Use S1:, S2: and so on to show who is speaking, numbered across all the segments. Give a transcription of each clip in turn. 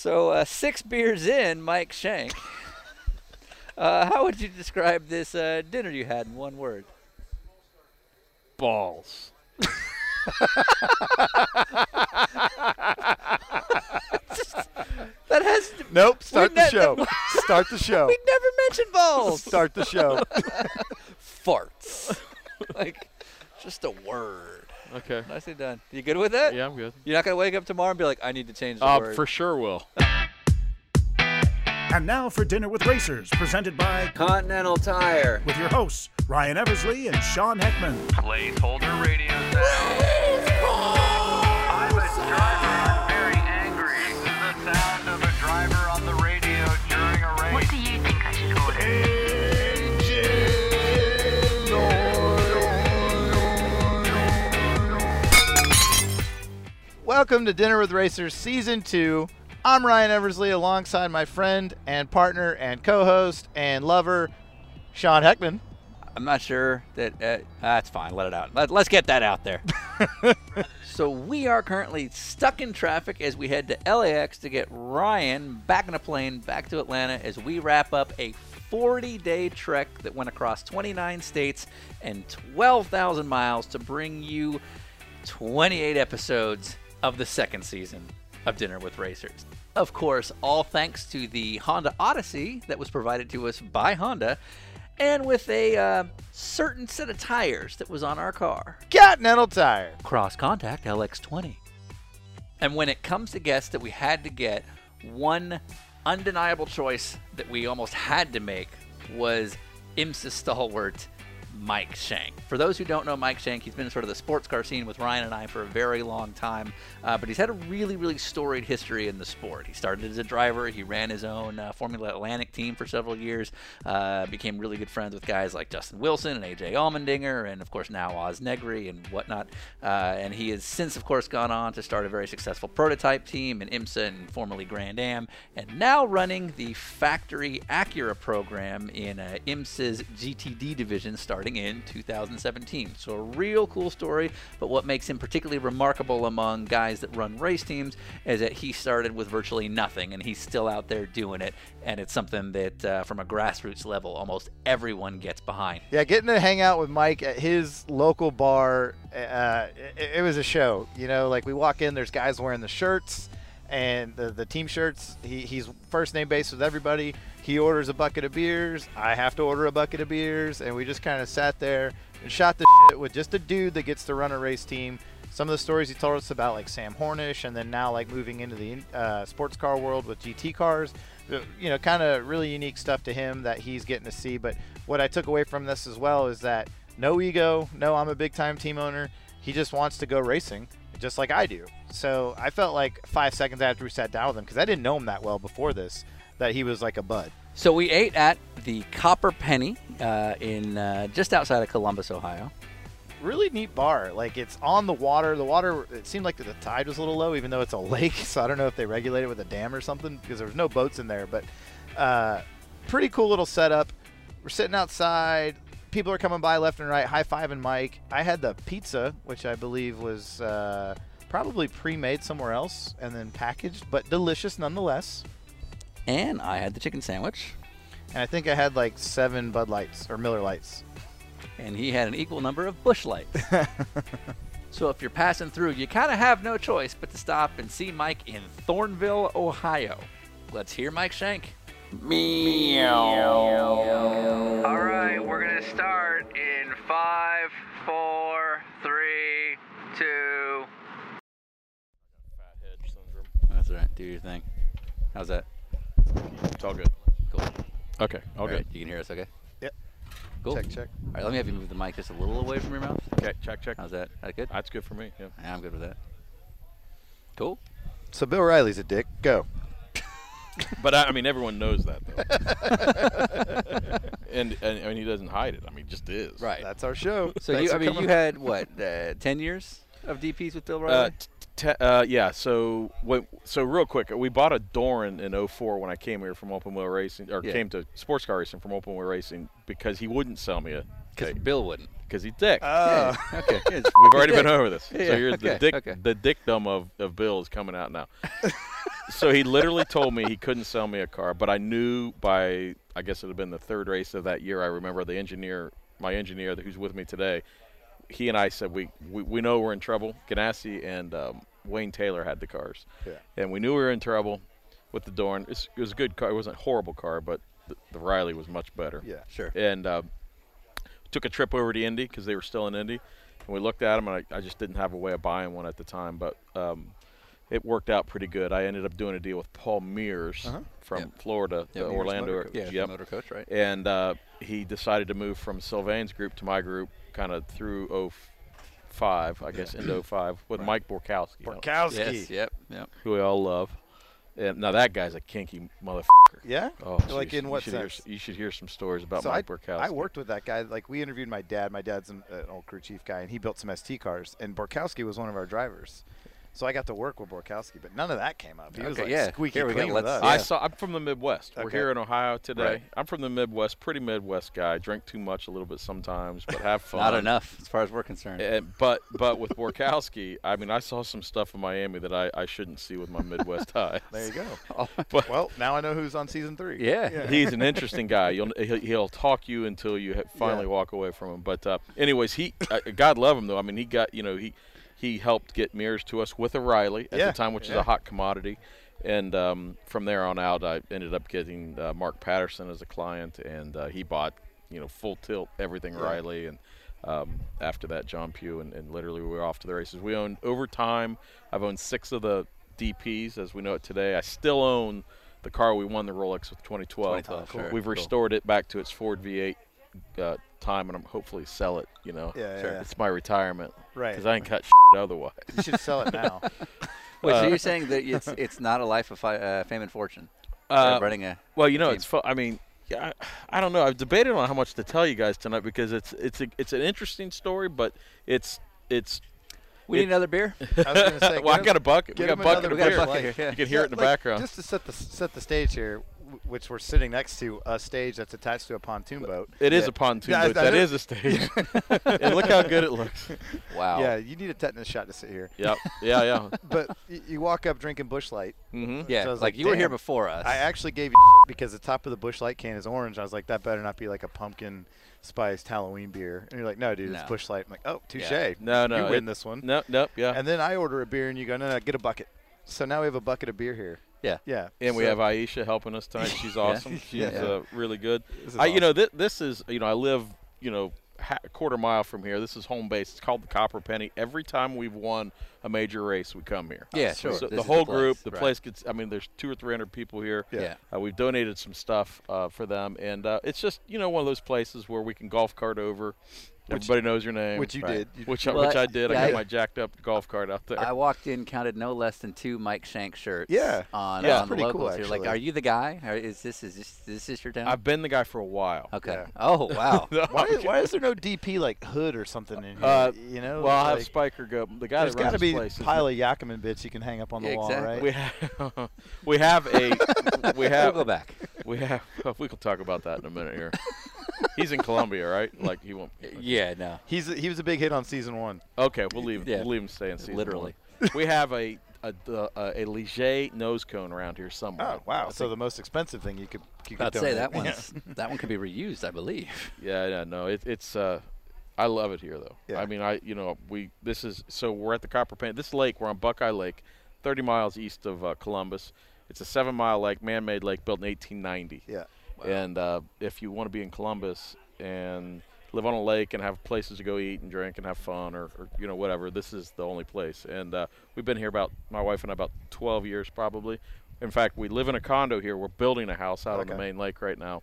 S1: So uh, six beers in, Mike Shank. uh, how would you describe this uh, dinner you had in one word?
S2: Balls.
S1: That has
S3: Nope. Start the
S1: ne-
S3: show. Start the show.
S1: we never mentioned balls.
S3: Start the show.
S1: Farts. like just a word.
S2: Okay.
S1: Nicely done. You good with that?
S2: Yeah, I'm good.
S1: You're not gonna wake up tomorrow and be like, I need to change the
S2: Uh,
S1: word.
S2: for sure will.
S4: And now for Dinner with Racers, presented by
S5: Continental Tire.
S4: with your hosts Ryan Eversley and Sean Heckman.
S6: Placeholder radio sound. I'm a driver. I'm very angry. This is the sound of a driver on the radio during a race.
S7: What do you think I should order?
S3: Welcome to Dinner with Racers Season 2. I'm Ryan Eversley alongside my friend and partner and co host and lover, Sean Heckman.
S1: I'm not sure that uh, that's fine. Let it out. Let, let's get that out there. so we are currently stuck in traffic as we head to LAX to get Ryan back in a plane back to Atlanta as we wrap up a 40-day trek that went across 29 states and 12,000 miles to bring you 28 episodes of the second season of Dinner with Racers. Of course, all thanks to the Honda Odyssey that was provided to us by Honda and with a uh, certain set of tires that was on our car.
S3: Continental Tire.
S1: Cross Contact LX20. And when it comes to guests that we had to get, one undeniable choice that we almost had to make was IMSA stalwart Mike Shank. For those who don't know Mike Shank, he's been in sort of the sports car scene with Ryan and I for a very long time, uh, but he's had a really, really storied history in the sport. He started as a driver, he ran his own uh, Formula Atlantic team for several years, uh, became really good friends with guys like Justin Wilson and AJ Allmendinger, and of course now Oz Negri and whatnot. Uh, and he has since, of course, gone on to start a very successful prototype team in IMSA and formerly Grand Am, and now running the factory Acura program in uh, IMSA's GTD division starting in 2017. So, a real cool story. But what makes him particularly remarkable among guys that run race teams is that he started with virtually nothing and he's still out there doing it. And it's something that, uh, from a grassroots level, almost everyone gets behind.
S3: Yeah, getting to hang out with Mike at his local bar, uh, it, it was a show. You know, like we walk in, there's guys wearing the shirts and the, the team shirts. He, he's first name based with everybody. He orders a bucket of beers. I have to order a bucket of beers. And we just kind of sat there and shot the shit with just a dude that gets to run a race team. Some of the stories he told us about, like Sam Hornish, and then now, like moving into the uh, sports car world with GT cars you know, kind of really unique stuff to him that he's getting to see. But what I took away from this as well is that no ego, no, I'm a big time team owner. He just wants to go racing, just like I do. So I felt like five seconds after we sat down with him, because I didn't know him that well before this, that he was like a bud.
S1: So we ate at the Copper Penny uh, in uh, just outside of Columbus, Ohio.
S3: Really neat bar. Like it's on the water. The water, it seemed like the tide was a little low, even though it's a lake. So I don't know if they regulate it with a dam or something because there was no boats in there. But uh, pretty cool little setup. We're sitting outside. People are coming by left and right, high fiving Mike. I had the pizza, which I believe was uh, probably pre made somewhere else and then packaged, but delicious nonetheless.
S1: And I had the chicken sandwich,
S3: And I think I had like seven Bud Lights or Miller Lights.
S1: and he had an equal number of bush lights. so if you're passing through, you kind of have no choice but to stop and see Mike in Thornville, Ohio. Let's hear Mike Shank.
S6: All right, we're gonna start in five, four, three, two.
S1: That's right. Do your thing. How's that?
S2: It's all good.
S1: Cool.
S2: Okay. All
S1: All
S2: good.
S1: right, you can hear us, okay?
S3: Yep.
S1: Cool.
S3: Check, check.
S1: All right, let me have you move the mic just a little away from your mouth.
S2: Okay. Check. Check.
S1: How's that? That good?
S2: That's good for me. Yeah.
S1: Yeah, I'm good with that. Cool.
S3: So Bill Riley's a dick. Go.
S2: But I, I mean, everyone knows that though. and, and and he doesn't hide it. I mean, he just is.
S1: Right.
S3: That's our show.
S1: So
S3: Thanks
S1: you,
S3: for
S1: I mean,
S3: coming.
S1: you had what, uh, ten years of DPS with Bill
S2: Uh,
S1: Riley?
S2: t- t- uh, yeah. So when, so real quick, we bought a Doran in 04 when I came here from Open Wheel Racing, or
S1: Yeah.
S2: came to sports car racing from Open Wheel Racing because he wouldn't sell me a
S1: Because
S2: Okay.
S1: Bill wouldn't.
S2: because he's dick.
S3: Oh.
S1: Okay.
S2: Yes, we've already
S1: dick.
S2: been over this.
S1: Yeah,
S2: so
S1: yeah,
S2: here's
S1: okay,
S2: the dick.
S1: okay.
S2: The dickdom of, of Bill is coming out now. so he literally told me he couldn't sell me a car, but I knew by I guess it had been the third race of that year. I remember the engineer, my engineer that- who's with me today. He and I said we we, we know we're in trouble. Ganassi and um, Wayne Taylor had the cars,
S3: Yeah.
S2: and we knew we were in trouble with the Dorn. It's, it was a good car. It wasn't a horrible car, but the, the Riley was much better
S3: Yeah.
S1: Sure.
S2: and uh, took a trip over to Indy because they were still in Indy, and we looked at them, and I, I just didn't have a way of buying one at the time, but um, it worked out pretty good. I ended up doing a deal with Paul Mears from
S1: Uh-huh. Yep.
S2: Florida,
S1: Yeah,
S2: the
S1: Mears
S2: Orlando,
S1: Motor Co- yeah, the
S2: yep.
S1: motor coach, right.
S2: And uh, he decided to move from Sylvain's group to my group, kind of through 05, I guess, into 05 with Mike Borkowski, you know,
S3: Borkowski.
S1: Yes. Yep. Yep.
S2: who we all love. And now that guy's a kinky motherfucker.
S3: Yeah.
S2: Oh,
S3: like
S2: jeez.
S3: in what
S2: you should, hear,
S3: sense?
S2: s- you should hear some stories about
S3: so I,
S2: Mike Borkowski.
S3: I worked with that guy. Like we interviewed my dad. My dad's an, an old crew chief guy, and he built some ST cars. And Borkowski was one of our drivers, so I got to work with Borkowski. But none of that came up. He was
S1: Okay,
S3: like
S1: yeah.
S3: squeaky
S1: Here we go.
S3: clean with
S1: Let's-
S3: us.
S2: I saw. I'm from the Midwest. We're
S3: Okay.
S2: here in Ohio today.
S1: Right.
S2: I'm from the Midwest. Pretty Midwest guy. Drink too much a little bit sometimes, but have fun.
S1: Not enough, as far as we're concerned.
S2: And, but but with Borkowski, I mean, I saw some stuff in Miami that I, I shouldn't see with my Midwest eyes.
S3: There you go.
S2: Oh, But-
S3: well, now I know who's on season three.
S1: yeah.
S2: He's an interesting guy. You'll, he'll, he'll talk you until you ha- finally walk away from him. But uh, anyways, he uh, God love him though. I mean, he got you know he he helped get mirrors to us with a Riley at
S3: Yeah,
S2: the time, which is
S3: yeah.
S2: a hot commodity. And um, from there on out, I ended up getting uh, Mark Patterson as a client, and uh, he bought you know full tilt everything Riley and. Um, after that, John Pugh, and, and literally we were off to the races. We owned over time. I've owned six of the DPs as we know it today. I still own the car we won the Rolex with 2012.
S1: 2012,
S2: Uh,
S1: sure.
S2: We've
S1: Cool.
S2: restored it back to its Ford V8 uh, time, and I'm hopefully sell it. You know,
S3: Yeah, Sure. yeah.
S2: it's my retirement.
S3: Right.
S2: Because I ain't cut otherwise.
S3: You should sell it now.
S1: Wait, so you're saying that it's it's not a life of fi- uh, fame and fortune?
S2: Uh,
S1: They're running a
S2: Well, you know,
S1: team.
S2: it's fun. I mean, yeah, I, I don't know. I've debated on how much to tell you guys tonight because it's it's a, it's an interesting story, but it's it's.
S1: we
S2: it-
S1: need another beer.
S3: I was gonna say.
S2: well, I
S3: get
S2: got a
S3: him-
S2: bucket.
S3: get
S2: we got
S3: him
S2: a bucket
S3: another
S2: of
S1: we got a
S2: beer.
S1: bucket
S3: Like,
S1: here.
S2: You can
S1: Yeah.
S2: hear
S3: Yeah,
S2: it in the
S3: like,
S2: background.
S3: Just to set the set the stage here, w- which we're sitting next to a stage that's attached to a pontoon boat.
S2: it is a pontoon,
S3: Yeah,
S2: but
S3: I- I
S2: that
S3: know.
S2: is a stage. and look how good it looks.
S1: Wow.
S3: Yeah, you need a tetanus shot to sit here.
S2: Yep. Yeah. Yeah.
S3: But y- you walk up drinking Bush Light.
S2: Mm-hmm.
S1: Yeah,
S3: So I was
S1: like,
S3: like,
S1: you were here
S3: "Damn."
S1: before us.
S3: I actually gave you shit because the top of the Bush Light can is orange. I was like, that better not be like a pumpkin spiced Halloween beer. And you're like, no, dude, it's
S1: No.
S3: Bush Light. I'm like, oh, touche.
S2: No, no.
S3: You
S2: it-
S3: win this one.
S2: No, nope, yeah. And,
S3: And then I order a beer and you go, no, no, get a bucket. So now we have a bucket of beer here.
S1: yeah.
S3: Yeah.
S2: we
S3: so-
S2: have Aisha helping us tonight. She's awesome. She's
S1: Yeah.
S2: Uh, really good.
S3: This is
S2: I, you know, thi- this is, you know, I live, you know, ha- a quarter mile from here. This is home base. It's called the Copper Penny. Every time we've won a major race, we come here.
S1: Yeah, sure.
S2: So
S1: This
S2: the
S1: is
S2: whole
S1: the place,
S2: group, the
S1: right.
S2: place gets. I mean, there's two or three hundred people here.
S1: Yeah. Yeah.
S2: Uh, we've donated some stuff uh, for them, and uh, it's just, you know, one of those places where we can golf cart over. Everybody knows your name,
S3: which you did. You-
S2: which
S1: Well,
S2: I, which
S1: I-
S2: I did.
S1: yeah,
S2: I
S1: I-
S2: got my jacked up golf cart out there.
S1: I walked in, counted no less than two Mike Shank shirts.
S3: Yeah.
S1: on, on
S2: Yeah.
S1: the
S3: Pretty cool,
S1: locals. You're like,
S3: actually.
S1: are you the guy? Or is this is this is this your town?
S2: I've been the guy for a while.
S1: okay.
S3: yeah.
S1: Oh wow.
S3: Why is, why is there no DP like hood or something in here?
S2: Uh,
S3: you know?
S2: Well, I'll have
S3: like-
S2: Spiker go. The guy
S3: There's
S2: that runs
S3: got to
S2: this
S3: be a
S2: place. is-
S3: pile of Yakiman bits you can hang up on the
S1: Yeah,
S3: wall,
S1: exactly.
S3: right?
S2: we have, we have a, we
S1: we'll
S2: have,
S1: go back.
S2: we have. We can talk about that in a minute here. He's in Colombia, right? Like he won't.
S1: Yeah. No.
S3: He's a, he was a big hit on season one.
S2: Okay, we'll leave.
S1: Yeah.
S2: We'll leave him stay in season
S1: Literally.
S2: one. we have a a, uh, a Leger nose cone around here somewhere.
S3: Oh wow! So the most expensive thing you could you could
S1: I'd say
S3: donate.
S1: that
S3: Yeah.
S1: one's that one could be reused, I believe.
S2: Yeah, yeah, no, it, it's. Uh, I love it here though.
S3: Yeah.
S2: I mean, I you know we this is so we're at the Copper Pen. This lake we're on Buckeye Lake, 30 miles east of uh, Columbus. It's a seven mile lake, man-made lake built in 1890.
S3: Yeah.
S2: And uh, if you want to be in Columbus and live on a lake and have places to go eat and drink and have fun or, or you know whatever, this is the only place. And uh, we've been here about my wife and I about 12 years probably. In fact, we live in a condo here. We're building a house out on the
S3: Okay.
S2: main lake right now.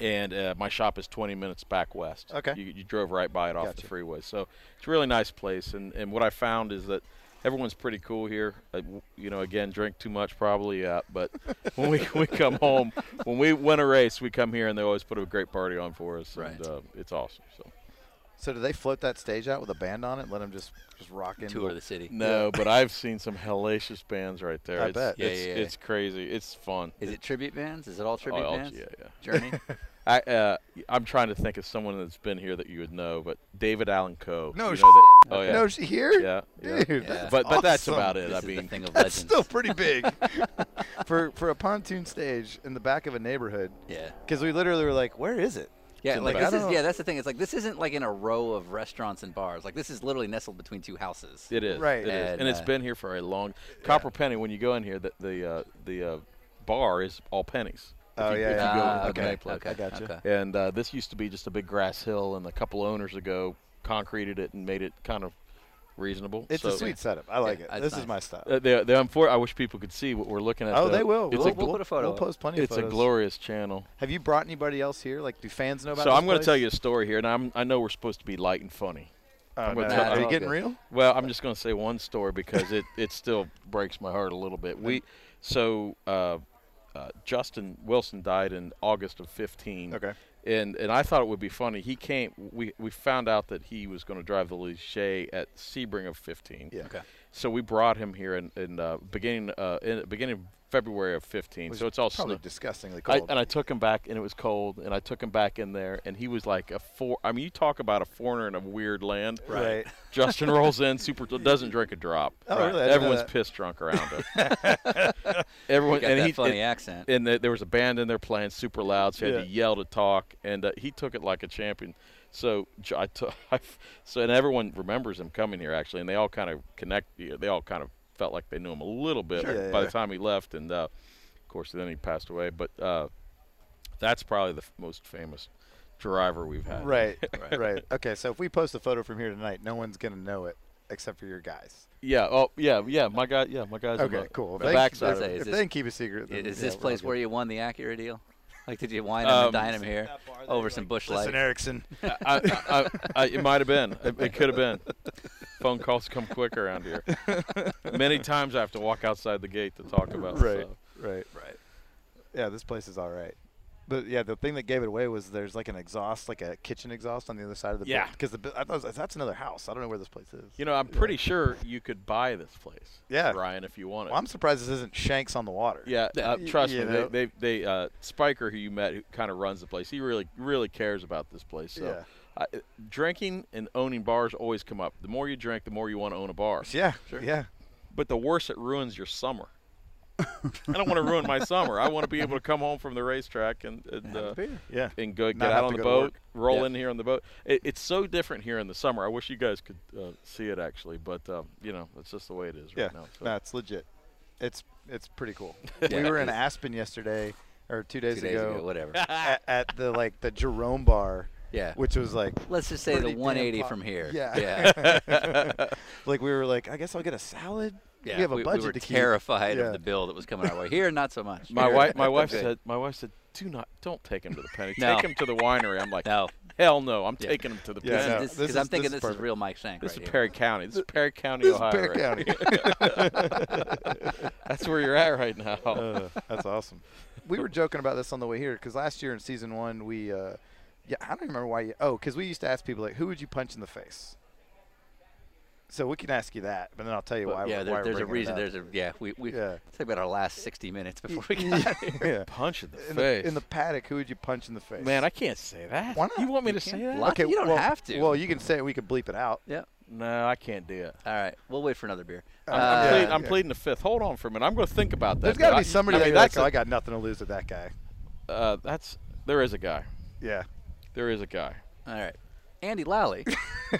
S2: And uh, my shop is 20 minutes back west.
S3: Okay.
S2: You, you drove right by it off
S3: Gotcha.
S2: the freeway. So it's a really nice place. And, and what I found is that everyone's pretty cool here. Uh, w- you know, again, drink too much probably, yeah. But when we, we come home, when we win a race, we come here and they always put a great party on for us.
S1: Right.
S2: And, uh, it's awesome. So
S3: So do they float that stage out with a band on it? And let them just just rock into
S1: tour of the city.
S2: No, but I've seen some hellacious bands right there.
S3: I
S2: it's,
S3: bet.
S1: Yeah,
S2: it's,
S1: yeah, yeah.
S2: it's crazy. It's fun.
S1: Is it tribute bands? Is it all tribute
S3: Oh,
S2: all-
S1: bands?
S2: yeah, yeah.
S1: Journey.
S2: I, uh, I'm trying to think of someone that's been here that you would know, but David Allen Coe.
S3: No
S2: you
S3: shit.
S2: know that- oh yeah.
S3: No, she here?
S2: yeah, yeah.
S3: Dude,
S1: Yeah.
S3: that's
S2: But but that's
S3: awesome.
S2: about it.
S1: this
S2: I
S1: is the
S2: mean,
S1: thing of legends.
S3: That's still pretty big for for a pontoon stage in the back of a neighborhood.
S1: yeah.
S3: Because we literally were like, where is it?
S1: Yeah,
S3: So,
S1: like
S3: like, I
S1: this is
S3: don't-
S1: yeah, that's the thing. It's like this isn't like in a row of restaurants and bars. Like this is literally nestled between two houses.
S2: it is
S3: Right.
S2: It is.
S1: And,
S2: and, it's
S1: uh,
S2: been here for a long. Copper Penny. When you go in here, the the uh, the uh, bar is all pennies. If
S3: Oh,
S2: you-
S3: yeah,
S2: if
S3: yeah.
S2: you go
S1: Ah,
S2: with the
S1: okay,
S2: Mayplex.
S1: okay, I gotcha. okay.
S2: And uh, this used to be just a big grass hill, and a couple owners ago concreted it and made it kind of reasonable.
S3: It's a
S2: So-
S3: sweet setup. I like
S1: that's
S3: it. This
S1: nice.
S3: is my style.
S2: Uh, the the unfor- I wish people could see what we're looking at.
S3: oh,
S2: though.
S3: they will.
S2: It's
S3: we'll,
S2: a,
S1: we'll put a photo
S3: We'll
S1: up.
S3: post plenty
S2: it's
S3: of
S2: a
S3: photos.
S2: glorious channel.
S3: Have you brought anybody else here? Like, do fans know about
S2: So
S3: this
S2: I'm going to
S3: place?
S2: tell you a story here, and I'm I know we're supposed to be light and funny.
S3: Oh,
S2: I'm gonna
S3: no.
S2: tell-
S3: Are
S2: I'm-
S3: you getting
S1: good.
S3: real?
S2: Well, I'm just going to say one story because it, it still breaks my heart a little bit. We so uh, uh, Justin Wilson died in August of 15.
S3: Okay.
S2: And and I thought it would be funny. He came. We we found out that he was going to drive the Leger at Sebring of 15.
S3: Yeah. Okay.
S2: So we brought him here in, in uh, beginning uh, in beginning of February of 15. So it's all
S3: probably
S2: snow.
S3: disgustingly cold.
S2: I, and I took him back, and it was cold. And I took him back in there, and he was like a four. I mean, you talk about a foreigner in a weird land.
S3: Right.
S2: Justin rolls in, super doesn't drink a drop.
S3: Oh, really? I didn't know
S2: Everyone's
S3: that.
S2: pissed drunk around him. Everyone
S1: Got
S2: and
S1: that
S2: he
S1: funny
S2: and,
S1: accent.
S2: and the, there was a band in there playing super loud, so you had to yell to talk, and uh, he took it like a champion. So J- I took, so and everyone remembers him coming here actually, and they all kind of connect. You know, they all kind of felt like they knew him a little bit
S3: Sure. Yeah,
S2: by
S3: yeah.
S2: the time he left, and uh, of course then he passed away. But uh, that's probably the f- most famous driver we've had.
S3: right. Right. Okay. So if we post a photo from here tonight, no one's gonna know it except for your guys.
S2: Yeah. Oh, yeah. Yeah. My guy. Yeah. My guy's. on
S3: Okay.
S2: the-
S3: Cool. If
S2: The
S3: they,
S2: backside.
S3: if,
S2: of it.
S1: Say, is
S3: if
S1: this-
S3: they can keep a secret,
S1: I-
S3: then,
S1: Is
S3: yeah,
S1: this
S3: we're all
S1: place
S3: good.
S1: where you won the Acura deal? Like, did you wine him
S2: Um,
S1: and dine him here over some bush
S3: Listen,
S1: lights?
S3: Erickson.
S2: I, I, I, I- it might have been. It, it could have been. Phone calls come quick around here. Many times I have to walk outside the gate to talk about
S3: right.
S2: stuff.
S3: Right.
S1: Right.
S3: Yeah. This place is all right. But yeah, the thing that gave it away was there's like an exhaust, like a kitchen exhaust on the other side of the
S2: Yeah.
S3: Because the bu- I thought it was- that's another house. I don't know where this place is.
S2: You know, I'm pretty sure you could buy this place.
S3: Yeah.
S2: Ryan, if you wanted.
S3: Well, I'm surprised this isn't Shanks on the water.
S2: yeah, uh,
S3: Y-
S2: trust
S3: you
S2: me.
S3: know.
S2: They, they, they uh, Spiker, who you met, who kind of runs the place. He really, really cares about this place. So,
S3: Yeah.
S2: I, drinking and owning bars always come up. The more you drink, the more you want to own a bar.
S3: Yeah. Yeah.
S2: but the worse it ruins your summer. I don't want to ruin my summer. I want to be able to come home from the racetrack and and, uh,
S3: Yeah.
S2: and go
S3: Not
S2: get
S3: have
S2: out
S3: to
S2: on the
S3: go to
S2: boat,
S3: work.
S2: roll
S3: Yeah.
S2: in here on the boat. It, it's so different here in the summer. I wish you guys could uh, see it actually, but um, you know that's just the way it is
S3: Yeah,
S2: right now. so.
S3: no, it's legit. It's it's pretty cool.
S1: Yeah.
S3: we were in Aspen yesterday, or two days,
S1: Two days
S3: ago,
S1: ago, whatever.
S3: at, at the like the Jerome Bar.
S1: Yeah.
S3: which was like
S1: Let's just say the
S3: pretty damn
S1: 180
S3: pop-
S1: from here.
S3: Yeah.
S1: Yeah.
S3: like we were like, I guess I'll get a salad.
S1: yeah.
S3: we have a
S1: we,
S3: budget
S1: were
S3: to keep.
S1: terrified
S3: Yeah.
S1: of the bill that was coming our way. Here, not so much.
S2: my
S1: Here,
S2: wife, my wife
S1: good.
S2: said, my wife said, do not, don't take him to the penny.
S1: No.
S2: Take him to the winery. I'm like,
S1: No.
S2: hell no, I'm
S1: Yeah.
S2: taking him to the
S3: Yeah,
S2: penny.
S3: no,
S1: Because
S3: this
S1: I'm
S3: is-
S1: thinking
S3: this is
S1: this is,
S3: perfect.
S1: real Mike Shank
S2: This
S1: right
S2: is
S1: here.
S2: Perry County. This is Perry County,
S3: This is
S2: Ohio.
S3: Bear
S2: right?
S3: County.
S2: That's where you're at right now.
S3: Uh, that's awesome. We were joking about this on the way here because last year in season one, we uh, yeah, I don't even remember why. You, oh, because we used to ask people like, who would you punch in the face? So we can ask you that, but then I'll tell you why.
S1: But yeah,
S3: why
S1: there-
S3: we're
S1: there's a
S3: bringing it
S1: reason.
S3: up.
S1: There's a yeah. We we
S3: Yeah.
S1: it's about our last 60 minutes before we got out of here.
S3: yeah.
S2: Punch in the
S3: in
S2: face.
S3: the, in the paddock, who would you punch in the face?
S2: Man, I can't say that.
S3: Why not?
S2: You want me
S3: You
S2: to say that?
S1: Lock- you don't
S3: well,
S1: have to.
S3: Well, you can say it. We can bleep it out.
S1: Yeah.
S2: No, I can't do it.
S1: All right. We'll wait for another beer.
S2: I'm,
S1: Uh,
S2: I'm, plead-
S3: yeah,
S2: I'm
S3: yeah.
S2: pleading the fifth. Hold on for a minute. I'm going to think about that.
S3: There's got to
S2: but
S3: be somebody
S2: I, I
S3: that
S2: mean,
S3: you're like,
S2: that's
S3: oh,
S2: a-
S3: I got nothing to lose with that guy.
S2: uh, that's there is a guy.
S3: Yeah.
S2: There is a guy.
S1: all right. Andy Lally,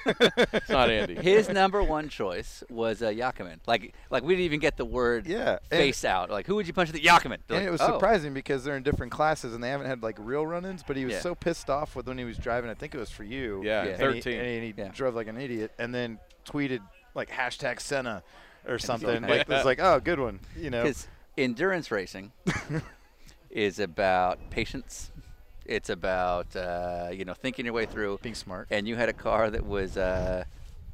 S2: It's not Andy.
S1: his number one choice was uh, Yakiman. Like, like we didn't even get the word
S3: Yeah, and-
S1: face out. Like, who would you punch in the Yakiman? They're
S3: And
S1: like,
S3: it was
S1: "Oh."
S3: surprising because they're in different classes and they haven't had like real run-ins. But he was
S1: Yeah.
S3: so pissed off with when he was driving. I think it was for you.
S2: Yeah,
S1: Yeah.
S3: And He,
S2: 13.
S3: and he, and he
S1: Yeah.
S3: drove like an idiot, and then tweeted like hashtag Senna or something.
S1: like-
S3: Like it's like, oh, good one. You know.
S1: Because endurance racing is about patience. It's about uh, you know thinking your way through,
S3: Being smart.
S1: And you had a car that was uh,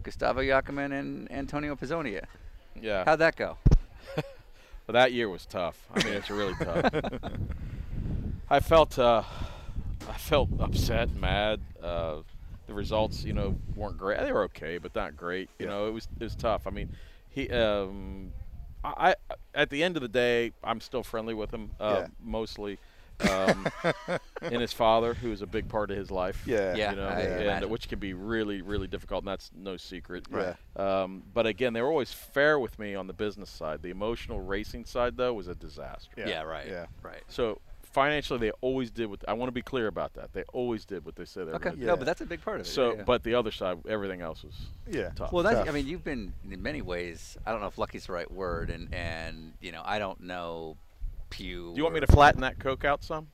S1: Gustavo Yakiman and Antonio Pizzonia.
S2: yeah.
S1: How'd that go?
S2: Well, that year was tough. I mean, it's really tough. I felt, uh, I felt upset, mad, uh, the results, you know, weren't great. They were okay, but not great. You know, it was it was tough. I mean, he um, I, I at the end of the day, I'm still friendly with him uh,
S3: Yeah.
S2: mostly. um, and his father, who is a big part of his life.
S3: Yeah.
S1: Yeah,
S2: you know,
S1: I
S2: and
S1: imagine.
S2: which can be really, really difficult, and that's no secret.
S3: Right.
S2: Um, but again, they were always fair with me on the business side. The emotional racing side, though, was a disaster.
S1: Yeah, right.
S3: yeah.
S1: Right.
S2: So financially, they always did what I want to be clear about that. They always did what they said they were
S1: Okay.
S2: going to
S3: Yeah.
S1: No, but that's a big part of
S2: do.
S1: it.
S2: So,
S1: yeah, yeah.
S2: but the other side, everything else was
S3: Yeah.
S2: tough.
S1: Well, that's.
S3: Tough.
S1: I mean, you've been in many ways. I don't know if lucky's the right word, and and you know, I don't know. Pew.
S2: do you want me
S1: or-
S2: to flatten that coke out some?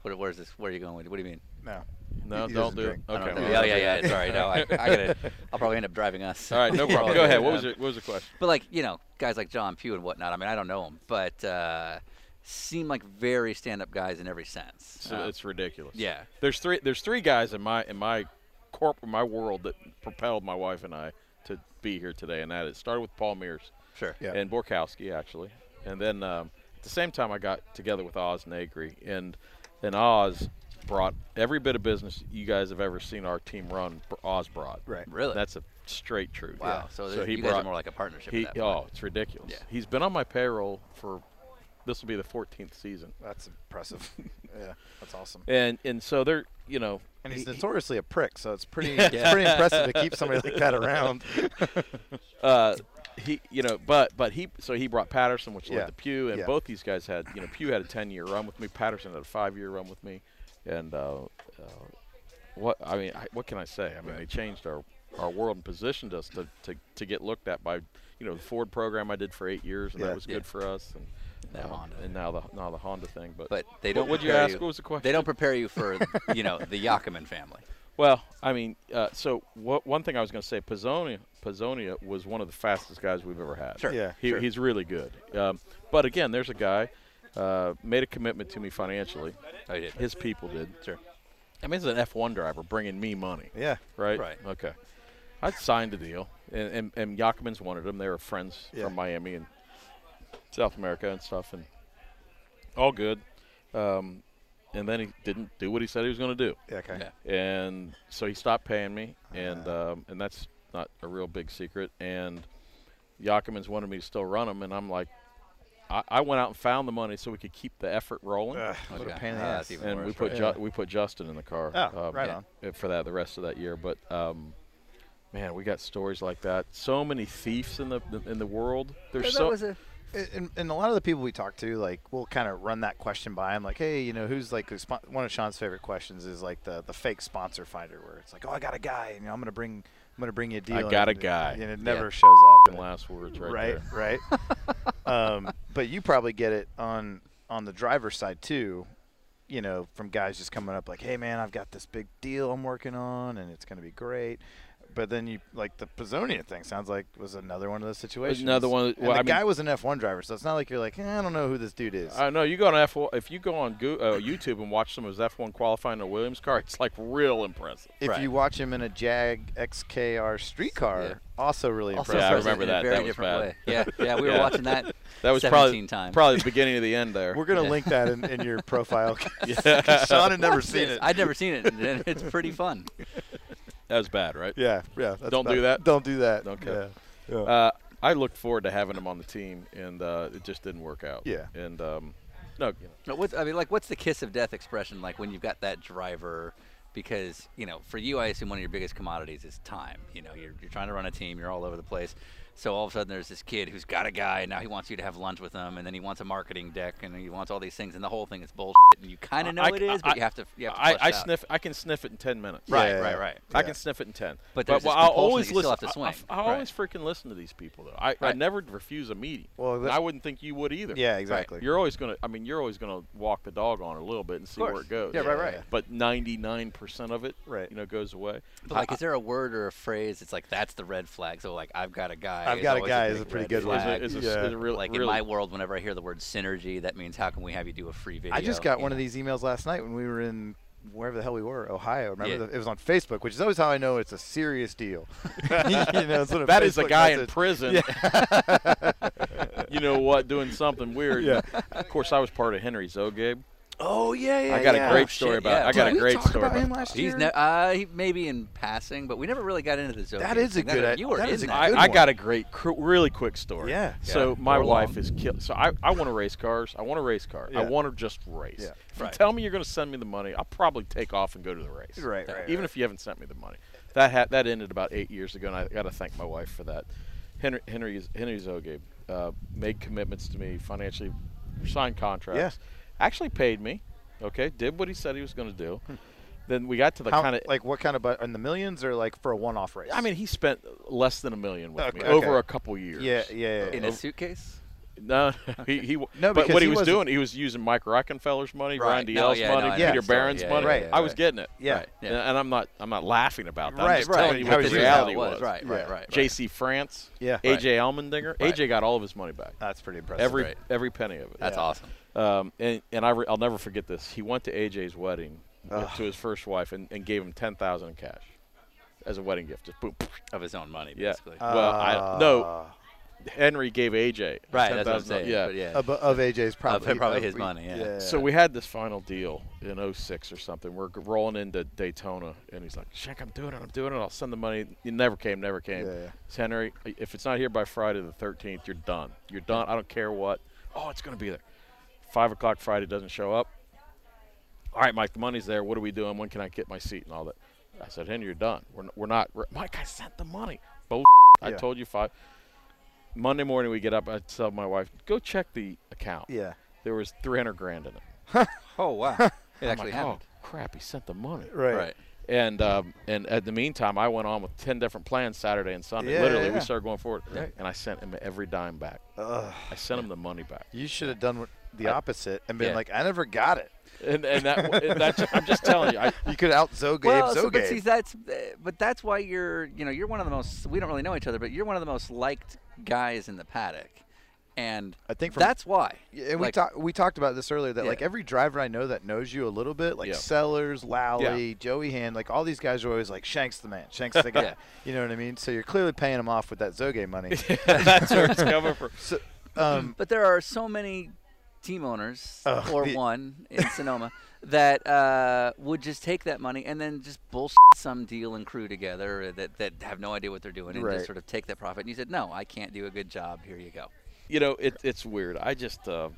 S1: What, where's this? Where are you going with it? What do you mean?
S3: No.
S2: No,
S3: He
S2: don't
S3: doesn't
S2: do
S3: drink.
S2: it.
S1: I don't
S2: Okay.
S1: know.
S2: well,
S1: Oh
S2: that's
S1: yeah,
S2: okay.
S1: yeah. Sorry. No, I, I gotta. I'll probably end up driving us.
S2: All right, no problem. Go ahead. What was
S1: Um,
S2: it? What was the question?
S1: But like you know, guys like John Pugh and whatnot. I mean, I don't know them, but uh, seem like very stand-up guys in every sense.
S2: So
S1: Uh,
S2: it's ridiculous.
S1: yeah.
S2: There's three. There's three guys in my in my corp my world that propelled my wife and I to be here today, and that it started with Paul Mears.
S1: Sure.
S3: Yeah.
S2: and Borkowski actually, and then um, at the same time I got together with Oz Negri, and and Oz brought every bit of business you guys have ever seen our team run. br- Oz brought
S3: Right.
S1: Really?
S2: That's a straight truth.
S1: Wow. oh, So, there- you guys are more like a partnership.
S2: He,
S1: at that
S2: oh,
S1: point.
S2: it's ridiculous.
S1: Yeah.
S2: He's been on my payroll for this will be the 14th season,
S3: That's impressive. yeah. That's awesome.
S2: and and so they're you know
S3: And he's
S2: he-
S3: notoriously a prick, so it's pretty it's pretty impressive to keep somebody like that around.
S2: uh, he, you know, but but he, so he brought Patterson, which
S3: Yeah.
S2: led to Pew, and
S3: Yeah.
S2: both these guys had, you know, Pew had a ten-year run with me, Patterson had a five-year run with me, and uh, uh, what I mean, I, what can I say? I mean, they changed our our world and positioned us to, to, to get looked at by, you know, the Ford program I did for eight years, and
S3: Yeah.
S2: that was good for us, and
S1: That
S2: um,
S1: Honda.
S2: and now the now the Honda thing, but
S1: But they
S2: What-
S1: don't.
S2: What'd you
S1: prepare
S2: ask? What was the question?
S1: They don't prepare you for you know the Yakiman family.
S2: Well, I mean, uh, so what, one thing I was going to say, Pizzonia, Pizzonia was one of the fastest guys we've ever had.
S1: Sure.
S3: Yeah,
S2: he,
S3: sure.
S2: he's really good. Um, but again, there's a guy uh, made a commitment to me financially.
S1: Oh, you did.
S2: His people did.
S1: Sure.
S2: I mean, he's an F1 driver bringing me money.
S3: Yeah.
S2: Right.
S1: Right.
S2: Okay. I signed a deal, and and, and Yakiman's wanted them. They were friends
S3: Yeah.
S2: from Miami and South America and stuff, and all good. Um, and then he didn't do what he said he was going to do
S3: Yeah, okay.
S1: Yeah.
S2: and so he stopped paying me, and um, and that's not a real big secret. And Yakiman's wanted me to still run him, and I'm like, I, I went out and found the money so we could keep the effort rolling.
S3: Ugh, what a
S1: Okay.
S3: pain in the
S1: Ah,
S3: ass.
S1: that's even
S2: and
S1: worse,
S2: we put
S1: right?
S2: Ju- we put Justin in the car.
S3: Oh,
S2: um,
S3: right
S1: yeah.
S3: on.
S2: uh, For that, the rest of that year, but um, man, we got stories like that. So many thieves in the in the world. There's so
S3: and, and a lot of the people we talk to, like, we'll kind of run that question by them. Like, hey, you know, who's like who's spon- one of Sean's favorite questions is like the the fake sponsor finder, where it's like, oh, I got a guy, and you know, I'm gonna bring I'm gonna bring you a deal. and
S2: got a
S3: it-
S2: guy.
S3: and it
S1: Yeah.
S3: never shows up.
S2: f***ing last words right,
S3: right,
S2: there.
S3: right. um, but you probably get it on on the driver's side too. You know, from guys just coming up like, "Hey, man, I've got this big deal I'm working on, and it's going to be great." But then you like the Pizzonia thing sounds like was another one of those situations.
S2: another one-
S3: And
S2: well,
S3: the
S2: I mean-
S3: guy was an F1 driver, so it's not like you're like, eh, "I don't know who this dude is."
S2: I know you go on F. If you go on Goo uh, YouTube and watch some of his F1 qualifying in a Williams car, it's like real impressive.
S3: if you watch him in a Jag XKR street car,
S1: Yeah.
S3: also really
S1: Also
S3: impressive.
S2: Yeah, I
S1: says it
S2: remember
S1: in a
S2: that.
S1: very
S2: That was
S1: different
S2: bad.
S1: way. Yeah, yeah. We were
S2: Yeah.
S1: watching that.
S2: That was
S1: 17
S2: probably
S1: times.
S2: probably the beginning of the end there.
S3: We're gonna link that in, in your profile.
S2: Yeah.
S3: Sean had never
S1: Watch
S3: seen
S1: this.
S3: it.
S1: I'd never seen it, and it's pretty fun.
S2: that was bad, right?
S3: Yeah, yeah. that's
S2: Don't do
S3: about-
S2: that?
S3: Don't do that.
S2: Okay.
S3: Yeah. Yeah.
S2: Uh, I looked forward to having him on the team, and uh, it just didn't work out.
S3: Yeah.
S2: And um, no, you know,
S1: No, what's, I mean, like, what's the kiss of death expression like when you've got that driver? Because you know, for you, I assume one of your biggest commodities is time. You know, you're, you're trying to run a team, you're all over the place. So all of a sudden, there's this kid who's got a guy, and now he wants you to have lunch with him, and then he wants a marketing deck, and he wants all these things, and the whole thing is bullshit. And you kind of know
S2: I-
S1: it is, but
S2: I-
S1: you have to. You have to
S2: I,
S1: flesh
S2: I
S1: it out.
S2: sniff. I can sniff it in ten minutes.
S1: Right,
S3: Yeah.
S1: right, right.
S2: I
S3: Yeah.
S2: can sniff it in ten.
S1: But there's this
S2: I'll
S1: compulsion
S2: always
S1: that you still
S2: listen.
S1: have to
S2: I- I-
S1: swing.
S2: I,
S1: Right.
S2: always freaking listen to these people though. I, I
S1: Right.
S2: never refuse a meeting.
S3: Well,
S2: and
S3: that's-
S2: I wouldn't think you would either.
S3: Yeah, exactly.
S2: You're always gonna. I mean, you're always gonna walk the dog on it a little bit and see where
S1: course.
S2: it goes.
S1: Yeah, right, right.
S2: But 99% of it,
S3: Right.
S2: you know, goes away.
S1: But like, is there a word or a phrase? It's like that's the red flag. So like, I've got a guy.
S3: I've
S1: is
S3: got a
S1: always
S3: guy
S1: big
S3: is a pretty
S1: red
S3: good one.
S2: Is
S1: flag.
S2: it- is it-
S3: Yeah.
S2: is it real-
S1: like in
S2: really-
S1: my world, whenever I hear the word synergy, that means how can we have you do a free video?
S3: I just got
S1: you
S3: one of
S1: know?
S3: these emails last night when we were in wherever the hell we were, Ohio. Remember,
S1: Yeah.
S3: the, it was on Facebook, which is always how I know it's a serious deal. you know, it's sort of
S2: That is a
S3: Facebook
S2: guy in
S3: message.
S2: prison. you know what? Doing something weird.
S3: Yeah.
S2: Of course, I was part of Henry Zogabe,
S3: Oh yeah, yeah.
S2: I got
S3: yeah.
S2: a great
S1: Oh,
S2: story
S1: shit,
S2: about.
S1: yeah.
S2: I got
S3: Did
S2: a
S3: we
S2: great
S3: talk
S2: story
S3: about him
S2: about.
S3: last
S1: He's
S3: year?
S1: ne- uh, he- maybe in passing, but we never really got into the Zodiac.
S3: That is a
S1: thing.
S3: good i-
S1: You were
S3: that
S1: in
S3: is a
S1: that.
S2: I,
S3: good
S2: I
S3: one.
S2: got a great, cr- really quick story.
S3: Yeah.
S2: So
S1: Yeah.
S2: my
S1: Go
S2: wife
S1: along.
S2: is killed. So I, I want to race cars. I want to race car. I
S3: Yeah.
S2: want to just race.
S3: Yeah.
S2: If
S1: Right.
S2: you tell me you're going to send me the money, I'll probably take off and go to the race.
S3: Right, right,
S2: Even
S3: right.
S2: if you haven't sent me the money. That ha- that ended about eight years ago, and I got to thank my wife for that. Henry Henry Henry Zoge uh, made commitments to me financially, signed contracts, actually paid me. Okay, did what he said he was going to do. Then we got to the
S3: Hmm. How,
S2: kind of
S3: like what kind of bu- in the millions or like for a one-off race?
S2: I mean, he spent less than a million with me
S3: Okay.
S2: over
S3: Okay.
S2: a couple years.
S3: yeah, yeah, yeah.
S1: in a suitcase.
S2: No, he, he no.
S3: No,
S2: But
S3: because
S2: what he,
S3: he
S2: was
S3: wasn't-
S2: doing, he was using Mike Rockefeller's money,
S1: Right.
S2: Ryan
S1: No,
S2: Diel's
S1: yeah, no,
S2: money,
S1: I know
S2: Peter
S1: the story.
S2: Barron's
S1: Yeah,
S2: money.
S1: yeah, yeah,
S2: I was
S3: right.
S2: getting it.
S3: Yeah.
S2: Right. And, and I'm not. I'm not laughing about that. I'm
S3: Right,
S2: just
S3: right.
S2: telling you
S3: How
S2: what
S3: was
S2: the
S3: your-
S2: reality
S1: how it was.
S2: was.
S1: Right, right, right,
S2: J.C. France.
S3: Yeah.
S2: A.J. Allmendinger. A.J. got all of his money back.
S3: That's pretty impressive.
S2: Every
S1: right.
S2: every penny of it.
S1: That's awesome.
S2: Um, and and I re- I'll never forget this. He went to AJ's wedding to his first wife and, and gave him ten thousand in cash as a wedding gift. Just boom.
S1: Of his own money,
S2: Yeah.
S1: basically.
S2: well,
S3: Uh,
S2: I no. Henry gave AJ
S1: right, that's what I'm
S2: $10,000.
S1: saying.
S2: Yeah.
S1: But yeah.
S8: Of, of AJ's probably
S1: probably
S8: of-
S3: E
S1: his money, yeah.
S2: So we had this final deal in 06 or something. We're g- rolling into Daytona, and he's like, Shank, I'm doing it. I'm doing it. I'll send the money. It never came, never came.
S3: Yeah, yeah.
S2: So Henry, if it's not here by Friday the 13th, you're done. You're done. I don't care what. Oh, it's going to be there. 5 o'clock Friday doesn't show up. All right, Mike, the money's there. What are we doing? When can I get my seat and all that? I said, Henry, you're done. We're, n- we're not. we're- Mike, I sent the money. Bull. I
S3: Yeah.
S2: told you five. Monday morning we get up. I tell my wife, go check the account.
S3: Yeah.
S2: There was 300 grand in it.
S1: oh wow, it
S2: I'm
S1: actually
S2: like,
S1: happened.
S2: Oh crap! He sent the money.
S3: Right.
S1: Right.
S2: And um, and at the meantime, I went on with ten different plans Saturday and Sunday.
S3: Yeah,
S2: Literally,
S3: yeah,
S2: we
S3: yeah.
S2: started going forward, and I sent him every dime back. I sent him the money back.
S3: You should have done the opposite and been
S1: Yeah.
S3: like, I never got it.
S2: And, and that, and that I'm just telling you, I,
S3: You could out Zogabe
S1: Well, so,
S3: Zogabe.
S1: but see, that's uh, but that's why you're you know you're one of the most we don't really know each other, but you're one of the most liked guys in the paddock, and
S3: I think from-
S1: that's why.
S3: Yeah, and we
S1: Like,
S3: talked we talked about this earlier that
S1: Yeah.
S3: like every driver I know that knows you a little bit, like
S2: Yeah.
S3: Sellers, Lowry, Joey Hand, like all these guys are always like Shanks the man, Shanks the guy.
S1: Yeah.
S3: You know what I mean? So you're clearly paying him off with that Zoge money.
S2: that's where it's coming from.
S1: But there are so many team owners,
S3: Oh,
S1: or
S3: the-
S1: one in Sonoma, that uh, would just take that money and then just bullshit some deal and crew together that, that have no idea what they're doing and
S3: Right.
S1: just sort of take that profit. And you said, no, I can't do a good job. Here you go.
S2: You know, it, it's weird. I just, uh,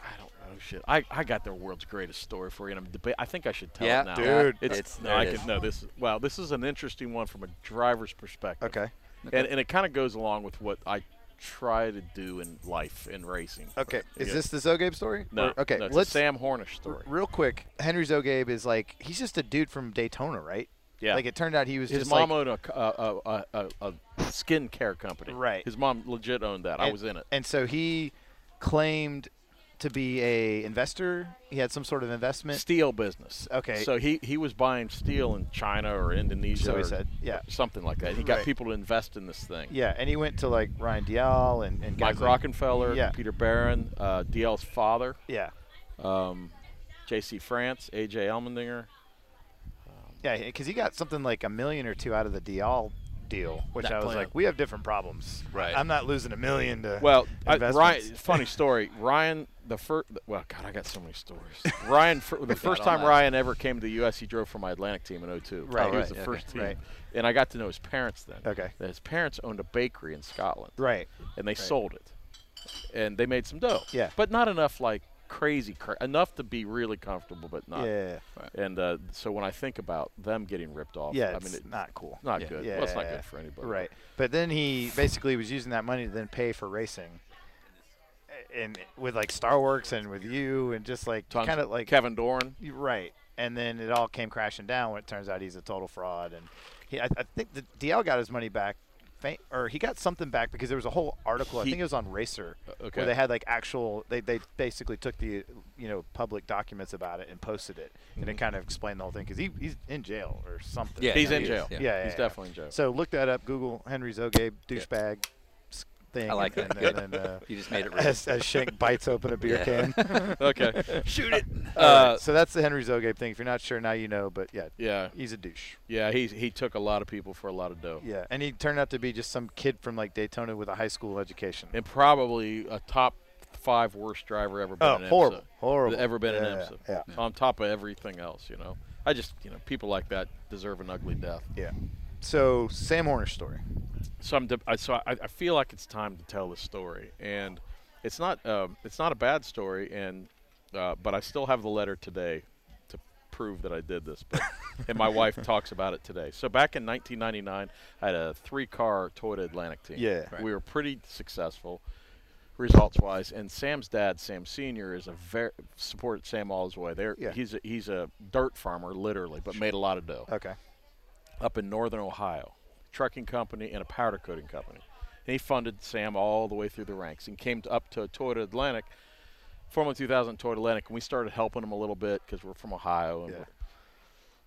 S2: I don't know shit. I, I got the world's greatest story for you, and I'm deba- I think I should tell
S1: Yeah,
S2: it now.
S1: dude.
S2: it's,
S1: It's-
S2: no,
S1: there
S2: I
S1: it is.
S2: can no. This wow, this is an interesting one from a driver's perspective.
S3: okay.
S2: and, and it kind of goes along with what I try to do in life in racing.
S3: Okay. Is
S2: Yeah.
S3: this the Zogabe story?
S2: no?
S3: Or- okay.
S2: no, it's a
S3: let's
S2: Sam Hornish story.
S3: real quick. Henry Zogabe is like he's just a dude from Daytona, right?
S2: Yeah.
S3: Like it turned out he was
S2: His
S3: just
S2: mom
S3: like,
S2: owned a, c- uh, a, a, a, a skincare company.
S3: Right.
S2: His mom legit owned that. I
S3: and-
S2: was in it.
S3: And so he claimed to be a investor. He had some sort of investment.
S2: Steel business.
S3: Okay.
S2: So he, he was buying steel in China or Indonesia.
S3: So he
S2: or
S3: said, yeah.
S2: Something like that. He got
S3: Right.
S2: people to invest in this thing.
S3: Yeah, and he went to like Ryan Dial and, and
S2: Mike
S3: guys like-
S2: Rockefeller,
S3: Yeah.
S2: Peter Barron, uh, DL's father.
S3: Yeah.
S2: J.C. France, A.J. Allmendinger.
S3: Yeah, because he got something like a million or two out of the Dial deal, which
S2: That
S3: I was
S2: plan.
S3: like, we have different problems.
S1: Right.
S3: I'm not losing a million to
S2: Well, I,
S3: investments.
S2: Ryan. Funny story. Ryan, the first. Well, God, I got so many stories. Ryan, fir- the first
S1: all
S2: time
S1: night.
S2: Ryan ever came to the U.S., he drove for my Atlantic team in 02.
S3: Right.
S2: he was the
S3: Right, okay.
S2: first team,
S3: Right.
S2: and I got to know his parents then.
S3: Okay.
S2: And his parents owned a bakery in Scotland,
S3: Right.
S2: and they sold it, and they made some dough.
S3: Yeah.
S2: but not enough like crazy cra- enough to be really comfortable, but not.
S3: Yeah.
S2: And uh, so when I think about them getting ripped off,
S3: Yeah,
S2: I
S3: it's
S2: mean, it-
S3: not cool.
S2: not
S1: Yeah.
S2: good.
S3: Yeah.
S2: Well, it's not good for anybody.
S3: Right. But then he basically was using that money to then pay for racing. And with like Starworks and with you and just like
S2: Tons-
S3: kind of like
S2: Kevin Doran.
S3: You're Right. And then it all came crashing down when it turns out he's a total fraud. And he, I, I think the DL got his money back, fa- or he got something back because there was a whole article.
S2: He-
S3: I think it was on Racer,
S2: okay.
S3: where they had like actual. They, they basically took the you know public documents about it and posted it, and it kind of explained the whole thing because he, he's in jail or something.
S1: Yeah,
S2: He's
S1: no,
S2: in
S1: he
S2: jail.
S1: is, yeah.
S3: yeah, yeah,
S2: he's
S3: yeah.
S2: definitely in jail.
S3: So look that up. Google Henry Zogabe douchebag s- thing.
S1: I like
S3: and,
S1: that.
S3: And,
S1: Good.
S3: and, uh,
S1: You just made it real.
S3: as, as Shank bites open a beer
S1: Yeah.
S3: can.
S2: okay.
S1: Shoot it.
S2: Uh,
S3: so that's the Henry Zogabe thing. If you're not sure now, you know. But yeah,
S2: yeah,
S3: he's a douche.
S2: yeah. He he took a lot of people for a lot of dough,
S3: Yeah, and he turned out to be just some kid from like Daytona with a high school education.
S2: and probably a top five worst driver ever been
S3: Oh,
S2: in
S3: horrible,
S2: IMSA.
S3: horrible.
S2: Ever been in
S3: Yeah,
S2: IMSA.
S3: yeah.
S2: On top of everything else, you know. I just, you know, people like that deserve an ugly death.
S3: Yeah. So Sam Horner's story.
S2: so I'm de- I, so I, I feel like it's time to tell this story, and it's not um, it's not a bad story, and uh, but I still have the letter today to prove that I did this, but, and my wife talks about it today. So back in 1999, I had a three-car Toyota Atlantic team.
S3: Yeah. Right.
S2: we were pretty successful results wise. And Sam's dad, Sam Senior, is a very supported Sam all his way. There,
S3: Yeah.
S2: he's a, he's a dirt farmer literally, but made a lot of dough
S3: Okay.
S2: up in northern Ohio, trucking company and a powder coating company. And he funded Sam all the way through the ranks and came to, up to Toyota Atlantic, former 2000 Toyota Atlantic, and we started helping him a little bit because we're from Ohio. And,
S3: Yeah.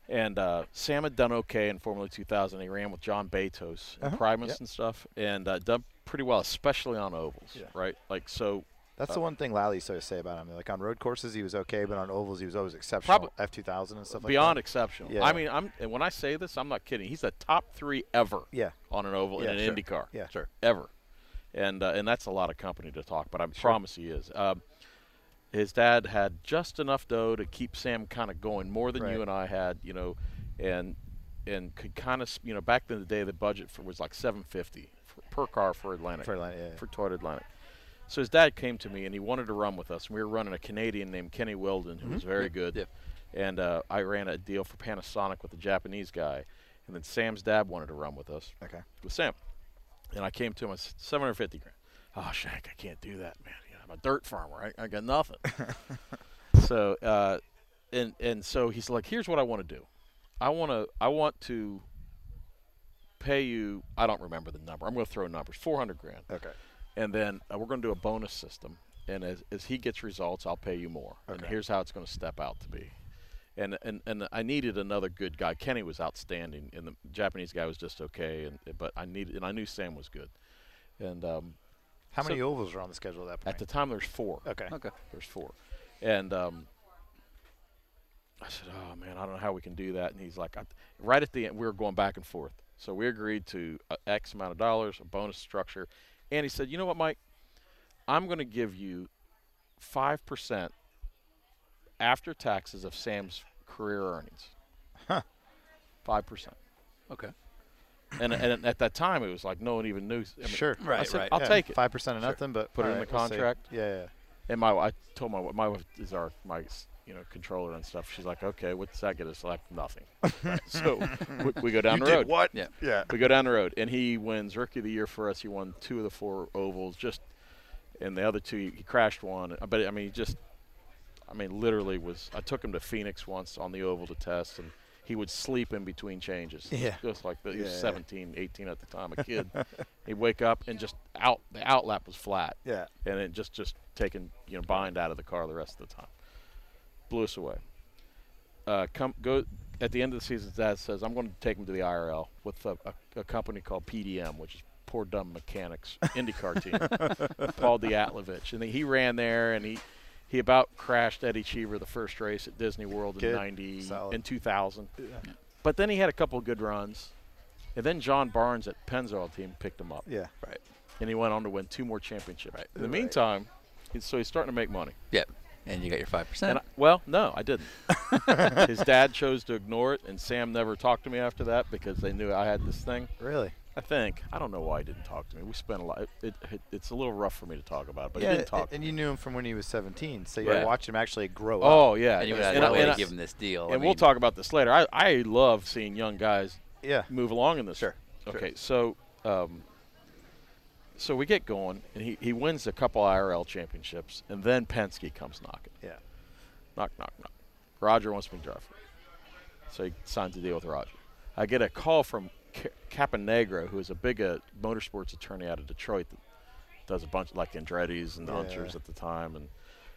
S2: and uh, Sam had done okay in Formula 2000. He ran with John Batos and Primus and stuff, and uh, done pretty well, especially on ovals, right? Like so.
S3: That's the one thing Lally used to say about him. Like on road courses, he was okay, but on ovals, he was always exceptional.
S2: Probab-
S3: F two thousand and stuff like
S2: Beyond
S3: that.
S2: exceptional.
S3: Yeah.
S2: I mean, I'm and when I say this, I'm not kidding. He's the top three ever.
S3: Yeah.
S2: On an oval
S3: Yeah,
S2: in an
S3: sure.
S2: Indy car.
S3: Yeah.
S2: Sure. Ever. And uh, and that's a lot of company to talk, but I promise he is. Um, his dad had just enough dough to keep Sam kind of going, more than
S3: Right.
S2: you and I had, you know, and and could kind of you know back in the day the budget for was like 750 for, per car for Atlantic
S3: For Atlantic, yeah, yeah.
S2: for Toyota Atlantic. So his dad came to me and he wanted to run with us. And we were running a Canadian named Kenny Weldon, who was very good.
S1: Mm-hmm. yep.
S2: And uh, I ran a deal for Panasonic with a Japanese guy. And then Sam's dad wanted to run with us.
S3: Okay.
S2: With Sam. And I came to him, I said, 750 grand. Oh, Shaq, I can't do that, man. You know, I'm a dirt farmer. I, I got nothing. so, uh, and and so he's like, here's what I want to do. I want to I want to pay you. I don't remember the number. I'm going to throw numbers. 400 grand.
S3: Okay.
S2: And then uh, we're going to do a bonus system. And as, as he gets results, I'll pay you more. And here's how it's going to step out to be. And, and and I needed another good guy. Kenny was outstanding, and the Japanese guy was just okay. And but I needed, and I knew Sam was good. And um,
S3: How many ovals were on the schedule at that point?
S2: at the time, there's four.
S3: okay.
S1: Okay.
S2: There's four. And um, I said, "Oh man, I don't know how we can do that." And he's like, I, "Right at the end, we were going back and forth, so we agreed to uh, X amount of dollars, a bonus structure." And he said, "You know what, Mike? I'm going to give you five percent after taxes of Sam's career earnings. Five percent."
S1: Okay.
S2: And, and at that time, it was like no one even knew. I mean,
S3: Sure.
S2: I
S1: Right,
S2: said,
S1: right.
S2: I'll take it.
S3: Five percent of nothing, but
S2: Put it in
S3: alright,
S2: the
S3: we'll see.
S2: contract.
S3: Yeah, yeah, yeah.
S2: And my, I told my wife, my wife is our my you know controller and stuff. She's like, okay, what's that get us? Like nothing. Right, So we, we go down the road.
S3: what?
S1: Yeah.
S3: Yeah.
S2: We go down the road, and he wins rookie of the year for us. He won two of the four ovals, just and the other two he, he crashed one. But I mean, he just I mean, literally was. I took him to Phoenix once on the oval to test, and he would sleep in between changes.
S3: Yeah.
S2: Just like that. He was
S3: Yeah.
S2: 17, 18 at the time, a kid. He'd wake up and just out. The out lap was flat.
S3: Yeah.
S2: And it just just taking you know bind out of the car the rest of the time. Blew us away. Uh, come go at the end of the season. Dad says I'm going to take him to the IRL with a, a, a company called PDM, which is Poor Dumb Mechanics IndyCar team. Paul Diatlovich, and he ran there and he. He about crashed Eddie Cheever the first race at Disney World in
S3: Good.
S2: ninety
S3: Solid.
S2: in two thousand. But then he had a couple of good runs. And then John Barnes at Penn's Oil team picked him up.
S3: Yeah.
S1: Right.
S2: And he went on to win two more championships. In the
S3: Right.
S2: meantime, he's, so he's starting to make money.
S1: Yep. And you got your five
S2: And
S1: percent. Uh,
S2: I, well, no, I didn't. His dad chose to ignore it, and Sam never talked to me after that because they knew I had this thing.
S3: Really?
S2: I think I don't know why he didn't talk to me. We spent a lot. It, it, it's a little rough for me to talk about, it, but he
S3: yeah.
S2: didn't talk.
S3: And you knew him from when he was 17, so you
S2: Yeah.
S3: watched him actually grow up.
S2: oh yeah,
S1: And you
S2: and-
S1: got
S2: and I-
S1: to
S2: and I-
S1: give him this deal. I
S2: and we'll
S1: mean,
S2: talk about this later. I, I love seeing young guys
S3: Yeah.
S2: move along in this. Sure. Okay, so um, so we get going, and he, he wins a couple IRL championships, and then Penske comes knocking.
S3: Yeah.
S2: Knock, knock, knock. Roger wants me to drive for him. So he signs a deal with Roger. I get a call from Ca- Caponegro, who is a big uh, motorsports attorney out of Detroit that does a bunch like Andretti's and the Hunters at the time, and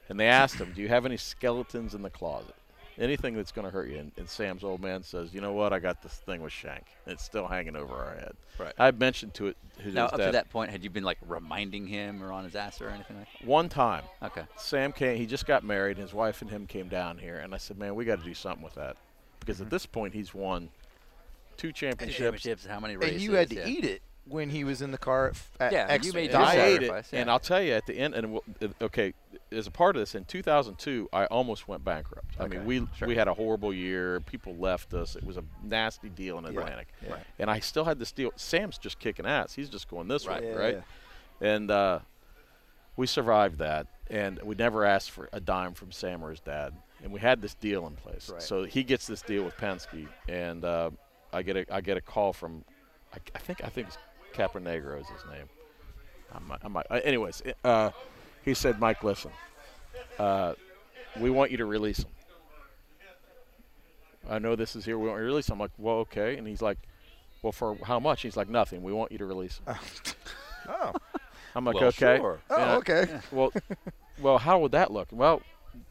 S2: and they asked him, "Do you have any skeletons in the closet? Anything that's going to hurt you?" And, and Sam's old man says, "You know what? I got this thing with Shank. and It's still hanging over our head."
S1: Right.
S2: I mentioned to it his
S1: Now, up to
S2: dad
S1: that point, had you been like reminding him or on his ass or anything like
S2: one time.
S1: that? Okay.
S2: Sam came. He just got married. and His wife and him came down here, and I said, "Man, we got to do something with that,"
S1: Mm-hmm.
S2: because at this point he's won two championships.
S1: Championships, how many races?
S3: And you had to
S1: yeah.
S3: eat it. when he was in the car at, f- at
S1: Yeah, you
S3: Exeter.
S1: made your
S3: I
S2: I
S1: sacrifice.
S3: ate
S2: ate it,
S1: yeah.
S2: and I'll tell you at the end. And we'll, uh, okay, as a part of this, in 2002, I almost went bankrupt. I mean, we we had a horrible year. People left us. It was a nasty deal in Atlantic, and I still had this deal. Sam's just kicking ass. He's just going this way,
S3: Yeah,
S2: right? And uh, we survived that, and we never asked for a dime from Sam or his dad, and we had this deal in place. So he gets this deal with Penske, and uh, I get a I get a call from, I, I think I think it's Capernegro is his name. I might, I might. Uh, anyways, uh, he said, Mike, listen, uh, we want you to release him. I know this is here. We want you to release him. I'm like, well, okay. And he's like, well, for how much? He's like, nothing. We want you to release him.
S3: Oh.
S2: I'm like,
S7: Well,
S2: okay.
S7: sure.
S3: Oh,
S2: And I-
S3: okay.
S2: well, well, how would that look? Well,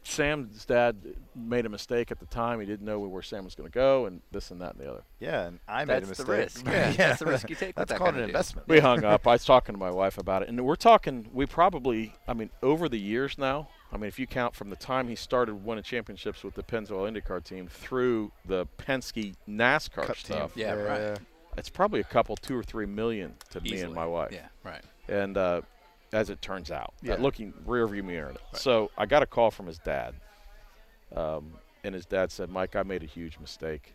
S2: Sam's dad made a mistake at the time. He didn't know where Sam was going to go, and this and that and the other.
S3: Yeah, and I made a
S1: That's the risk.
S3: mistake. Yeah.
S1: That's the risk you take. with
S3: That's
S1: that
S3: called
S1: kind
S3: an
S1: of deal.
S3: investment.
S2: We hung up. I was talking to my wife about it, and we're talking. We probably, I mean, over the years now. I mean, if you count from the time he started winning championships with the Pennzoil IndyCar team through the Penske NASCAR
S3: Cup team.
S2: stuff,
S1: Yeah, right.
S2: it's probably a couple, two or three million to me and
S1: Easily.
S2: my wife.
S1: Yeah, right.
S2: And uh, as it turns out, uh,
S3: Yeah.
S2: looking rearview mirror. So I got a call from his dad, um, and his dad said, "Mike, I made a huge mistake.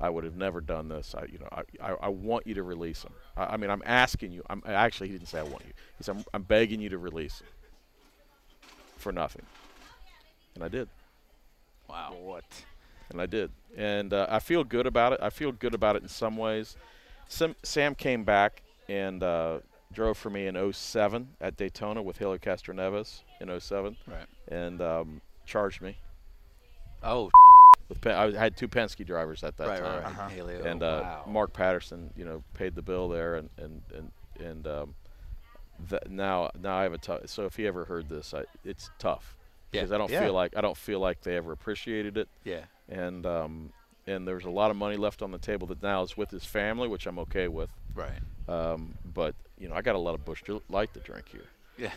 S2: I would have never done this. I, you know, I, I, I want you to release him. I, I mean, I'm asking you. I'm actually he didn't say I want you. He said I'm, I'm begging you to release him for nothing, and I did."
S1: Wow. What?
S2: and I did. And uh, I feel good about it. I feel good about it in some ways. Sam, Sam came back and uh, drove for me in 07 at Daytona with Hillary Castro Neves in 07
S1: Right.
S2: and um, charged me.
S1: Oh,
S2: With Pen- I had two Penske drivers at that
S1: right,
S2: time.
S1: right, right. Haleo,
S2: And uh,
S1: wow.
S2: Mark Patterson, you know, paid the bill there, and and and and um, that now now I have a tough. So if he ever heard this, I, it's tough
S1: Yeah.
S2: because I don't
S3: Yeah.
S2: feel like I don't feel like they ever appreciated it
S1: yeah.
S2: and um, and there was a lot of money left on the table that now is with his family, which I'm okay with.
S1: Right.
S2: Um, but you know, I got a lot of Bush Light to drink here,
S1: Yeah.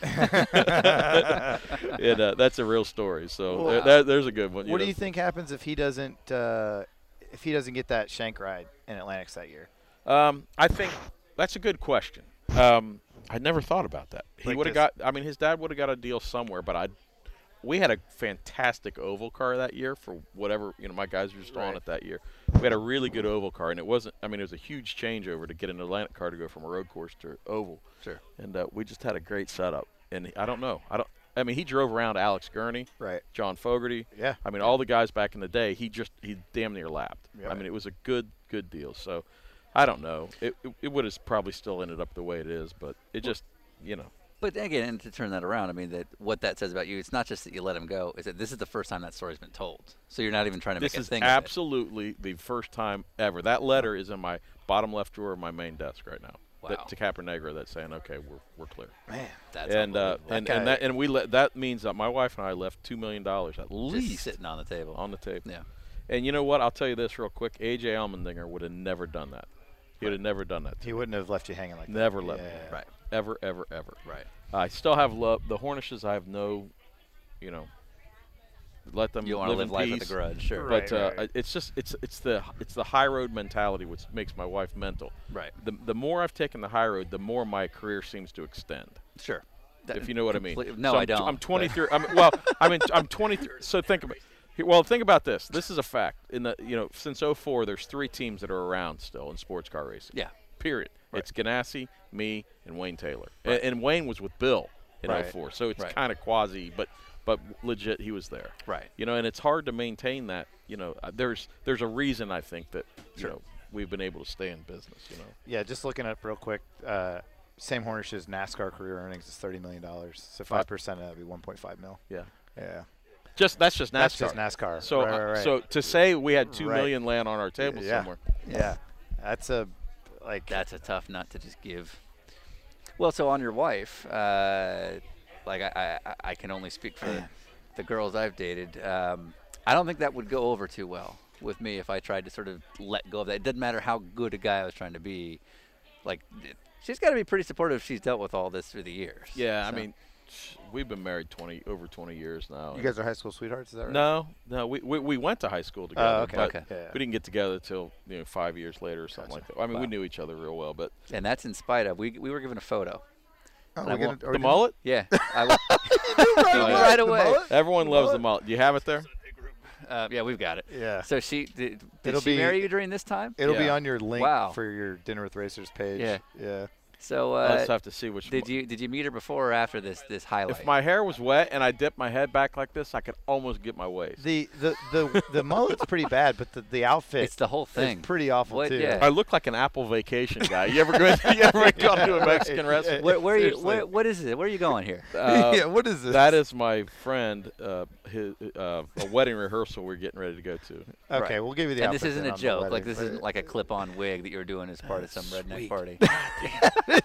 S2: and uh, that's a real story. So there, there, there's a good one.
S3: What do
S2: know.
S3: you think happens if he doesn't uh, if he doesn't get that shank ride in Atlantics that year?
S2: Um, I think that's a good question. Um, I never thought about that. He
S3: Like
S2: would have
S3: this.
S2: got. I mean, his dad would have got a deal somewhere, but I. We had a fantastic oval car that year for whatever you know. My guys were just on it that year. We had a really good oval car, and it wasn't. I mean, it was a huge changeover to get an Atlantic car to go from a road course to oval.
S1: Sure.
S2: And uh, we just had a great setup. And I don't know. I don't. I mean, he drove around Alex Gurney,
S3: Right.
S2: John Fogerty.
S3: Yeah.
S2: I mean, all the guys back in the day. He just he damn near lapped. I mean, it was a good good deal. So, I don't know. It it, it would have probably still ended up the way it is, but it just you know.
S1: But then again, and to turn that around, I mean that what that says about you, it's not just that you let him go, is that this is the first time that story's been told. So you're not even trying to
S2: This
S1: make a
S2: is
S1: thing. of it.
S2: absolutely the first time ever. That letter is in my bottom left drawer of my main desk right now.
S1: Wow.
S2: That, to Capernegro, that's saying, okay, we're, we're clear.
S1: That's
S2: and uh,
S1: unbelievable.
S2: and,
S3: That guy-
S2: and that and we let that means that my wife and I left two million dollars at
S1: Just
S2: least
S1: sitting on the table.
S2: on the table.
S1: yeah.
S2: And you know what? I'll tell you this real quick. AJ Allmendinger would have never done that. He would have never done that.
S3: He wouldn't have left you hanging like that.
S2: Never let me.
S3: Yeah.
S1: Right.
S2: Ever, ever, ever.
S1: Right.
S2: I still have love. The Hornishes, I have no, you know, let them
S1: You want
S2: live,
S1: to live
S2: in
S1: life
S2: peace.
S1: with a grudge, sure.
S2: But uh, it's just it's it's the it's the high road mentality which makes my wife mental.
S1: Right.
S2: The the more I've taken the high road, the more my career seems to extend
S1: Sure. That-
S2: if you know what I
S1: complete-
S2: mean.
S1: No,
S2: So
S1: I
S2: I'm tw-
S1: don't.
S2: I'm
S1: but-
S2: 23. I'm, well, I mean, I'm 23. So think about. here- Well, think about this. This is a fact. In the you know, since 04, there's three teams that are around still in sports car racing.
S1: Yeah.
S2: Period. It's Ganassi, me, and Wayne Taylor. A- And, Wayne was with Bill in 04, so it's
S1: Right.
S2: kind of quasi, but but legit, he was there.
S1: Right.
S2: You know, and it's hard to maintain that. You know, Uh, there's there's a reason I think that you know we've been able to stay in business. You know.
S3: Yeah, just looking up real quick. Uh, Sam Hornish's NASCAR career earnings is thirty million dollars. So five percent of that would be one point five mil.
S2: Yeah.
S3: Yeah.
S2: Just that's just NASCAR.
S3: That's just NASCAR.
S2: So, uh,
S3: Right, right, right.
S2: so to say we had two
S3: Right.
S2: million laying on our table
S3: Yeah.
S2: somewhere.
S3: Yeah. That's a like
S1: That's a tough nut to just give. Well, so on your wife, uh, like I, I, I can only speak for the girls I've dated. Um, I don't think that would go over too well with me if I tried to sort of let go of that. It doesn't matter how good a guy I was trying to be. Like, th- she's got to be pretty supportive. if She's dealt with all this through the years.
S2: Yeah, I
S1: So-
S2: mean, we've been married 20 over 20 years now.
S3: You guys are high school sweethearts, is that right?
S2: no, no, we, we, we went to high school together,
S3: okay.
S2: but
S1: Okay.
S3: Yeah.
S2: we didn't get together till you know five years later or something like that. I mean, we knew each other real well, but
S1: And that's in spite of. We, we were given a photo. I
S3: Oh, we're gonna,
S1: want
S3: are
S2: the
S3: we
S2: mullet.
S1: Yeah. I wa-
S2: Oh, yeah.
S1: right away.
S2: Everyone loves the mullet. Do you have it there?
S1: Uh, yeah, we've got it.
S3: Yeah.
S1: So she did, did
S3: It'll
S1: she
S3: be-
S1: marry you during this time?
S3: It'll be
S2: Yeah.
S3: on your link
S1: Wow.
S3: for your Dinner with Racers page.
S1: Yeah.
S3: Yeah.
S1: So
S2: I'll just
S1: uh,
S2: have to see which.
S1: did
S2: mu-
S1: you did you meet her before or after this this highlight?
S2: If my hair was wet and I dipped my head back like this, I could almost get my waist.
S3: The the the, the mullet's pretty bad, but the, the outfit
S1: it's the whole thing.
S3: is pretty awful
S1: What-
S3: too.
S1: yeah.
S2: I look like an Apple Vacation guy. You ever go? You ever gone to a Mexican restaurant?
S1: Where, where are you? Where, what is it? Where are you going here?
S2: Uh,
S3: yeah, what is this?
S2: That is my friend. Uh, his uh, a wedding rehearsal we're getting ready to go to.
S3: okay. We'll give you the.
S1: and this
S3: outfit
S1: isn't
S3: then
S1: a
S3: on the
S1: joke. Like
S3: wedding.
S1: this isn't like a clip-on wig that you're doing as part of some redneck party.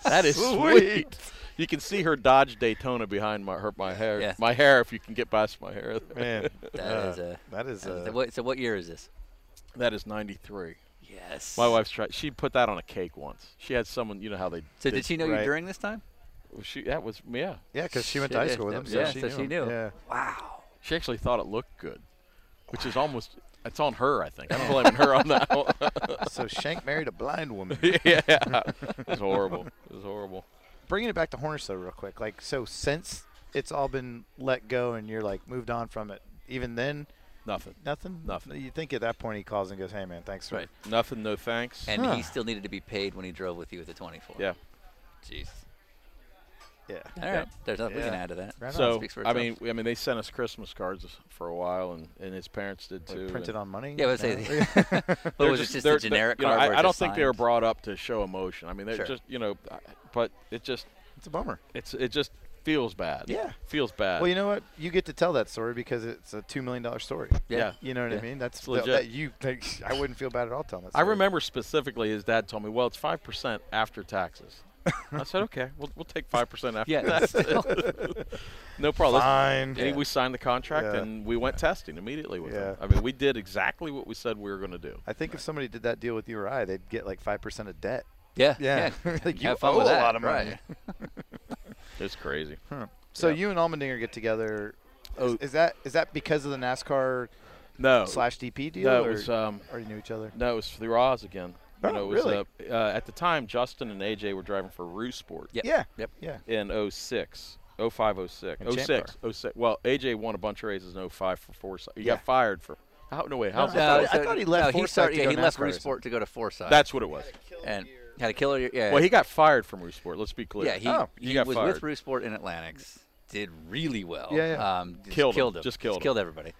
S2: That is sweet. You can see her Dodge Daytona behind my her my hair.
S1: Yeah.
S2: My hair, if you can get past my hair.
S3: Man,
S1: That is a.
S3: that is
S1: that is a-
S3: a.
S1: what, so what year is this?
S2: That is '93.
S1: Yes.
S2: My wife's tried. She put that on a cake once. She had someone. You know how they.
S1: So did she know
S3: right.
S1: you during this time?
S2: She that was yeah.
S3: Yeah, because she went to high
S1: Shit,
S3: school with
S1: that-
S3: him, so
S1: yeah,
S3: she
S1: so
S3: knew.
S1: she
S3: him.
S1: knew.
S3: Yeah.
S1: Wow.
S2: She actually thought it looked good, which is almost. It's on her, I think. I'm blaming her on that. one.
S3: so Shank married a blind woman.
S2: yeah, it was horrible. It was horrible.
S3: Bringing it back to Hornish though, real quick. Like, so since it's all been let go and you're like moved on from it, even then,
S2: Nothing.
S3: nothing.
S2: Nothing.
S3: You think at that point he calls and goes, "Hey man, thanks for
S1: Right.
S2: Nothing. No thanks.
S1: And he still needed to be paid when he drove with you at the 24.
S2: yeah.
S1: Jeez.
S3: yeah."
S1: All right. There's nothing we can
S3: Yeah.
S1: add to that.
S3: Right
S2: So
S1: Speaks for
S2: I
S1: itself.
S2: mean, I mean, they sent us Christmas cards for a while, and, and his parents did
S3: Like,
S2: too.
S3: printed
S2: and
S3: on money.
S1: Yeah, I would
S3: No.
S1: say. but
S2: they're
S1: was it just
S2: they're-
S1: a
S2: they're-
S1: generic
S2: you know,
S1: card? where
S2: I, I
S1: it's
S2: don't
S1: just
S2: think they were
S1: signed?
S2: brought up to show emotion. I mean, they're
S1: Sure.
S2: just you know, I- but it just
S3: it's a bummer.
S2: it's it just feels bad.
S3: Yeah.
S2: feels
S1: Uh,
S2: bad.
S3: Well, you know what? You get to tell that story because it's a two million dollar story.
S2: yeah.
S3: You know what
S2: Yeah.
S3: I mean? That's
S2: It's
S3: the-
S2: legit.
S3: That you, that- I wouldn't feel bad at all telling that.
S2: I
S3: story.
S2: remember specifically his dad told me, "Well, it's five percent after taxes." I said, "Okay, we'll, we'll take five percent after
S1: Yeah. that's
S2: taxes.
S1: still-
S2: no problem."
S3: Fine.
S2: And we signed the contract,
S3: Yeah.
S2: and we went testing immediately with him.
S3: Yeah.
S2: I mean, we did exactly what we said we were going to do.
S3: I think if somebody did that deal with you or I, they'd get like five percent of debt.
S1: yeah.
S3: Yeah. like you
S1: Have fun
S3: owe
S1: with
S3: a
S1: that,
S3: lot of money.
S1: right.
S2: It's crazy.
S3: So
S2: Yeah.
S3: you and Almendinger get together.
S2: Oh.
S3: Is, is that is that because of the NASCAR
S2: No,
S1: Oh.
S3: slash DP deal?
S2: no,
S3: or
S2: it was um,
S3: already knew each other.
S2: no, it was through Oz again.
S3: Oh,
S2: you know, it was,
S3: really?
S2: uh, uh, at the time, Justin and AJ were driving for Roo Sport
S1: Yep.
S3: Yeah.
S1: Yep.
S3: Yeah.
S2: in 06. 05, 06.
S3: And champ
S2: 06, 06. Well, AJ won a bunch of races in 05 for Forsyth. He
S3: Yeah.
S2: got fired for. How, no, way. how's
S3: I
S2: that?
S3: thought he- I thought he left
S1: No, he
S3: Forsyth
S1: started.
S3: to
S1: yeah,
S3: go
S1: he left
S3: NASCAR or
S1: Roosport to go to Forsyth.
S2: That's what it was.
S1: and had a killer. year- Yeah.
S2: Well, he got fired from Roost Sport. Let's be clear.
S1: yeah. He,
S3: Oh,
S2: he
S1: he
S2: got
S1: was with
S2: fired.
S1: Roosport in Atlantics. Did really well.
S3: Yeah, yeah.
S1: Um, just
S2: Killed him,
S1: killed
S2: just killed him.
S1: Killed everybody.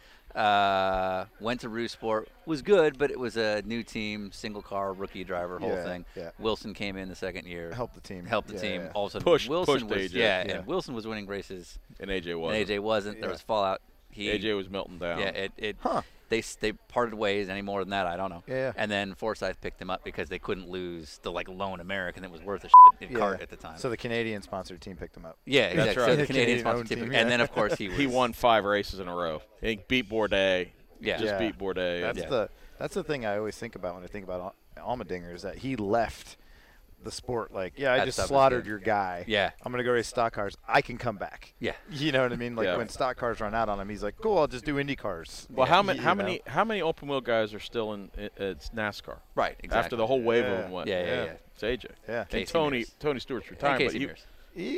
S1: Uh, went to Roosport. Was good, but it was a new team, single car, rookie driver, whole
S3: Yeah,
S1: thing.
S3: yeah.
S1: Wilson came in the second year.
S3: Help the team.
S1: Helped the
S3: Yeah,
S1: team.
S3: yeah.
S1: All of a sudden,
S2: Pushed-
S1: Wilson
S2: pushed
S1: was
S2: AJ.
S1: Yeah,
S3: Yeah.
S1: and Wilson was winning races,
S2: and AJ was.
S1: and AJ wasn't. There
S3: Yeah.
S1: was fallout. He
S2: AJ was melting down.
S1: Yeah, it, it
S3: Huh.
S1: they s- they parted ways any more than that, I don't know.
S3: Yeah.
S1: And then Forsyth picked him up because they couldn't lose the like lone American that was worth a shit in
S3: Yeah.
S1: cart at the time.
S3: So the Canadian sponsored team picked him up.
S1: yeah,
S2: That's
S1: exactly.
S2: right.
S1: So
S2: The
S1: the Canadian
S3: Canadian
S1: sponsored
S3: owned
S1: team,
S3: team,
S1: and
S3: yeah.
S1: then of course he was
S2: he won five races in a row. He beat Bourdais.
S1: Yeah.
S2: Just
S3: Yeah.
S2: beat Bourdais.
S3: That's
S1: Yeah.
S3: the that's the thing I always think about when I think about Al- Almendinger is that he left the sport like yeah I
S1: That
S3: just
S1: stuff is
S3: slaughtered
S1: good.
S3: your guy
S1: Yeah.
S3: I'm gonna go race stock cars I can come back
S1: Yeah.
S3: you know what I mean like
S2: Yeah.
S3: when stock cars run out on him he's like cool I'll just do Indy cars
S2: Well, how many
S3: You
S2: how
S3: know?
S2: many how many open wheel guys are still in i- it's NASCAR?
S1: Right,
S2: After
S1: exactly.
S2: the whole wave of
S3: Yeah.
S2: them went.
S1: Yeah, yeah, yeah.
S2: It's AJ.
S3: Yeah.
S2: And
S1: Casey
S2: Tony
S1: Mears.
S2: Tony Stewart's retired,
S1: Casey
S2: but he-
S1: Mears.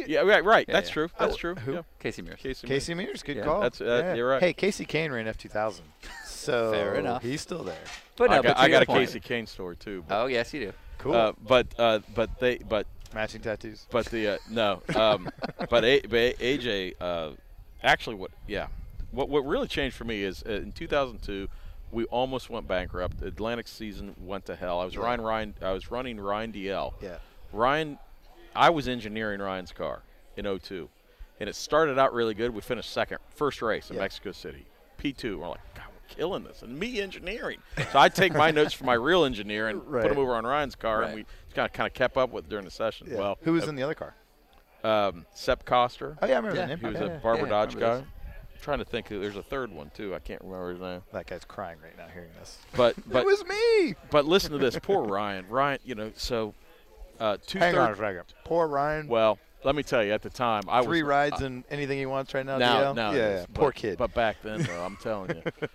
S3: He-
S2: Yeah, right, right.
S1: Yeah,
S2: that's
S1: yeah.
S2: true. That's true.
S3: who?
S2: Yeah.
S1: Casey Mears.
S2: Casey, Mears.
S3: Casey Mears, good
S1: Yeah,
S3: call.
S2: that's- that-
S3: Yeah.
S2: you're right.
S3: Hey, Casey Kane ran F2000, so
S1: Fair enough.
S3: He's still there.
S1: But no,
S2: I got,
S1: but to
S2: I
S1: your
S2: got a
S1: point-
S2: Casey Kane story too. But,
S1: Oh yes, you do.
S3: Cool.
S2: uh, but uh, but they but
S3: Matching tattoos.
S2: But the uh, no, um, but, a, but A- AJ, uh, actually, what? Yeah, what what really changed for me is uh, in 2002, we almost went bankrupt. Atlantic season went to hell. I was Ryan Ryan. I was running Ryan DL.
S3: Yeah.
S2: Ryan, I was engineering Ryan's car in 02, and it started out really good. We finished second, first race in
S3: Yeah.
S2: Mexico City, P2. We're like, God, we're killing this, and me engineering. So I take my notes from my real engineer and put
S3: Right.
S2: them over on Ryan's car, and
S1: Right.
S2: we kind of kind of kept up with during the session.
S3: Yeah.
S2: Well,
S3: who was
S2: uh,
S3: in the other car?
S2: um, Sepp Coster.
S3: Oh yeah, I remember
S1: Yeah,
S3: the name.
S2: He was
S3: Yeah,
S2: a
S3: yeah.
S2: Barber
S1: yeah, I
S2: Dodge guy.
S1: remember
S2: I'm trying to think. who- There's a third one too. I can't remember his name.
S3: That guy's crying right now hearing this.
S2: But but
S3: it was me.
S2: but listen to this. Poor Ryan. Ryan, you know, so uh, two
S3: Hang on a
S2: thirds.
S3: second. Poor Ryan.
S2: Well, Let me tell you, at the time, I
S3: Three
S2: was uh,
S3: rides and anything he wants right now.
S2: now,
S3: DL?
S2: now it
S3: yeah,
S2: is,
S3: yeah,
S2: but-
S3: poor kid.
S2: But back then, though, I'm telling you,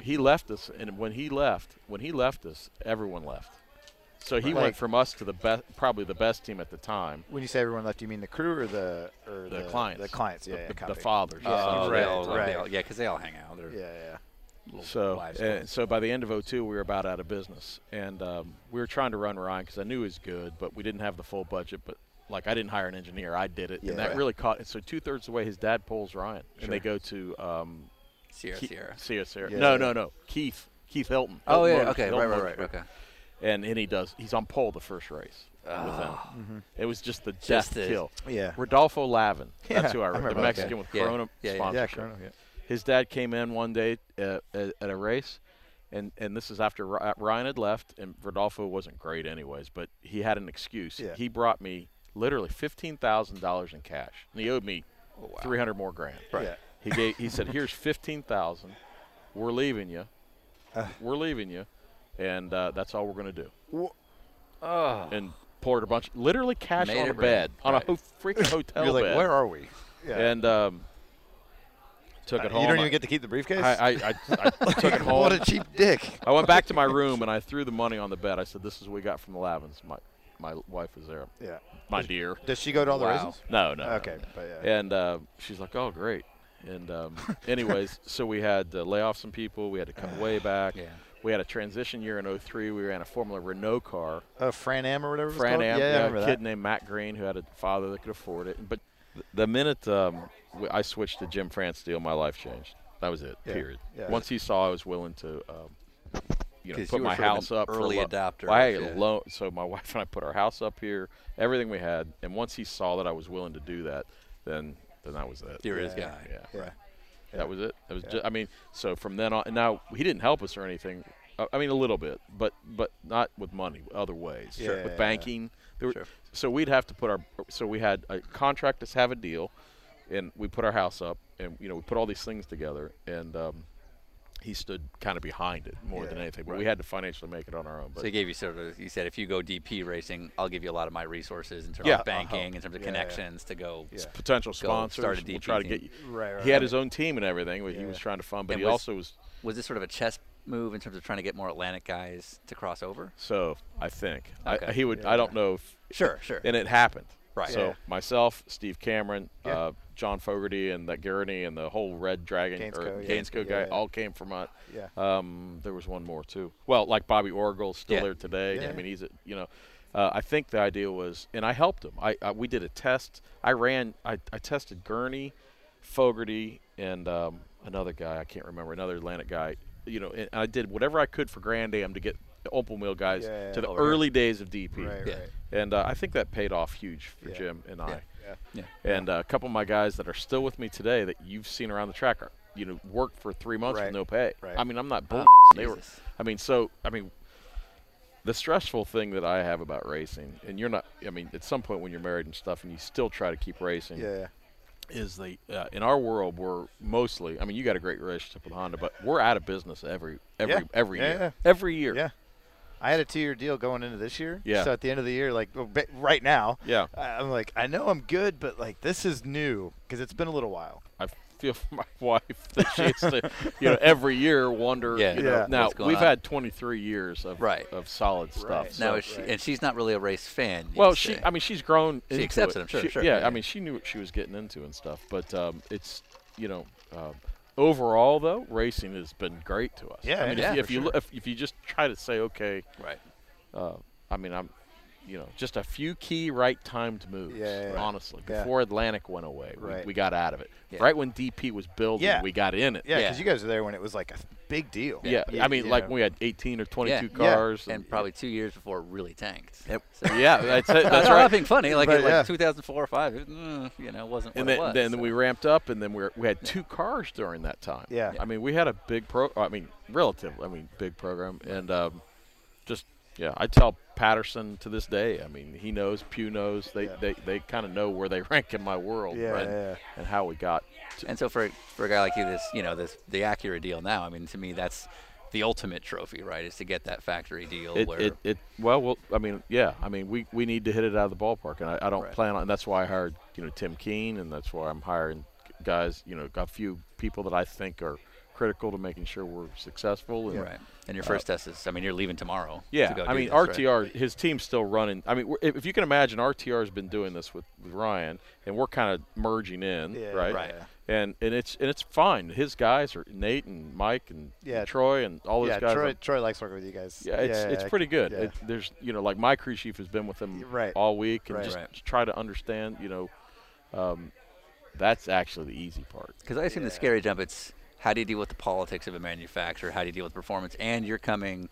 S2: he left us, and when he left, when he left us, everyone left. So he
S3: Like-
S2: went from us to the best, probably the best team at the time,
S3: when you say everyone left, you mean the crew or the or
S2: the,
S3: the,
S2: clients,
S3: The clients, yeah,
S2: the,
S3: yeah,
S2: the- the
S3: copy.
S2: fathers. Uh,
S1: Oh,
S3: right,
S1: they all,
S3: right.
S1: They all, yeah, because they all hang out. They're
S3: Yeah, yeah.
S1: little
S2: So,
S1: live
S2: uh,
S1: squads.
S2: so by the end of 02, we were about out of business, and um, we were trying to run Ryan because I knew he was good, but we didn't have the full budget. But like, I didn't hire an engineer; I did it, and that
S3: Yeah.
S2: really caught. So two thirds of the way, his dad pulls Ryan, and they go to um,
S1: Sierra,
S2: Ke-
S1: Sierra.
S2: Sierra, Sierra.
S3: Yeah,
S2: no,
S3: yeah.
S2: no, no, Keith, Keith Hilton.
S1: Oh
S2: Hilton
S1: yeah,
S2: Motors-
S1: okay, right,
S2: Hilton
S1: right,
S2: Motors
S1: right,
S2: Group.
S1: okay.
S2: And and he does. He's on pole the first race with them. It was just the
S1: Just
S2: death
S1: the-
S2: kill.
S3: Yeah.
S2: Rodolfo Lavin.
S3: Yeah,
S2: That's who I
S3: I
S2: remember.
S3: remember
S2: The
S3: that
S2: Mexican
S3: guy.
S2: with
S1: Yeah,
S2: Corona
S1: yeah, yeah.
S2: sponsorship.
S3: Colonel, yeah.
S2: His dad came in one day at, at, at a race, and, and this is after Ry- Ryan had left, and Rodolfo wasn't great anyways, but he had an excuse.
S3: Yeah.
S2: He brought me literally fifteen thousand dollars in cash, and he owed me three hundred more grand.
S3: Right. Yeah.
S2: He gave. He said, "Here's fifteen thousand. We're leaving you. we're leaving you, and uh, that's all we're going to do."
S3: Ah.
S2: And poured a bunch, literally cash
S1: Made
S2: on
S1: it
S2: a bed, on
S1: right.
S2: a ho- freaking hotel
S3: You're like,
S2: bed,
S3: where are we? Yeah.
S2: and um, took it home.
S3: Uh, You don't
S2: I-
S3: even get to keep the briefcase.
S2: I, I, I, I took it home.
S3: what a cheap dick.
S2: I went back to my room and I threw the money on the bed. I said, "This is what we got from the Lavins. My my wife is there.
S3: Yeah.
S2: My dear.
S3: Does she go to all the
S1: Wow.
S3: races?
S2: No, no. no,
S3: Okay,
S2: no.
S3: but yeah.
S2: And uh, she's like, "Oh, great." And um, anyways, so we had to lay off some people. We had to cut way back.
S1: Yeah.
S2: We had a transition year in 03. We ran a Formula Renault car.
S3: Uh, Fran Am or whatever. it was
S2: Fran
S3: called?
S2: Am,
S3: Yeah, I
S2: yeah,
S3: remember
S2: a
S3: that.
S2: kid named Matt Green who had a father that could afford it. But th- the minute um, w- I switched to Jim France deal, my life changed. That was it.
S3: Yeah,
S2: Period.
S3: yeah.
S2: Once he saw I was willing to, um, you know,
S1: 'Cause
S2: put
S1: you were
S2: my
S1: sort of
S2: house
S1: an
S2: up
S1: early
S2: for lo-
S1: adopter,
S2: I had
S1: yeah.
S2: lo- so my wife and I put our house up here, everything we had, and once he saw that I was willing to do that, then then that was it.
S1: Here is
S3: Yeah.
S1: guy.
S2: Yeah.
S3: Yeah.
S2: That was it. That was. ju- I mean, so from then on, and now he didn't help us or anything. I- I mean, a little bit, but but not with money. Other ways,
S3: Sure.
S2: with
S3: Yeah.
S2: banking. There were,
S1: Sure.
S2: So we'd have to put our. So we had a contract to have a deal, and we put our house up, and you know we put all these things together, and um, he stood kind of behind it more than anything. But we had to financially make it on our own. But
S1: So he gave you sort of. He said, if you go DP racing, I'll give you a lot of my resources in terms
S2: Yeah,
S1: of banking, in terms of connections to go.
S3: Yeah.
S2: potential
S1: Go
S2: sponsors
S1: start a
S2: will
S1: DP
S2: try to
S1: team.
S2: get you.
S3: Right, right,
S2: he had
S3: right.
S2: his own team and everything. But he was trying to fund, but
S1: And
S2: he
S1: was-
S2: also was.
S1: Was this sort of a chess move in terms of trying to get more Atlantic guys to cross over?
S2: So I think I,
S1: Okay.
S2: he would. I don't know if
S1: Sure, sure.
S2: and it happened.
S1: Right.
S2: So
S1: Yeah.
S2: myself, Steve Cameron,
S3: Yeah.
S2: uh, John Fogarty, and that Garrity and the whole Red Dragon or
S3: Gainsco, yeah.
S2: Gainsco guy
S3: Yeah.
S2: all came from it.
S3: Yeah.
S2: Um, there was one more too. Well, like Bobby Orgle's still
S1: Yeah.
S2: there today.
S3: Yeah.
S2: I mean, he's a, you know. Uh, I think the idea was, and I helped him. I, I we did a test. I ran. I, I tested Gurney, Fogarty, and um, another guy. I can't remember another Atlantic guy. You know, and I did whatever I could for Grand Am to get the Opal Mill guys
S3: Yeah.
S2: to the
S1: Oh, right.
S2: early days of DP.
S3: Right,
S1: Yeah.
S3: right.
S2: And uh, I think that paid off huge for
S3: Yeah.
S2: Jim and I.
S3: Yeah.
S1: Yeah.
S2: And uh, a couple of my guys that are still with me today that you've seen around the track are, you know, worked for three months
S3: Right.
S2: with no pay.
S3: Right.
S2: I mean, I'm not bull. they were.
S1: Oh, Jesus.
S2: I mean, so I mean, the stressful thing that I have about racing, and you're not. I mean, at some point when you're married and stuff, and you still try to keep racing
S3: Yeah. yeah.
S2: is the uh, in our world we're mostly I mean you got a great relationship with Honda but we're out of business every every
S3: Yeah.
S2: every
S3: Yeah,
S2: year
S3: yeah.
S2: every year
S3: Yeah. I had a two-year deal going into this year.
S2: Yeah.
S3: So at the end of the year, like well, ba- right now,
S2: Yeah.
S3: I- I'm like, I know I'm good, but like this is new because it's been a little while.
S2: I feel for my wife that she has to you know every year wonder
S1: Yeah.
S2: you know,
S3: Yeah.
S2: now
S1: What's going
S2: we've
S1: on?
S2: had 23 years of
S1: Right.
S2: of solid stuff so-
S1: Now, is she, and she's not really a race fan. you
S2: well
S1: would
S2: she
S1: say.
S2: I mean she's grown into
S1: accepts
S2: it,
S1: it, I'm sure,
S2: She-
S1: sure,
S2: yeah,
S1: yeah.
S2: I mean she knew what she was getting into and stuff but um, it's you know um, overall though racing has been great to us
S3: Yeah,
S2: I mean
S1: yeah,
S2: if, you-
S1: for
S2: if you
S1: sure.
S2: look if, if you just try to say okay
S1: right.
S2: I mean, I'm, you know, just a few key right timed moves.
S3: Yeah, yeah,
S2: honestly,
S3: yeah.
S2: before Atlantic went away, we,
S3: Right.
S2: we got out of it.
S1: Yeah.
S2: Right when DP was building,
S3: Yeah.
S2: we got in it.
S3: Yeah,
S1: Yeah.
S3: because you guys were there when it was like a big deal.
S2: Yeah.
S3: You-
S2: I mean,
S3: you
S2: like
S3: know.
S2: when we had 18 or 22
S1: Yeah.
S3: Yeah.
S2: cars.
S1: And probably two years before it really tanked. So-
S2: yeah, that's it.
S1: That's
S2: That's
S1: not
S2: right.
S1: being funny. Like,
S3: But,
S1: it- like
S3: yeah.
S1: 2004 or five, it, mm, you know, wasn't what
S2: And
S1: it
S2: then,
S1: was.
S2: then
S1: so.
S2: we ramped up, and then we were, we had two cars during that time.
S3: Yeah.
S2: I mean, we had a big pro. I mean, relative. I mean, big program, and um, just yeah. I tell Patterson to this day. I mean, he knows. Pew knows. They they, they kind of know where they rank in my world.
S3: Yeah,
S2: and,
S3: yeah.
S2: and how we got. To,
S1: And so for for a guy like you, this you know this the Acura deal now. I mean, to me, that's the ultimate trophy, right? Is to get that factory deal
S2: It,
S1: where
S2: it, it well, well I mean yeah I mean we, we need to hit it out of the ballpark and I, I don't plan on that's why I hired you know Tim Keene and that's why I'm hiring guys you know a few people that I think are critical to making sure we're successful and
S1: right. And your first test is, I mean, you're leaving tomorrow.
S2: Yeah,
S1: to go
S2: I
S1: do
S2: mean
S1: this, right?
S2: RTR, his team's still running. I mean, we're- if, if you can imagine, RTR has been doing this with, with Ryan, and we're kind of merging in, right?
S1: right. yeah.
S2: And and it's and it's fine. His guys are Nate and Mike and
S3: Yeah.
S2: Troy and all those
S3: yeah,
S2: guys.
S3: Troy,
S2: are-
S3: Troy likes working with you guys.
S2: yeah, it's it's
S3: I-
S2: pretty good.
S3: yeah.
S2: It, there's you know like my crew chief has been with them
S3: Right.
S2: all week and
S3: Right.
S2: just
S1: Right.
S2: try to understand. You know, um, that's actually the easy part.
S1: Because I assume the scary jump, it's how do you deal with the politics of a manufacturer? How do you deal with performance? And you're coming,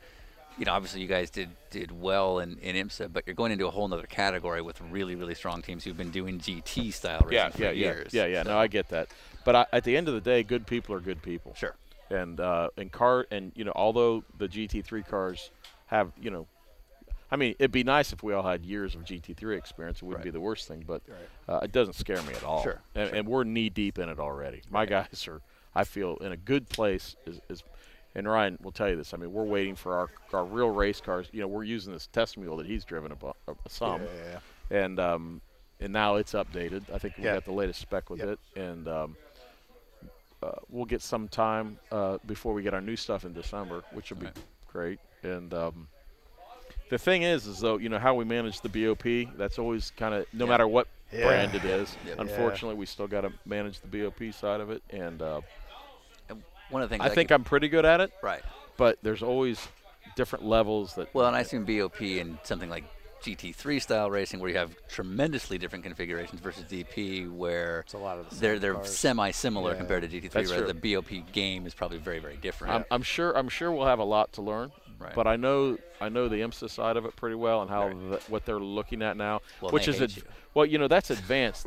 S1: you know, obviously you guys did did well in, in IMSA, but you're going into a whole other category with really, really strong teams who've been doing GT style racing for
S2: yeah,
S1: years.
S2: Yeah, yeah, No, I get that. But I, at the end of the day, good people are good people.
S1: Sure.
S2: And uh, and car and you know, although the GT3 cars have you know, I mean, it'd be nice if we all had years of GT3 experience. It wouldn't be the worst thing, but uh, it doesn't scare me at all.
S1: Sure,
S2: And, and we're knee deep in it already. My guys are, I feel, in a good place. Is, is and Ryan will tell you this. I mean, we're waiting for our, our real race cars. You know, we're using this test mule that he's driven a, bu- a, some and um, and now it's updated. I think we
S3: Yeah.
S2: got the latest spec with it, and um, uh, we'll get some time uh, before we get our new stuff in December, which will be great. And um, the thing is, is though, you know how we manage the BOP. That's always kind of no matter what brand it is. Unfortunately, we still got to manage the BOP side of it, and uh,
S1: And one of the things
S2: I
S1: I
S2: think
S1: keep-
S2: I'm pretty good at it.
S1: right.
S2: But there's always different levels that
S1: Well, and I assume BOP in something like GT3 style racing, where you have tremendously different configurations versus DP, where
S3: a lot of the
S1: they're
S3: same
S1: they're
S3: cars.
S1: semi-similar compared to GT3,
S2: That's
S1: where
S2: true.
S1: the BOP game is probably very, very different.
S2: I'm, I'm sure. I'm sure we'll have a lot to learn.
S1: Right.
S2: But I know I know the IMSA side of it pretty well and how
S1: Right.
S2: the, what they're looking at now,
S1: Well,
S2: which
S1: they
S2: is
S1: hate
S2: adv-
S1: you.
S2: well, you know that's advanced.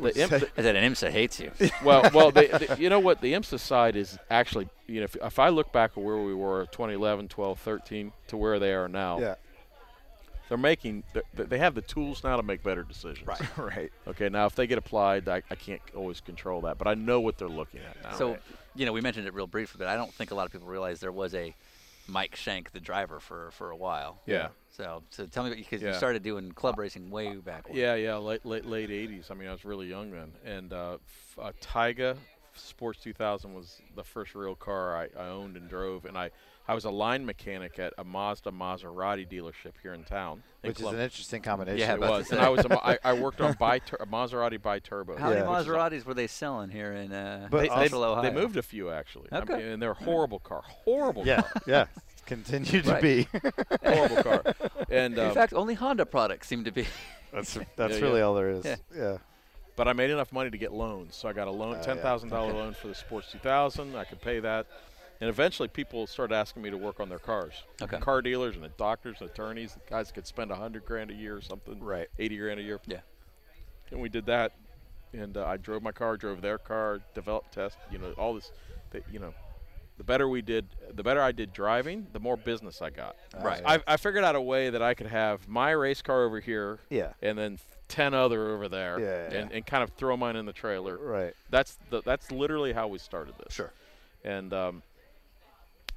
S2: The IMSA,
S1: I said, and IMSA hates you.
S2: well, well, they, they- you know what the IMSA side is actually. You know, if, if I look back at where we were 2011, 12, 13 to where they are now,
S3: Yeah.
S2: they're making they- they have the tools now to make better decisions. Right.
S3: right.
S2: Okay. Now, if they get applied, I, I can't always control that, but I know what they're looking at now.
S1: So, you know, we mentioned it real briefly, but I don't think a lot of people realize there was a Mike Shank, the driver, for for a while.
S2: Yeah.
S1: So, so tell me because you
S2: Yeah.
S1: started doing club racing way back. When.
S2: Yeah, yeah, late late late '80s. I mean, I was really young then. And uh, f- uh, Taiga Sports 2000 was the first real car I, I owned and drove. And I, I was a line mechanic at a Mazda Maserati dealership here in town. in
S3: Which is an
S2: Columbus.
S3: interesting combination.
S1: Yeah,
S2: it
S1: about to
S2: was. And
S1: say.
S2: I was a, ma- I, I worked on bitur- Maserati biturbo.
S1: How many
S2: which is a-
S1: Maseratis were they selling here in uh,
S3: But
S2: They,
S1: Central Ohio?
S2: they moved a few actually. I
S1: Okay.
S2: mean, and they're a horrible car. Horrible
S3: Yeah.
S2: car.
S3: yeah. Continue to
S1: Right.
S3: be.
S2: Horrible car. And
S1: In
S2: um,
S1: fact, only Honda products seem to be.
S3: that's
S2: Yeah,
S3: that's
S2: yeah.
S3: really all there is.
S1: Yeah.
S3: Yeah.
S2: but I made enough money to get loans. So I got a loan,
S3: Oh, yeah.
S2: ten thousand dollar loan for the Sports 2000. I could pay that, and eventually people started asking me to work on their cars.
S1: Okay.
S2: Car dealers and the doctors and attorneys, the guys could spend a hundred grand a year or something.
S3: Right.
S2: Eighty grand a year.
S1: yeah.
S2: And we did that, and uh, I drove my car, drove their car, developed test. You know all this, that, you know. The better we did, the better I did driving, the more business I got.
S1: Right.
S2: I, I figured out a way that I could have my race car over here,
S3: Yeah.
S2: and then ten other over there,
S3: Yeah, yeah,
S2: and, and kind of throw mine in the trailer.
S3: Right.
S2: That's the that's literally how we started this. Sure. And um,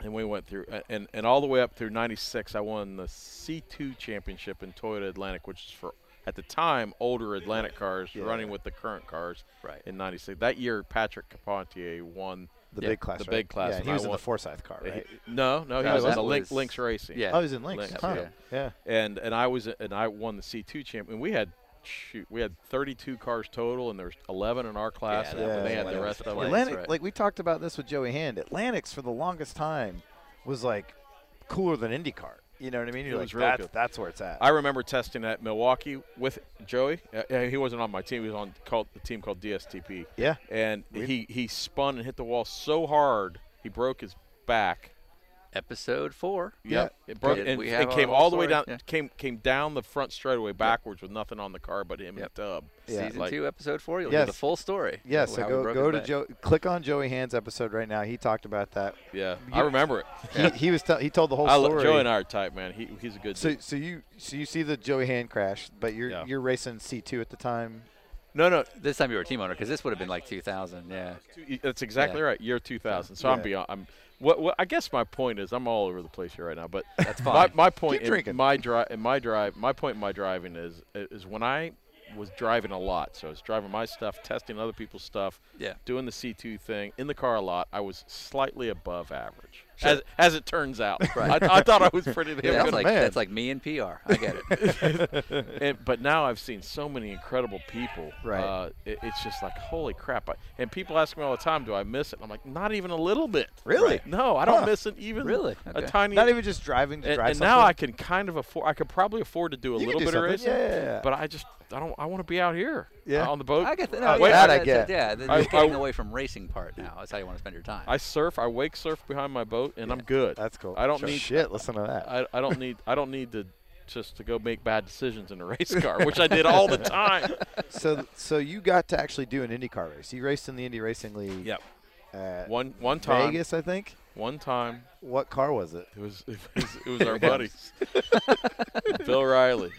S2: and we went through a- and and all the way up through '96. I won the C2 championship in Toyota Atlantic, which is for at the time older Atlantic cars running with the current cars.
S1: Right.
S2: In '96, that year Patrick Capontier won.
S3: The big class.
S2: the
S3: right?
S2: big class,
S3: Yeah, and
S2: and
S3: he
S2: I
S3: was in
S2: won-
S3: the Forsyth car, right?
S2: he- no, no, he
S1: No,
S2: was in
S1: that
S2: the Link,
S1: was-
S2: Lynx Racing.
S1: yeah.
S3: oh, he was in Lynx.
S1: Lynx,
S3: huh.
S1: yeah.
S3: yeah.
S2: And and I was and I won the C2 champ, and we had. Shoot, we had 32 cars total, and there's 11 in our class,
S1: Yeah,
S2: and
S1: that
S2: then
S3: was
S2: they had
S3: when
S2: the
S3: it was
S2: rest of
S1: Right,
S2: them.
S1: played.
S3: Atlantic,
S1: right.
S3: like we talked about this with Joey Hand. Atlantic's for the longest time was like cooler than IndyCar. You know what I mean? You're
S2: It
S3: like,
S2: was really
S3: that's,
S2: good.
S3: that's where it's at.
S2: I remember testing at Milwaukee with Joey. Uh, uh, he wasn't on my team. He was on called, the team called DSTP.
S3: Yeah.
S2: And he, he spun and hit the wall so hard he broke his back.
S1: Episode four.
S2: Yep. It broke
S1: Did
S2: and
S1: we
S2: it
S1: have
S2: came
S1: our
S2: all the way
S1: story?
S2: down.
S1: Yeah.
S2: Came came down the front straightaway backwards with nothing on the car but him
S1: Yep.
S2: and Dub.
S1: Season two, episode four. You'll hear
S3: Yes.
S1: the full story.
S3: yeah,
S1: of
S3: so
S1: how we
S3: go
S1: broke
S3: go
S1: his
S3: to
S1: back.
S3: Joe. Click on Joey Hand's episode right now. He talked about that.
S2: Yeah, I remember it.
S3: He, he was tell he told the whole
S2: I lo-
S3: story.
S2: Joey and I are tight, man. He, he's a good.
S3: so
S2: dude.
S3: so you so you see the Joey Hand crash, but you're
S2: Yeah.
S3: you're racing C2 at the time.
S2: No, no,
S1: This time you were a team owner because this would have been like 2000. Yeah.
S2: Two- That's exactly
S1: Yeah.
S2: right. Year 2000. So I'm
S3: Yeah.
S2: beyond. I'm What, what I guess my point is, I'm all over the place here right now, but
S1: That's
S2: my,
S1: fine.
S2: my point
S3: Keep
S2: in
S3: drinking.
S2: my drive in my drive my point in my driving is is when I was driving a lot, so I was driving my stuff, testing other people's stuff,
S1: Yeah.
S2: doing the C2 thing in the car a lot. I was slightly above average,
S1: Sure.
S2: as as it turns out.
S1: Right.
S2: I, I thought I was pretty damn
S1: Yeah, that's
S2: good.
S1: like
S3: man.
S1: that's like me and PR. I get it.
S2: And- but now I've seen so many incredible people.
S3: Right.
S2: Uh, it- it's just like holy crap! I, and people ask me all the time, "Do I miss it?" And I'm like, "Not even a little bit."
S3: Really?
S2: Right. No, I don't
S3: Huh.
S2: miss it even
S1: Really?
S2: a
S1: Okay.
S2: tiny.
S3: Not even just driving to
S2: and,
S3: drive
S2: and now I
S3: something.
S2: can kind of afford. I could probably afford to do a
S3: You can
S2: little
S3: do
S2: bit of racing.
S3: something, yeah, yeah, yeah.
S2: But I just I don't. I want to be out here.
S3: Yeah.
S2: On the boat. Uh,
S1: I get that.
S2: I
S1: No,
S2: wake-
S1: yeah,
S3: that I
S1: that's-
S3: get.
S1: Yeah, the-
S2: I-
S1: the getting
S2: I-
S1: away from racing part now is how you want to spend your time.
S2: I surf. I wake surf behind my boat, and I'm good.
S3: That's cool.
S2: I don't
S3: Sure.
S2: need.
S3: shit. Listen to that.
S2: I, I don't need. I don't need to just to go make bad decisions in a race car, which I did all the time.
S3: so so you got to actually do an IndyCar race. You raced in the Indy Racing League.
S2: Yep.
S3: At
S2: One one time.
S3: Vegas, I think.
S2: One time.
S3: What car was it?
S2: It was it was, it was our buddies, Bill Riley.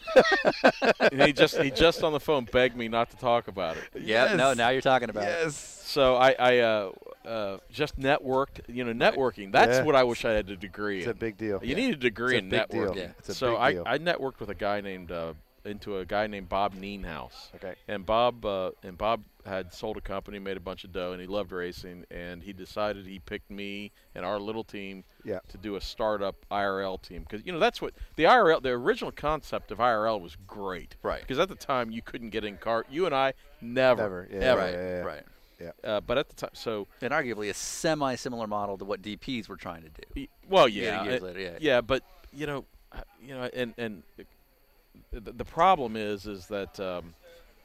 S2: and he just he just on the phone begged me not to talk about it.
S1: yeah, no, now you're talking about it.
S3: Yes.
S2: So I, I uh, uh, just networked. You know, networking. That's
S3: Yeah.
S2: what I wish I had a degree.
S3: It's a
S2: in.
S3: big deal.
S2: You need a degree
S3: It's a
S2: in
S3: big deal.
S2: networking.
S1: Yeah.
S3: It's a
S2: so
S3: big
S2: I,
S3: deal.
S2: I networked with a guy named uh, into a guy named Bob Neenhouse.
S3: Okay.
S2: And Bob uh, and Bob had sold a company, made a bunch of dough, and he loved racing. And he decided he picked me and our little team
S3: Yeah.
S2: to do a startup IRL team because you know that's what the IRL. The original concept of IRL was great.
S1: Right.
S2: Because at the time you couldn't get in car. You and I never,
S3: Never. Yeah,
S2: ever.
S3: Right, yeah, yeah.
S1: Right.
S2: Uh, but at the time, so
S1: And arguably a semi similar model to what DPs were trying to do.
S2: Y- Well,
S1: Yeah,
S2: yeah,
S1: years
S2: uh,
S1: later, yeah.
S2: but you know, I- you know, and and uh, the, the problem is, is that um,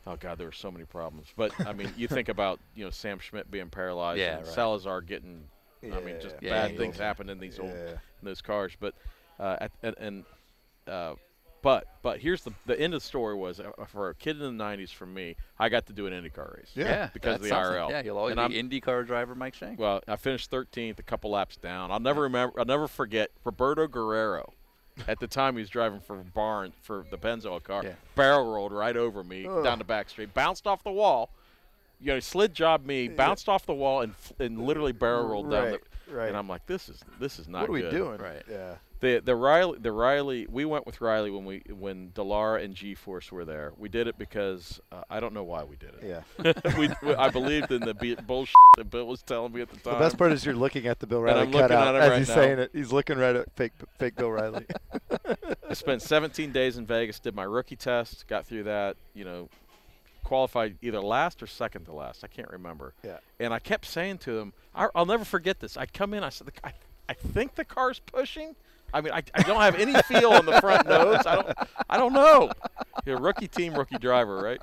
S2: oh god, there were so many problems. But I mean, you think about you know Sam Schmidt being paralyzed,
S1: Yeah,
S2: and
S1: right.
S2: Salazar getting, I mean, just
S1: Yeah,
S2: bad
S1: yeah,
S2: things
S1: yeah.
S2: happen in these old
S3: Yeah.
S2: in those cars. But uh, at, and, and uh, but but here's the the end of the story was uh, for a kid in the '90s, for me, I got to do an IndyCar race. because of
S1: that's something.
S2: the IRL.
S1: Yeah, you'll always
S2: And I'm-
S1: be IndyCar driver Mike Shank.
S2: well, I finished 13th, a couple laps down. I'll never remember. I'll never forget Roberto Guerrero. At the time, he was driving for Barn for the Benzo car.
S1: Yeah.
S2: Barrel rolled right over me down the back street, bounced off the wall. You know, slid job me, bounced off the wall, and f- and literally barrel rolled down.
S3: Right,
S2: The,
S3: right.
S2: And I'm like, this is this is not.
S3: What are we
S2: good.
S3: doing?
S1: Right.
S3: Yeah.
S2: The the Riley the Riley we went with Riley when we when Delara and G Force were there. We did it because uh, I don't know why we did it.
S3: Yeah.
S2: we, we- I believed in the be- bullshit that Bill was telling me at the time.
S3: The best part is you're looking at the Bill Riley
S2: I'm looking at
S3: cutout
S2: him
S3: as
S2: right
S3: he's
S2: now.
S3: saying it. He's looking right at fake fake Bill Riley.
S2: I spent 17 days in Vegas, did my rookie test, got through that, you know, qualified either last or second to last. I can't remember.
S3: Yeah.
S2: And I kept saying to them, I, I'll never forget this. I come in, I said, I, I think the car's pushing. I mean, I, I don't have any feel on the front nose. I don't, I don't know. You're a rookie team, rookie driver, right?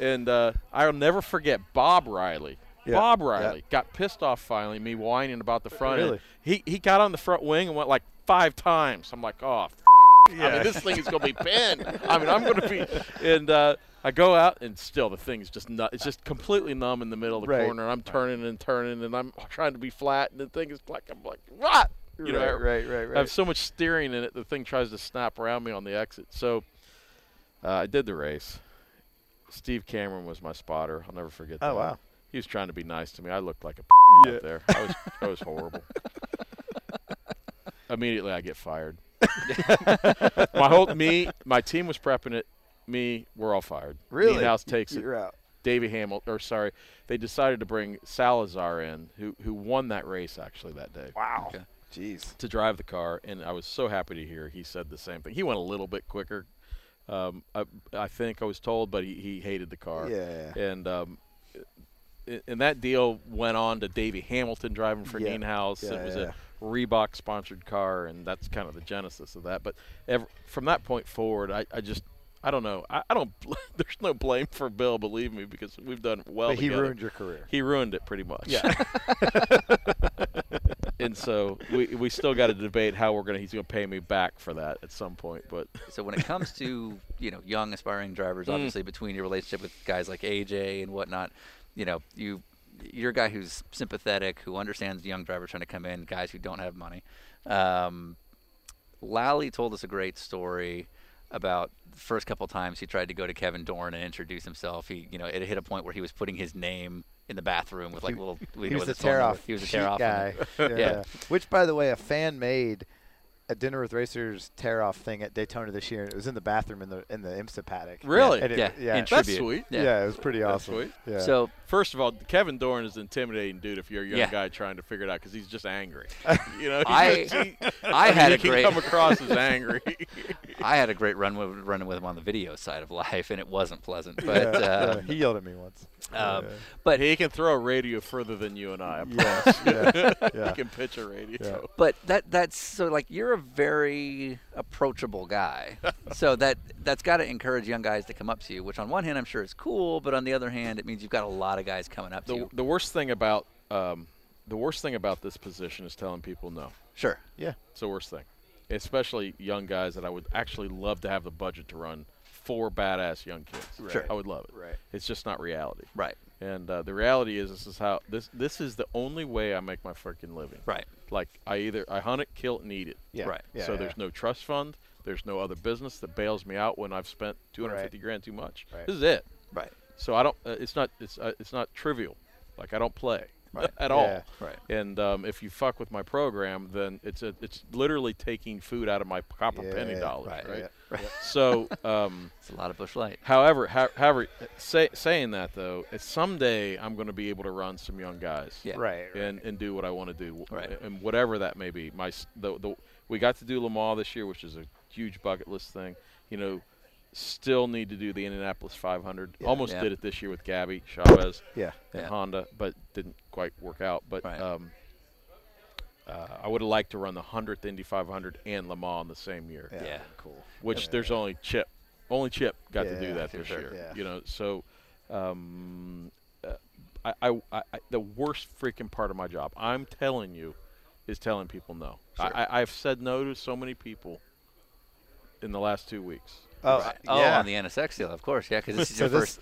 S2: And uh, I'll never forget Bob Riley.
S3: Yeah,
S2: Bob
S3: yeah.
S2: Riley got pissed off finally, me whining about the front end.
S3: Really?
S2: He, he got on the front wing and went like five times. I'm like, oh, I mean, this thing is going to be pinned. I mean, I'm going to be. And uh, I go out, and still the thing's just nu- It's just completely numb in the middle of the
S3: Right.
S2: corner. And I'm turning and turning, and I'm trying to be flat, and the thing is like, I'm like, what? You know,
S3: right,
S2: I-
S3: right, right,
S2: I have
S3: right.
S2: so much steering in it, the thing tries to snap around me on the exit. So uh, I did the race. Steve Cameron was my spotter. I'll never forget that.
S3: Oh, wow.
S2: He was trying to be nice to me. I looked like a
S3: Yeah.
S2: up there. I was, I was horrible. Immediately, I get fired. my whole me, my team was prepping it. Me, we're all fired.
S3: Really?
S2: House takes it.
S3: You're out.
S2: Davey Hamill, or sorry, they decided to bring Salazar in, who who won that race actually that day
S3: Wow.
S1: Okay.
S3: Jeez.
S2: to drive the car, and I was so happy to hear he said the same thing. He went a little bit quicker, um, I, I think I was told, but he, he hated the car.
S3: Yeah.
S2: And um, i- and that deal went on to Davey Hamilton driving for
S3: Yeah.
S2: Dean House.
S3: Yeah,
S2: it was
S3: yeah.
S2: a Reebok sponsored car, and that's kind of the genesis of that. But ever, from that point forward, I, I just I don't know. I, I don't. bl- There's no blame for Bill, believe me, because we've done well.
S3: But he
S2: together.
S3: ruined your career.
S2: He ruined it pretty much. Yeah. and so we we still got to debate how we're gonna he's gonna pay me back for that at some point. But
S1: So when it comes to you know young aspiring
S3: Mm.
S1: drivers, obviously between your relationship with guys like AJ and whatnot, you know you you're a guy who's sympathetic, who understands young drivers trying to come in, guys who don't have money. Um, Lally told us a great story about the first couple times he tried to go to Kevin Dorn and introduce himself. He you know it hit a point where he was putting his name in the bathroom with like little. We
S3: he
S1: know
S3: was
S1: what
S3: the
S1: it's going
S3: tear
S1: with.
S3: off.
S1: He was a tear off
S3: guy. yeah.
S1: Yeah.
S3: Which, by the way, a fan made a dinner with racers tear off thing at Daytona this year. and It was in the bathroom in the in the IMSA paddock.
S2: Really?
S3: And it-
S1: Yeah.
S3: yeah.
S1: In
S3: That's
S1: tribute.
S2: sweet.
S3: Yeah. it was pretty
S2: That's
S3: awesome.
S2: sweet.
S3: Yeah.
S1: So
S2: First of all, Kevin Dorn is an intimidating dude if you're a young
S1: Yeah.
S2: guy trying to figure it out because he's just angry. You know, he's
S1: I-
S2: just- he,
S1: I had
S2: he
S1: a
S2: can
S1: great-
S2: come across as angry.
S1: I had a great run with, running with him on the video side of life, and it wasn't pleasant. But
S3: Yeah,
S1: uh,
S3: yeah, he yelled at me once.
S1: um, but
S2: he can throw a radio further than you and I. I
S3: Yeah, yeah,
S2: He
S3: yeah.
S2: can pitch a radio.
S3: Yeah.
S1: but that that's so like you're a very approachable guy so that that's got to encourage young guys to come up to you which on one hand i'm sure is cool but on the other hand it means you've got a lot of guys coming up to
S2: The,
S1: you
S2: the worst thing about um, the worst thing about this position is telling people no.
S1: sure
S3: Yeah.
S2: It's the worst thing, especially young guys that I would actually love to have the budget to run four badass young kids.
S1: Sure.
S2: I would love it.
S3: Right.
S2: It's just not reality.
S1: right
S2: And uh, the reality is, this is how this this is the only way I make my freaking living.
S1: Right.
S2: Like I either I hunt it, kill it, and eat it.
S3: Yeah.
S1: Right.
S3: Yeah,
S2: so
S3: yeah.
S2: there's no trust fund. There's no other business that bails me out when I've spent 250
S3: Right.
S2: grand too much.
S3: Right.
S2: This is it.
S1: right
S2: So I don't. Uh, it's not. It's uh, it's not trivial. Like I don't play at all.
S3: Yeah.
S1: Right.
S2: And um, if you fuck with my program, then it's a, it's literally taking food out of my copper penny
S3: Yeah.
S2: dollars.
S1: Right.
S2: Right.
S3: Yeah.
S2: So. Um,
S1: it's a lot of bush light
S2: However, how, however, say, saying that though, it's someday I'm going to be able to run some young guys,
S1: Yeah.
S3: Right. right.
S2: and and do what I want to do,
S1: Right.
S2: and whatever that may be. My s- the, the we got to do Lamar this year, which is a huge bucket list thing. You know, still need to do the Indianapolis 500. Almost
S1: Yeah.
S2: did it this year with Gabby Chavez
S3: Yeah.
S2: and
S1: Yeah.
S2: Honda, but didn't quite work out. But
S1: Right.
S2: um, uh, I would have liked to run the 100th Indy 500 and Le Mans in the same year
S1: yeah,
S3: Cool.
S2: which there's only Chip, only Chip got to
S3: Yeah,
S2: do that
S3: for
S2: this
S3: sure.
S2: year.
S3: Yeah.
S2: You know, so um, uh, I, I, I, I- the worst freaking part of my job, I'm telling you, is telling people no. I, I, I've said no to so many people in the last two weeks.
S3: Oh,
S1: oh
S3: yeah.
S1: on the nsx deal of course yeah because this is
S3: So
S1: your
S3: this-
S1: first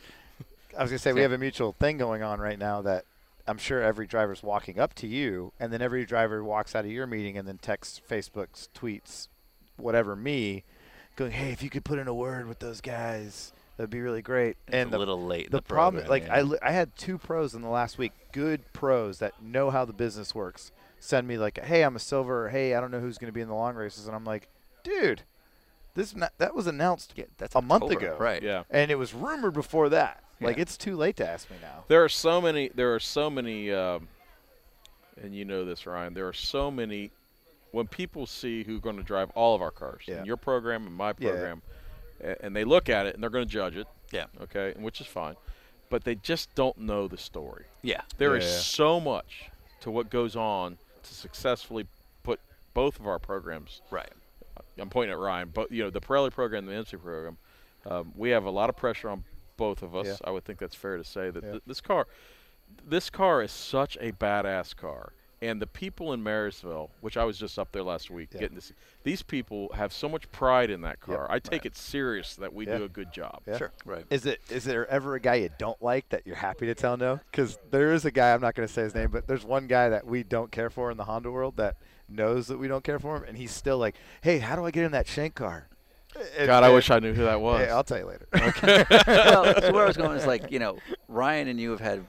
S3: I was gonna say we have a mutual thing going on right now that I'm sure every driver's walking up to you, and then every driver walks out of your meeting and then texts, Facebooks, tweets, whatever me, going, "Hey, if you could put in a word with those guys, that'd be really great."
S1: it's a little late in
S3: the,
S1: the
S3: problem,
S1: program,
S3: like
S1: yeah.
S3: I, li- I had two pros in the last week, good pros that know how the business works, send me like, "Hey, I'm a silver," or "Hey, I don't know who's going to be in the long races," and I'm like, "Dude, this na- that was announced
S1: yeah, that's
S3: a month
S1: October,
S3: ago,
S1: right
S2: Yeah.
S3: and it was rumored before that. Like,
S1: Yeah.
S3: it's too late to ask me now."
S2: There are so many. There are so many, um, and you know this, Ryan. There are so many. When people see who's going to drive all of our cars,
S3: Yeah.
S2: in your program and my
S3: Yeah.
S2: program, a- and they look at it and they're going to judge it,
S1: yeah
S2: okay, and which is fine, but they just don't know the story.
S1: yeah
S2: There is
S3: Yeah.
S2: so much to what goes on to successfully put both of our programs.
S1: right
S2: I'm pointing at Ryan, but you know the Pirelli program, and the MC program. Um, we have a lot of pressure on both of us.
S3: Yeah.
S2: I would think that's fair to say that
S3: Yeah.
S2: th- this car, this car is such a badass car, and the people in Marysville, which I was just up there last week,
S3: Yeah.
S2: getting to see, these people have so much pride in that car. I take it serious that we
S3: Yeah.
S2: do a good job.
S3: Yeah.
S1: sure right
S3: Is it is there ever a guy you don't like that you're happy to tell no? Because there is a guy I'm not going to say his name, but there's one guy that we don't care for in the Honda world that knows that we don't care for him, and he's still like, "Hey, how do I get in that shank car?" And-
S2: God, I
S3: and-
S2: wish I knew who that was.
S3: Hey, I'll tell you later.
S1: well, so where I was going is like, you know, Ryan and you have had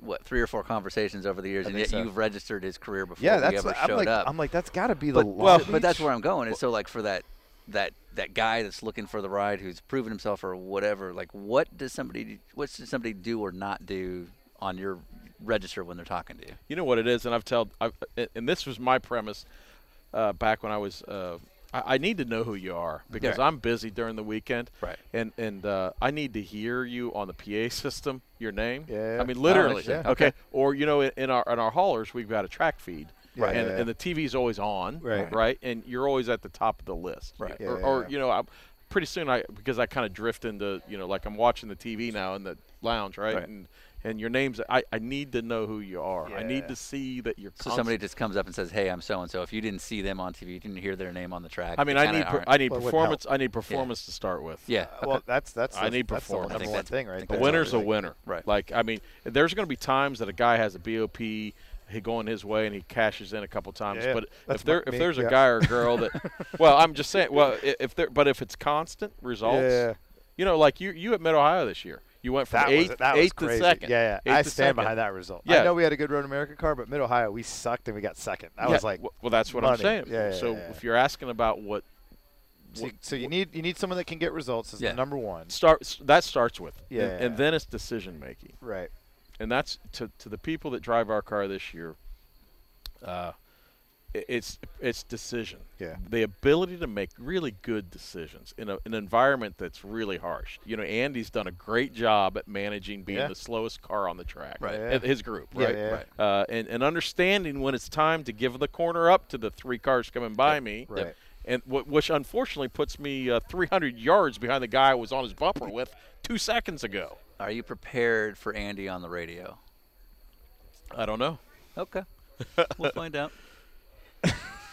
S1: what three or four conversations over the years, and
S3: think
S1: yet
S3: so.
S1: you've registered his career before
S3: yeah,
S1: we
S3: that's
S1: ever
S3: what- I'm
S1: showed
S3: like
S1: up.
S3: I'm like that's got to be the
S1: well,
S3: logic.
S1: but that's where I'm going. And so, like, for that that that guy that's looking for the ride, who's proven himself or whatever, like, what does somebody what should somebody do or not do on your register when they're talking to you?
S2: You know what it is, and I've told, I've, and this was my premise uh, back when I was. Uh, I, I need to know who you are because
S1: Right.
S2: I'm busy during the weekend,
S1: Right.
S2: And and uh, I need to hear you on the PA system, your name.
S3: Yeah.
S2: I mean, literally.
S3: yeah.
S2: Okay. Or you know, in, in our in our haulers, we've got a track feed.
S3: Right.
S2: And,
S3: Yeah.
S2: and the TV's always on.
S3: Right.
S2: Right. And you're always at the top of the list. Right.
S3: Yeah,
S2: or,
S3: yeah,
S2: or
S3: yeah.
S2: you know, I'm, pretty soon I because I kind of drift into you know like I'm watching the TV now in the lounge, right?
S1: Right.
S2: And and your name's I, I need to know who you are. I need
S3: Yeah.
S2: to see that you're.
S1: So somebody just comes up and says, "Hey, I'm so and so." If you didn't see them on TV, you didn't hear their name on the track.
S2: I mean,
S1: they
S2: I
S1: kinda
S2: need per,
S1: aren't-
S2: I need
S3: Well, it would
S2: performance. I need performance to start with.
S1: yeah.
S3: well, that's that's
S2: I
S3: the-
S2: need
S3: that's the
S2: performance. I
S3: number
S1: think
S3: one
S1: that's-
S3: thing,
S1: I
S3: right?
S1: think
S2: A
S1: that's
S3: there.
S2: winner's a
S3: Like,
S2: winner.
S1: Right.
S2: Like I mean, there's going to be times that a guy has a BOP, he going his way and he cashes in a couple times.
S3: Yeah,
S2: but
S3: that's
S2: if there
S3: my-
S2: if there's
S3: me,
S2: a
S3: yeah.
S2: guy or a girl that, well, I'm just saying. Well, i- if there but if it's constant results,
S3: Yeah.
S2: you know, like you you at Mid Ohio this year, You went from
S3: That
S2: eighth,
S3: was that was
S2: eighth
S3: crazy.
S2: to second.
S3: Yeah, yeah.
S2: Eighth
S3: I
S2: to
S3: stand
S2: second.
S3: behind that result.
S2: Yeah.
S3: I know we had a good Road America car, but Mid Ohio we sucked and we got second. I
S2: Yeah,
S3: was like,
S2: w- well, that's what I'm
S3: money.
S2: saying.
S3: Yeah, yeah,
S2: so
S3: yeah, yeah.
S2: if you're asking about what
S3: so, so you need you need someone that can get results is
S1: Yeah.
S3: the number one.
S2: starts, that starts with,
S3: Yeah,
S2: and,
S3: yeah,
S2: and
S3: yeah.
S2: then it's decision making.
S3: Right.
S2: and that's to, to the people that drive our car this year. Uh, i- it's it's decision.
S3: Yeah.
S2: The ability to make really good decisions in a, an environment that's really harsh. You know, Andy's done a great job at managing being
S3: Yeah.
S2: the slowest car on the track.
S1: Right.
S2: Uh, His group.
S3: Yeah,
S2: Right.
S3: yeah.
S2: Right. Uh, and and understanding when it's time to give the corner up to the three cars coming by me.
S3: Right.
S2: And wh- which unfortunately puts me uh, 300 yards behind the guy I was on his bumper with two seconds ago.
S1: Are you prepared for Andy on the radio?
S2: I don't know.
S1: Okay. we'll find out.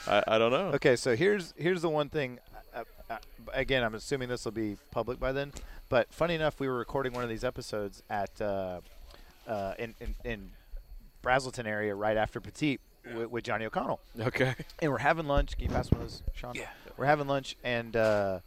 S2: I, I don't know.
S3: Okay, so here's here's the one thing. I, I, I- again, I'm assuming this will be public by then. But funny enough, we were recording one of these episodes at uh, uh, in, in in Brazelton area right after Petit with, with Johnny O'Connell,
S2: Okay.
S3: and we're having lunch. Can you pass one of those, Sean? Yeah. We're having lunch, and uh,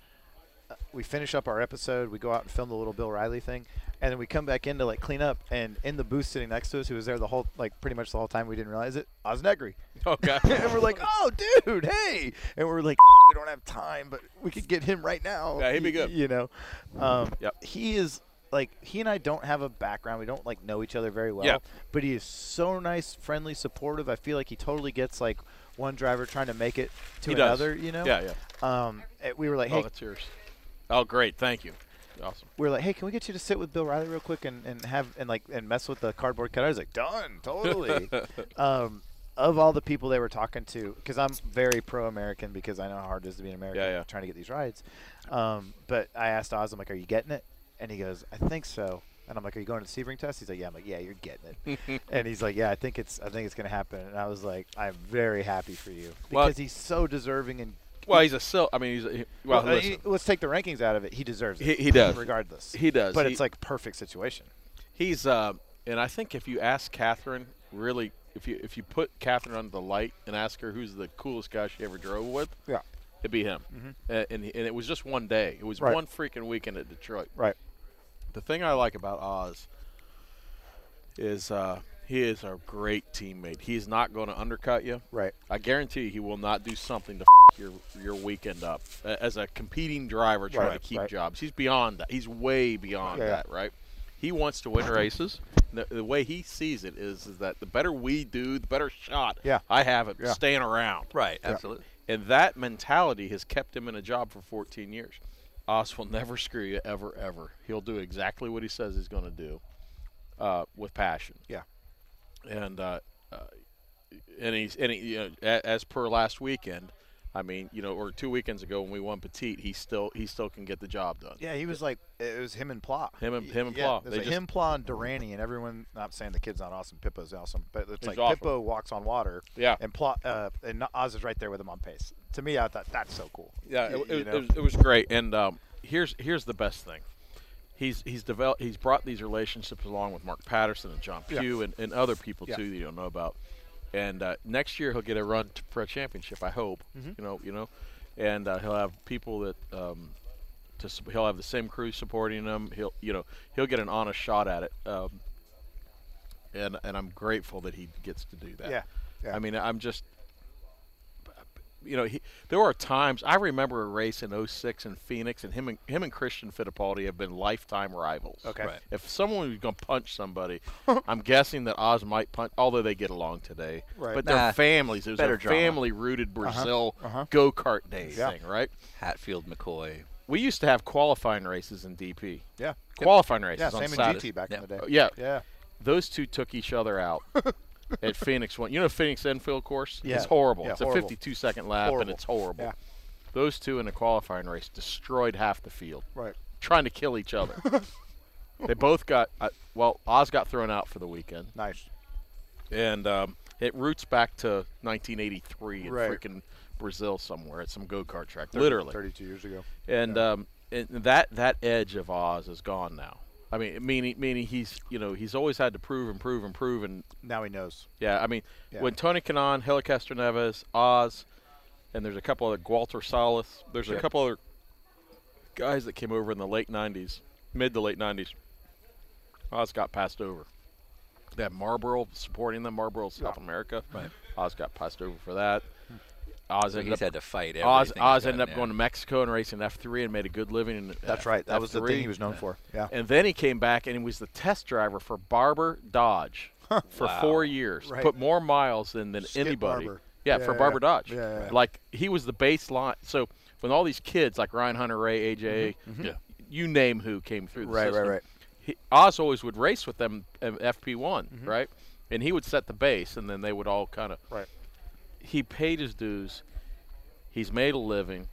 S3: uh, we finish up our episode. We go out and film the little Bill Riley thing, and then we come back in to like clean up. And in the booth sitting next to us, who was there the whole like pretty much the whole time, we didn't realize it. Oz Negri.
S2: Okay.
S3: and we're like, "Oh, dude, hey!" And we're like, "We don't have time, but we could get him right now."
S2: Yeah, he'd be
S3: Y-
S2: good.
S3: You know, um,
S2: Yep.
S3: he is like he and I don't have a background. We don't like know each other very well.
S2: Yeah.
S3: But he is so nice, friendly, supportive. I feel like he totally gets like one driver trying to make it to
S2: He does.
S3: another. You know.
S2: Yeah, yeah.
S3: Um, eh, we were like,
S2: Oh,
S3: "Hey,
S2: that's yours. Oh, great. Thank you. Awesome.
S3: we were like, hey, can we get you to sit with Bill Riley real quick and, and have and like and mess with the cardboard cutout? I was like, done, totally. um, of all the people they were talking to, because I'm very pro-American because I know how hard it is to be an American
S2: Yeah, yeah.
S3: trying to get these rides. Um, but I asked Oz, I'm like, are you getting it? And he goes, I think so. And I'm like, are you going to the Sebring test? He's like, yeah. I'm like, yeah, you're getting it. and he's like, yeah, I think it's I think it's gonna happen. And I was like, I'm very happy for you because
S2: Well-
S3: he's so deserving and.
S2: Well, he's a sil. I mean, he's a, he, well. uh,
S3: Well,
S2: listen,
S3: he- let's take the rankings out of it. He deserves it.
S2: He- he does.
S3: regardless.
S2: He does.
S3: But
S2: He-
S3: it's like perfect situation.
S2: he's uh, and I think if you ask Catherine, really, if you if you put Catherine under the light and ask her who's the coolest guy she ever drove with,
S3: Yeah.
S2: it'd be him. Uh, and he- and it was just one day. It was
S3: Right.
S2: one freaking weekend at Detroit.
S3: Right.
S2: The thing I like about Oz is uh, he is a great teammate. He's not going to undercut you.
S3: Right.
S2: I guarantee you he will not do something to f- your your weekend up. A- As a competing driver trying
S3: Right,
S2: to keep
S3: right.
S2: jobs, he's beyond that. He's way beyond
S3: Yeah, yeah.
S2: that, right? He wants to win races. The, the way he sees it is, is that the better we do, the better shot
S3: Yeah.
S2: I have at
S3: Yeah.
S2: staying around.
S1: Right. Absolutely.
S2: And that mentality has kept him in a job for 14 years. Oz will never screw you ever, ever. He'll do exactly what he says he's going to do uh, with passion.
S3: Yeah.
S2: And uh, uh, and he's and he, you know, a- as per last weekend, I mean, you know, or two weekends ago when we won Petite, he still he still can get the job done.
S3: Yeah, he was like it was him and Pla.
S2: Him and- him and
S3: yeah,
S2: Pla.
S3: it was
S2: They
S3: like
S2: just-
S3: him, Pla, and Durrani, and everyone. Not saying the kid's not awesome. Pippo's awesome, but it's like
S2: awesome.
S3: Pippo walks on water.
S2: Yeah.
S3: And Pla uh, and Oz is right there with him on pace. To me, I thought that's so cool.
S2: Yeah,
S3: Y-
S2: it,
S3: you
S2: it,
S3: know?
S2: it, was, it was great. And um, here's here's the best thing. He's he's developed. He's brought these relationships along with Mark Patterson and John Pugh and, and other people too that you don't know about. And uh, next year he'll get a run t- for a championship. I hope.
S3: Mm-hmm.
S2: You know. You know. And uh, he'll have people that um, to, s- he'll have the same crew supporting him. He'll you know he'll get an honest shot at it. Um, and and I'm grateful that he gets to do that.
S3: Yeah, yeah.
S2: I mean, I'm just you know, he, there are times I remember a race in 06 in Phoenix, and him and him and Christian Fittipaldi have been lifetime rivals.
S3: Okay. Right.
S2: If someone was going to punch somebody, I'm guessing that Oz might punch, although they get along today.
S3: Right. Uh-huh.
S2: But their
S1: Nah,
S2: families, it was
S1: better
S2: a
S1: drama.
S2: family-rooted Brazil go kart day
S3: Yeah.
S2: thing, right?
S1: Hatfield McCoy.
S2: We used to have qualifying races in DP.
S3: yeah.
S2: Qualifying races
S3: Yeah.
S2: on
S3: Same in
S2: Saturdays.
S3: GT back
S1: Yeah.
S3: in the day.
S2: Yeah.
S3: Yeah.
S2: Those two took each other out at Phoenix one. You know Phoenix Enfield course?
S3: Yeah.
S2: It's horrible.
S3: Yeah,
S2: it's a
S3: horrible.
S2: 52 second lap and
S3: Horrible.
S2: it's horrible.
S3: Yeah.
S2: Those two in a qualifying race destroyed half the field.
S3: Right.
S2: Trying to kill each other. they both got uh, well, Oz got thrown out for the weekend.
S3: Nice.
S2: And um, it roots back to 1983 in
S3: Right.
S2: freaking Brazil somewhere at some go-kart track. Literally
S3: Thirty-two years ago.
S2: and um, and that that edge of Oz is gone now. I mean, meaning meaning he's you know he's always had to prove and prove and prove and
S3: Now he knows.
S2: yeah. I mean,
S3: Yeah.
S2: when Tony Kanon, Helicaster Neves, Oz, and there's a couple other Gualter Salas. There's a couple other guys that came over in the late '90s, mid to late '90s, Oz got passed over. They had Marlboro supporting them, Marlboro South America. Right. Oz got passed over for that. Oz
S1: So
S2: ended
S1: he's
S2: up
S1: had to fight.
S2: Oz,
S1: everything
S2: Oz
S1: he's
S2: ended
S1: done
S2: up
S1: now.
S2: going to Mexico and racing F3 and made a good living. In
S3: That's right. That was the thing he was known for. Yeah.
S2: And then he came back and he was the test driver for Barber Dodge for four years.
S7: Right.
S2: Put more miles than, than
S7: Skip
S2: anybody.
S7: Barber.
S2: Yeah,
S7: Yeah,
S2: for
S7: yeah,
S2: Barber
S7: yeah.
S2: Dodge.
S7: Yeah, yeah, yeah.
S2: Like he was the baseline. So when all these kids like Ryan Hunter, Ray, AJ,
S7: Mm-hmm,
S2: you name who came through. The
S3: Right, right,
S2: system,
S3: right.
S2: He, Oz always would race with them in FP1,
S7: Mm-hmm.
S2: right? And he would set the base, and then they would all kind of.
S7: Right.
S2: He paid his dues. He's made a living.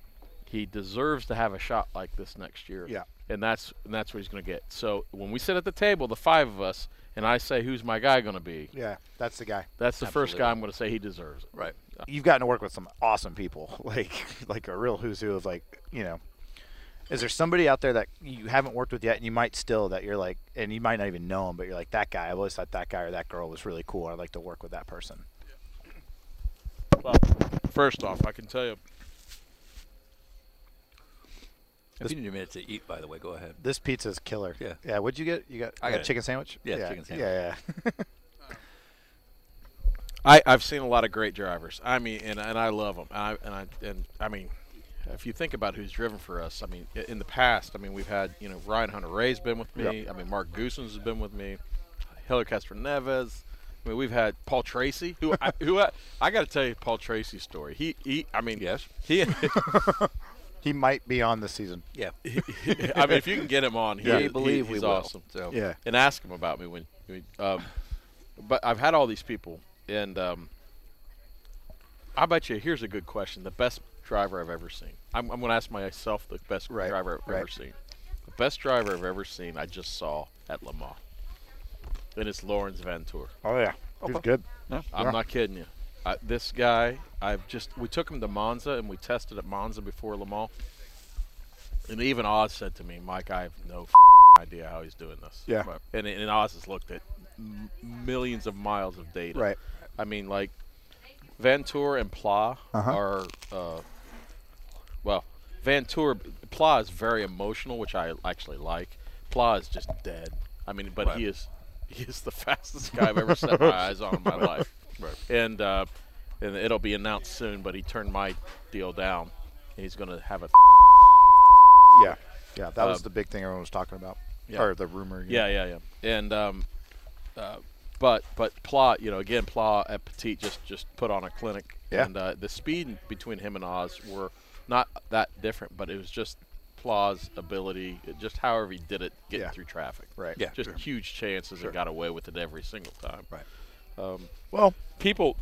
S2: He deserves to have a shot like this next year.
S7: Yeah.
S2: And that's and that's what he's going to get. So when we sit at the table, the five of us, and I say, "Who's my guy going to be?"
S7: Yeah, that's the guy.
S2: That's the first guy I'm going to say he deserves it.
S1: Right.
S3: You've gotten to work with some awesome people, like like a real who's who of like you know. Is there somebody out there that you haven't worked with yet, and you might still that you're like, and you might not even know him, but you're like that guy. I always thought that guy or that girl was really cool. I'd like to work with that person.
S2: Well, first off, I can tell you
S1: If you need a minute to eat, by the way, go ahead.
S3: This pizza's killer.
S1: Yeah.
S3: Yeah. What'd you get? You got?
S1: I got
S3: you got
S1: it.
S3: chicken sandwich.
S1: Yeah, chicken sandwich.
S3: Yeah, yeah.
S2: I, I've seen a lot of great drivers. I mean, and, and I love them. I, and I and I mean, if you think about who's driven for us, I mean, i- in the past, I mean, we've had you know Ryan Hunter Ray's been with me. I mean, Mark Goosens has been with me. Hiller Castro Neves. I mean, we've had Paul Tracy, who I, who I, I got to tell you Paul Tracy's story. He he. I mean,
S1: Yes.
S2: He.
S3: He might be on this season.
S1: Yeah.
S2: I mean, if you can get him on, he,
S1: We
S2: he-
S1: believe we
S2: he's
S1: will.
S2: awesome
S1: So
S3: Yeah.
S2: and ask him about me when. when, Um, but I've had all these people, and um, I bet you here's a good question: the best driver I've ever seen. I'm, I'm going to ask myself the best
S3: Right,
S2: driver I've ever
S3: right.
S2: seen. The best driver I've ever seen, I just saw at Le Mans, and it's Lawrence Ventour.
S3: Oh yeah. He's good.
S2: I'm not kidding you. I, this guy, I've just we took him to Monza and we tested at Monza before Le Mans, and even Oz said to me, "Mike, I have no f- idea how he's doing this."
S7: Yeah.
S2: Right. and and Oz has looked at m- millions of miles of data.
S3: Right.
S2: I mean, like Vantour and Pla are, uh, well, Vantour Pla is very emotional, which I actually like. Pla is just dead. I mean, but he is he is the fastest guy I've ever set my eyes on in my life. Right. And uh, and it'll be announced soon, but he turned my deal down. And he's going to have a
S3: Yeah. Yeah. That was
S2: Um,
S3: the big thing everyone was talking about,
S2: yeah.
S3: or the rumor. you know.
S2: Yeah, yeah, yeah. And um, uh, but but Plot, you know, again, Plot at Petit just just put on a clinic.
S3: Yeah.
S2: And uh, the speed between him and Oz were not that different, but it was just Plot's ability, just however he did it, getting
S3: Yeah.
S2: through traffic.
S3: Right.
S1: Yeah,
S2: Just
S1: sure.
S2: huge chances and got away with it every single time.
S1: Right.
S3: Well,
S2: People.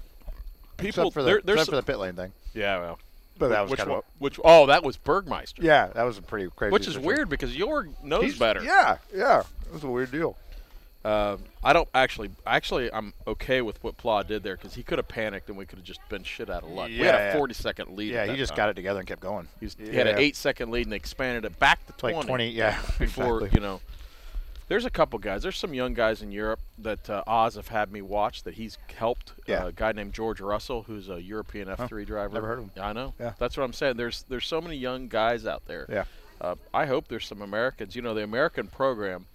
S2: People,
S3: except for the
S2: there, there's
S3: except for the pit lane thing.
S2: yeah, well,
S3: But that was
S2: which
S3: kind
S2: one,
S3: of
S2: which oh, that was Bergmeister,
S3: yeah, that was a pretty crazy.
S2: which is
S3: situation.
S2: weird because Jorg knows
S3: He's
S2: better.
S3: Yeah, yeah, it was a weird deal.
S2: Um, I don't actually. Actually, I'm okay with what Pla did there because he could have panicked and we could have just been shit out of luck. we had
S3: Yeah.
S2: a 40 second lead.
S3: Yeah, he just got it together and kept going.
S2: He, was, he had an
S3: Yeah.
S2: eight second lead and they expanded it back to 20.
S3: Like twenty, yeah,
S2: before
S3: exactly.
S2: you know. There's a couple guys. There's some young guys in Europe that uh, Oz have had me watch that he's helped.
S3: Yeah.
S2: Uh, a guy named George Russell, who's a European F3 driver.
S3: never heard of him.
S2: I know.
S3: Yeah.
S2: That's what I'm saying. There's there's so many young guys out there.
S3: Yeah.
S2: Uh, I hope there's some Americans. You know, the American program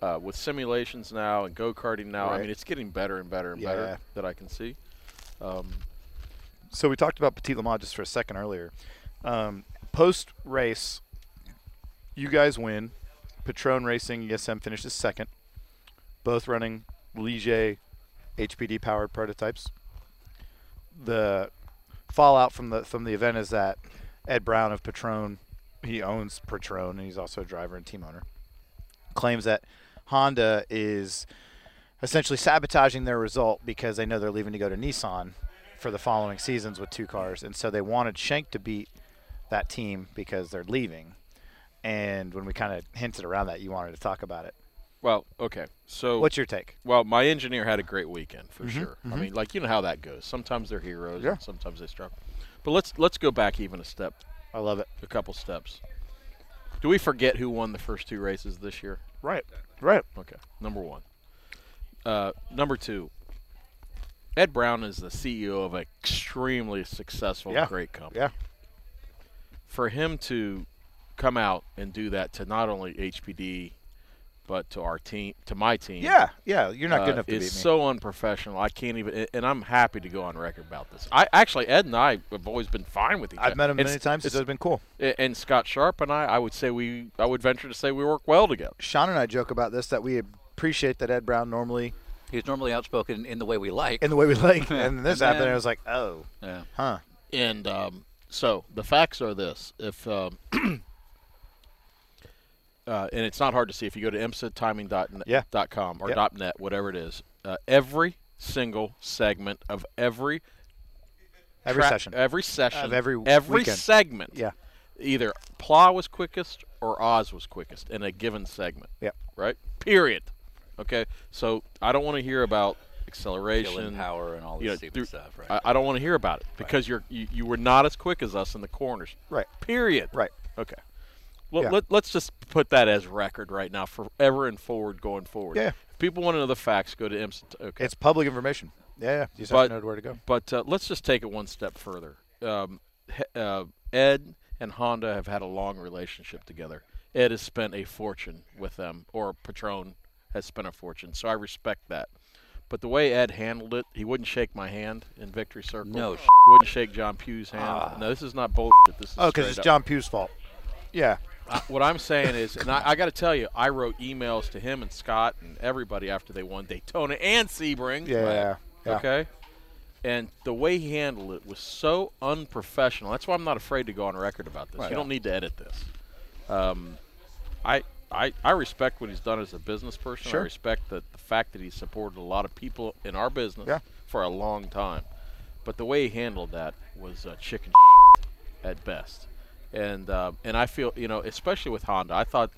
S2: uh, with simulations now and go karting now. I
S3: Right.
S2: mean, it's getting better and better and
S3: Yeah.
S2: better that I can see.
S3: So we talked about Petit Le Mans just for a second earlier. Um, Post race, you guys win. Patron Racing ESM finishes second, both running Ligier HPD powered prototypes. The fallout from the from the event is that Ed Brown of Patron, he owns Patron and he's also a driver and team owner, claims that Honda is essentially sabotaging their result because they know they're leaving to go to Nissan for the following seasons with two cars, and so they wanted Shank to beat that team because they're leaving. And when we kind of hinted around that, you wanted to talk about it.
S2: Well, okay. So
S3: What's your take?
S2: Well, my engineer had a great weekend for sure. I mean, like you know how that goes. Sometimes they're heroes,
S3: Yeah.
S2: and sometimes they struggle. But let's let's go back even a step,
S3: I love it.
S2: a couple steps. Do we forget who won the first two races this year?
S3: Right, right.
S2: Okay, number one. Uh, number two. Ed Brown is the CEO of an extremely successful,
S3: Yeah.
S2: great company.
S3: Yeah,
S2: For him to come out and do that to not only HPD but to our team, to my team,
S3: Yeah, yeah. You're not good
S2: uh,
S3: enough to beat
S2: is
S3: me.
S2: so unprofessional. I can't even, and I'm happy to go on record about this. I actually, Ed and I have always been fine with each other.
S3: I've met him
S2: And
S3: many
S2: s-
S3: times. It's,
S2: it's-
S3: it's been cool.
S2: a- and Scott Sharp and I, I would say we, I would venture to say we work well together.
S3: Sean and I joke about this that we appreciate that Ed Brown normally
S1: He's normally outspoken in the way we like.
S3: in the way we like, and
S1: And
S3: this happened. And
S1: then-
S3: I was like, oh,
S1: yeah.
S3: huh.
S7: And um, so the facts are this: if um,
S2: Uh, and it's not hard to see if you go to imsatiming.com
S3: Yeah.
S2: or
S3: Yep.
S2: dot .net, whatever it is. Uh, every single segment of every
S3: Every
S2: tra-
S3: session.
S2: every session,
S3: Of every
S2: every
S3: weekend.
S2: segment,
S3: Yeah.
S2: either Pla was quickest or Oz was quickest in a given segment.
S3: Yep.
S2: Right. Period. Okay. So I don't want to hear about acceleration,
S1: Killing power and all
S2: you
S1: this
S2: know,
S1: stupid
S2: through-
S1: stuff, right?
S2: I, I don't want to hear about it because you're you, you were not as quick as us in the corners.
S3: Right.
S2: Period.
S3: Right.
S2: Okay. Well,
S3: Yeah.
S2: let, let's just put that as record right now, forever and forward, going forward.
S3: Yeah.
S2: If people want to know the facts, go to IMSA. Okay.
S3: It's public information. Yeah, yeah. You just have
S2: But-
S3: to know where to go.
S2: But uh, let's just take it one step further. Um, he- uh, Ed and Honda have had a long relationship together. Ed has spent a fortune with them, or Patron has spent a fortune. So I respect that. But the way Ed handled it, he wouldn't shake my hand in victory circle.
S1: No
S2: he
S1: sh- Ah.
S2: wouldn't shake John Pugh's hand. No, this is not bullshit. This is
S3: Oh, because
S2: straight
S3: it's
S2: up.
S3: John Pugh's fault. Yeah.
S2: I- what I'm saying is, and I, I got to tell you, I wrote emails to him and Scott and everybody after they won Daytona and Sebring.
S3: Yeah, yeah, yeah.
S2: Okay. And the way he handled it was so unprofessional. That's why I'm not afraid to go on record about this. You don't need to edit this. Um, I, I I respect what he's done as a business person.
S3: Sure.
S2: I respect the, the fact that he supported a lot of people in our business
S3: Yeah.
S2: for a long time. But the way he handled that was uh, chicken at best. And uh, and I feel you know, especially with Honda, I thought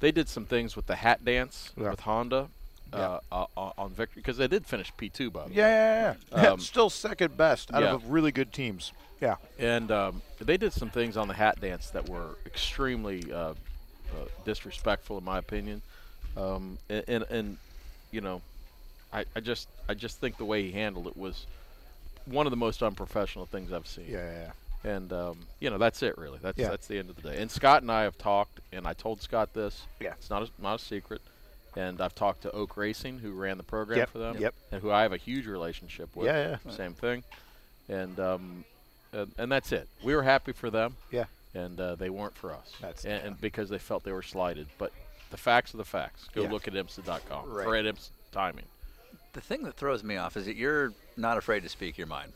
S2: they did some things with the hat dance
S3: Yeah.
S2: with Honda uh, uh, on- on victory because they did finish P2 by the way.
S3: Yeah, yeah, yeah. Still second best out of
S2: yeah.
S3: really good teams. Yeah.
S2: And um, they did some things on the hat dance that were extremely uh, uh, disrespectful, in my opinion. Um, and, and and you know, I, I just I just think the way he handled it was one of the most unprofessional things I've seen.
S3: Yeah, yeah, yeah.
S2: And um, you know, that's it really. That's
S3: Yeah.
S2: that's the end of the day. And Scott and I have talked, and I told Scott this.
S3: Yeah.
S2: It's not a, not a secret. And I've talked to Oak Racing, who ran the program
S3: Yep,
S2: for them,
S3: yep.
S2: and who I have a huge relationship with.
S3: Yeah, yeah.
S2: Same thing. And um, and, and that's it. We were happy for them.
S3: Yeah.
S2: And uh, they weren't for us.
S3: That's-
S2: and, and because they felt they were slighted. But the facts are the facts. Go
S3: Yeah.
S2: look at IMSA.com
S3: Right.
S2: or at IMSA timing.
S1: The thing that throws me off is that you're not afraid to speak your mind.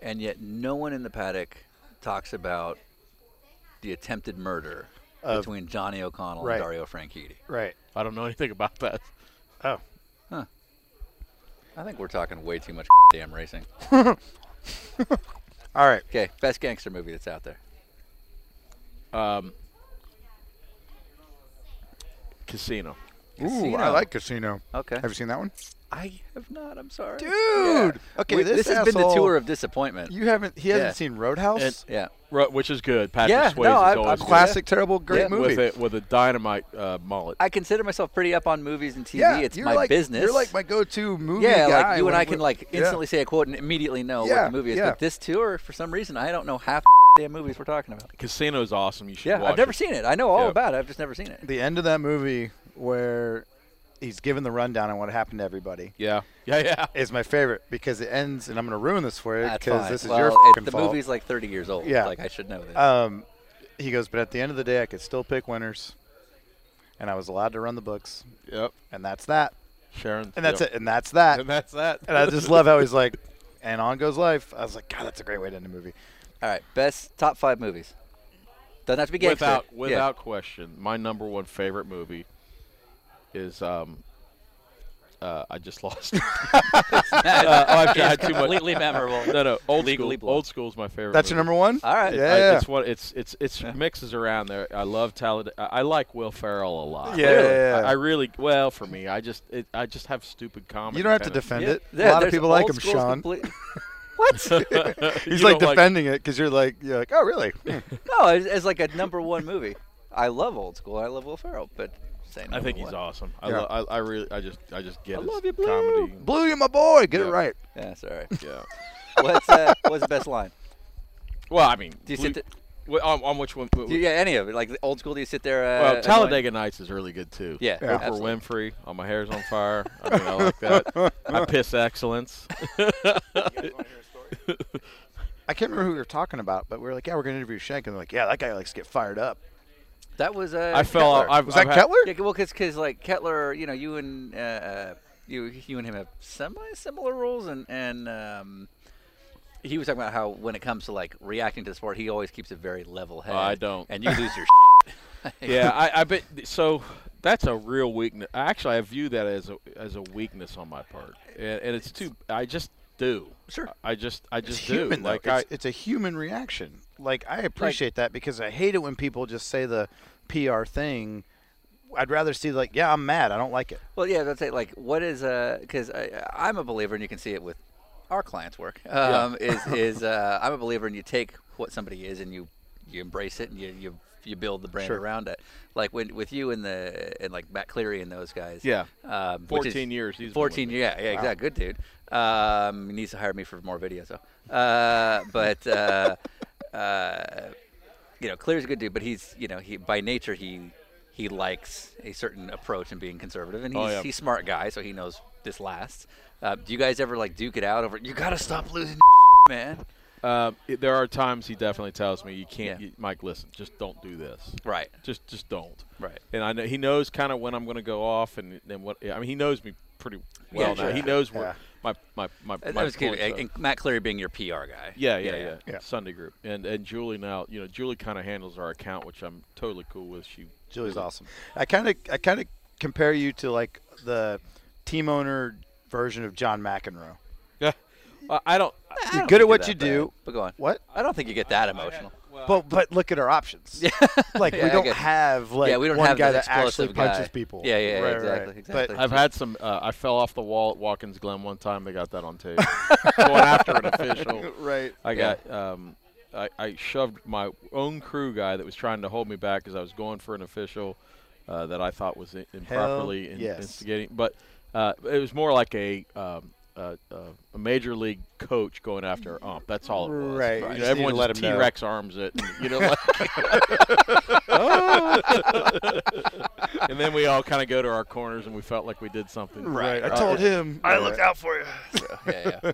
S1: And yet no one in the paddock talks about the attempted murder
S3: Of-
S1: between Johnny O'Connell
S3: Right.
S1: and Dario Franchitti.
S3: Right.
S2: I don't know anything about that.
S3: Oh.
S1: I think we're talking way too much damn racing.
S3: All right.
S1: Okay, best gangster movie that's out there.
S2: Casino.
S3: Ooh, I
S1: Casino.
S3: like Casino.
S1: Okay.
S3: Have you seen that one?
S1: I have not. I'm sorry.
S3: Dude! Okay,
S1: We-
S3: this
S1: has been the
S3: asshole-
S1: tour of disappointment.
S3: You haven't. He hasn't
S1: Yeah.
S3: seen Roadhouse.
S2: And-
S1: yeah.
S2: Ru- which is good. Patrick
S1: Yeah,
S2: Swayze
S1: no,
S2: is
S1: I-
S2: always
S1: I'm
S2: good.
S3: Classic, terrible, great
S1: Yeah.
S3: movie.
S2: with a with a dynamite uh, mullet.
S1: I consider myself pretty up on movies and TV.
S3: yeah,
S1: it's
S3: you're
S1: my
S3: like,
S1: business.
S3: You're like my go-to movie
S1: yeah,
S3: guy.
S1: like you
S3: when
S1: and I
S3: I'm
S1: can
S3: with-
S1: like
S3: Yeah.
S1: instantly say a quote and immediately know
S3: Yeah,
S1: what the movie is.
S3: yeah.
S1: But this tour, for some reason, I don't know half the damn movies we're talking about.
S2: Casino's awesome. You should
S1: Yeah,
S2: watch
S1: I've never
S2: it.
S1: seen it. I know all
S2: Yeah.
S1: about it. I've just never seen it.
S3: the end of that movie where he's given the rundown on what happened to everybody
S2: Yeah, yeah, yeah.
S3: is my favorite because it ends, and I'm going to ruin this for you
S1: That's
S3: because
S1: fine.
S3: this is
S1: well,
S3: your
S1: it-
S3: fucking
S1: the
S3: fault.
S1: movie's like 30 years old.
S3: Yeah.
S1: like I should know this.
S3: Um, he goes, but at the end of the day, I could still pick winners, and I was allowed to run the books,
S2: Yep,
S3: and that's that,
S2: Sharon.
S3: and that's
S2: yep.
S3: it, and that's that,
S2: And that's that.
S3: and I just love how he's like, and on goes life. I was like, God, that's a great way to end a movie.
S1: all right, best top five movies. Doesn't have to be gangster.
S2: without
S1: Yeah.
S2: without question, my number one favorite movie is um. Uh, I just lost. uh, oh, I've had too much.
S1: completely memorable.
S2: No, no. Old
S1: Legally
S2: school.
S1: Blonde.
S2: Old school is my favorite.
S3: That's your
S2: movie.
S3: number one.
S1: All right.
S2: It-
S3: Yeah.
S2: I, it's what it's it's it's mixes around there. I love Talladega. I I like Will Ferrell a lot.
S3: Yeah, Really? yeah, yeah.
S2: I, I really well for me. I just it, I just have stupid comedy.
S3: You don't have to
S2: tendencies.
S3: defend
S1: Yeah,
S3: it.
S1: yeah,
S3: a lot of
S1: there's
S3: people like
S1: old
S3: him,
S1: school's
S3: Sean.
S1: complete-
S3: He's
S2: You
S3: like
S2: don't
S3: defending it it because you're like, you're like, oh really? Hmm.
S1: no, it's, it's like a number one movie. I love old school. I love Will Ferrell, but say
S2: I
S1: number
S2: think he's
S1: one.
S2: awesome. I,
S3: Yeah.
S2: lo- I, I really, I just, I just get his
S1: love you, Blue.
S2: comedy.
S3: Blue, you my boy. Get it
S2: Yeah.
S3: right.
S1: Yeah, sorry.
S2: Yeah.
S1: what's uh, what's the best line?
S2: Well, I mean,
S1: Do you
S2: Blue,
S1: sit th-
S2: Wh- On, on which one? wh- wh-
S1: Yeah, any of it. Like the old school, do you sit there? Uh,
S2: well,
S1: and-
S2: Talladega Nights is really good too.
S1: Yeah, Yeah.
S2: Oprah Winfrey. All my hair's on fire. I mean, I like that. I piss excellence.
S3: I can't remember who we were talking about, but we were like, yeah, we're going to interview Shank. And they're like, yeah, that guy likes to get fired up.
S1: That was. Uh,
S2: I fell.
S1: Kettler.
S2: off I've,
S3: Was
S2: I've
S3: that
S2: had-
S3: Kettler?
S1: Yeah, well, because like Kettler, you know, you and uh, uh, you you and him have semi similar roles, and and um, he was talking about how when it comes to like reacting to the sport, he always keeps a very level head.
S2: I don't.
S1: and you lose your. shit.
S2: yeah, I, I bet. So that's a real weakness. Actually, I view that as a as a weakness on my part, and, and it's too. I just do.
S1: Sure.
S2: I just I
S3: It's
S2: just do.
S3: human, though.
S2: like
S3: it's,
S2: I,
S3: it's a human reaction. Like, I appreciate that because I hate it when people just say the PR thing. I'd rather see, like, yeah, I'm mad. I don't like it.
S1: Well, yeah, that's it. Like, what is uh? Because I'm a believer, and you can see it with our clients' work.
S2: Yeah.
S1: Um, Is is uh, I'm a believer, and you take what somebody is, and you you embrace it, and you you you build the brand around it. Like when with you and the and like Matt Cleary and those guys.
S2: Yeah.
S1: Um, which is-
S2: 14 years. He's been with
S1: Fourteen.
S2: me.
S1: Yeah. Yeah. Exactly. Good dude. Um, he needs to hire me for more videos though. Uh, but. Uh, uh, you know, Clear's a good dude, but he's you know he by nature he he likes a certain approach and being conservative, and
S2: Oh,
S1: he's
S2: yeah.
S1: he's a smart guy, so he knows this lasts. Uh, do you guys ever like duke it out over? You gotta stop losing, man.
S2: Uh, it- there are times he definitely tells me you can't.
S1: Yeah.
S2: You, Mike, listen, just don't do this.
S1: Right.
S2: Just just don't.
S1: Right.
S2: And I know he knows kind of when I'm going to go off, and then what. I mean, he knows me pretty well now.
S1: sure.
S2: He knows where my my my.
S1: That
S2: my
S1: was cute.
S2: points are.
S1: And Matt Cleary being your PR guy.
S2: Yeah, yeah,
S1: Yeah.
S2: yeah. Sunday group. And and Julie now, you know, Julie kind of handles our account, which I'm totally cool with. She
S3: Julie's
S1: Mm-hmm.
S3: awesome. I kind of I kind of compare you to like the team owner version of John McEnroe.
S2: Yeah. I- I don't
S1: I
S3: You're
S1: don't
S3: good at
S1: think
S3: what
S1: that
S3: you
S1: bad.
S3: do.
S1: But go on.
S3: What?
S1: I don't think you get that emotional.
S3: But but look at our options. like
S1: Yeah, I
S3: we don't
S1: guess.
S3: have like
S1: yeah, we don't
S3: one
S1: have
S3: guy
S1: this
S3: that actually
S1: explosive guy.
S3: punches people.
S1: Yeah, yeah,
S3: Right,
S1: exactly,
S3: right.
S1: exactly.
S3: But
S7: I've had some. Uh, I fell off the wall at Watkins Glen one time. They got that on tape. Going after an official.
S3: right.
S2: I got um, I, I shoved my own crew guy that was trying to hold me back because I was going for an official uh, that I thought was i- improperly in-
S3: yes.
S2: instigating. But uh, it was more like a um, uh, uh, a major league coach going after an ump. That's all it was.
S3: Right.
S2: You
S3: You
S2: know,
S3: just need to
S2: everyone
S3: let
S2: just
S3: 'em know.
S2: T-Rex arms it. and, You know. Like
S3: Oh.
S2: and then we all kind of go to our corners and we felt like we did something Uh,
S3: Right. I told him. Uh, I looked out.
S1: yeah, yeah.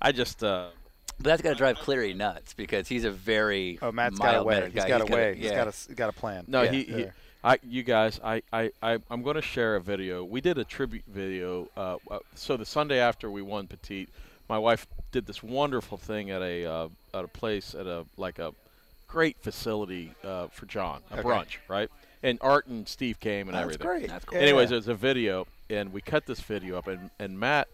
S2: I just. Uh,
S1: But that's gotta drive Cleary nuts because he's a very
S3: Oh, Matt's got a way.
S1: mild-mannered
S3: He's
S1: guy.
S3: got a
S1: gotta-
S3: way. He's
S1: yeah.
S3: got a he's got a plan.
S2: No,
S1: Yeah.
S2: he, he I, you guys, I, I, I I'm going to share a video. We did a tribute video. Uh, uh, so the Sunday after we won Petite, my wife did this wonderful thing at a, uh, at a place at a like a great facility uh, for John, a brunch, right? And Art and Steve came and everything.
S3: great. That's cool.
S2: Anyways,
S3: Yeah.
S2: it was a video, and we cut this video up, and and Matt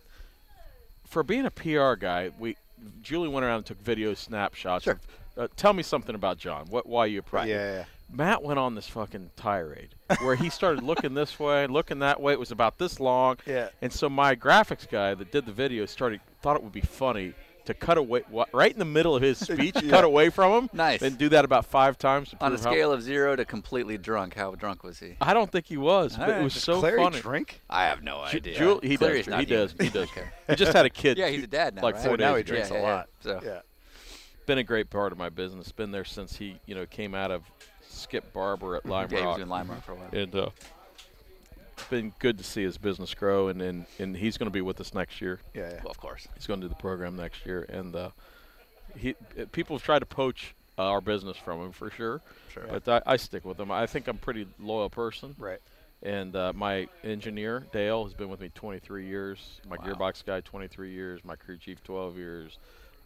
S2: for being a PR guy, we Julie went around and took video snapshots. Of, uh, tell me something about John. What? Why you approach?
S3: Yeah, yeah, yeah.
S2: Matt went on this fucking tirade where he started looking this way, looking that way. It was about this long.
S3: Yeah.
S2: And so my graphics guy that did the video started thought it would be funny to cut away wha- right in the middle of his speech, cut away from him.
S1: Nice.
S2: And do that about five times. to
S1: On a
S2: prove how-
S1: scale of zero to completely drunk, how drunk was he?
S2: I don't think he was, but
S1: right.
S2: it was
S1: Does
S2: so
S3: Clary
S2: funny.
S3: drink.
S1: I have no
S2: Ju-
S1: idea.
S2: Ju- he
S1: Cleary's
S2: does. drink.
S1: not
S2: He does.
S1: human.
S2: He does.
S1: Okay.
S2: He just had a kid.
S1: Yeah, he's
S2: two-
S1: a dad now.
S2: Like
S1: right?
S2: four
S3: now
S2: days
S3: he
S2: ago.
S3: drinks
S1: Yeah,
S3: a
S1: yeah, yeah.
S3: lot.
S1: So
S3: Yeah.
S2: been a great part of my business. Been there since he, you know, came out of Skip Barber at Lime
S1: yeah, he was
S2: Rock,
S1: doing Lime Rock for a while.
S2: and uh, it's been good to see his business grow. And and, and he's going to be with us next year.
S3: Yeah, yeah.
S1: Well, of course.
S2: He's going to do the program next year, and uh, he uh, people have tried to poach uh, our business from him for sure. Sure. But I, I stick with him. I think I'm a pretty loyal person.
S3: Right.
S2: And uh, my engineer Dale has been with me 23 years. My gearbox guy 23 years. My crew chief 12 years.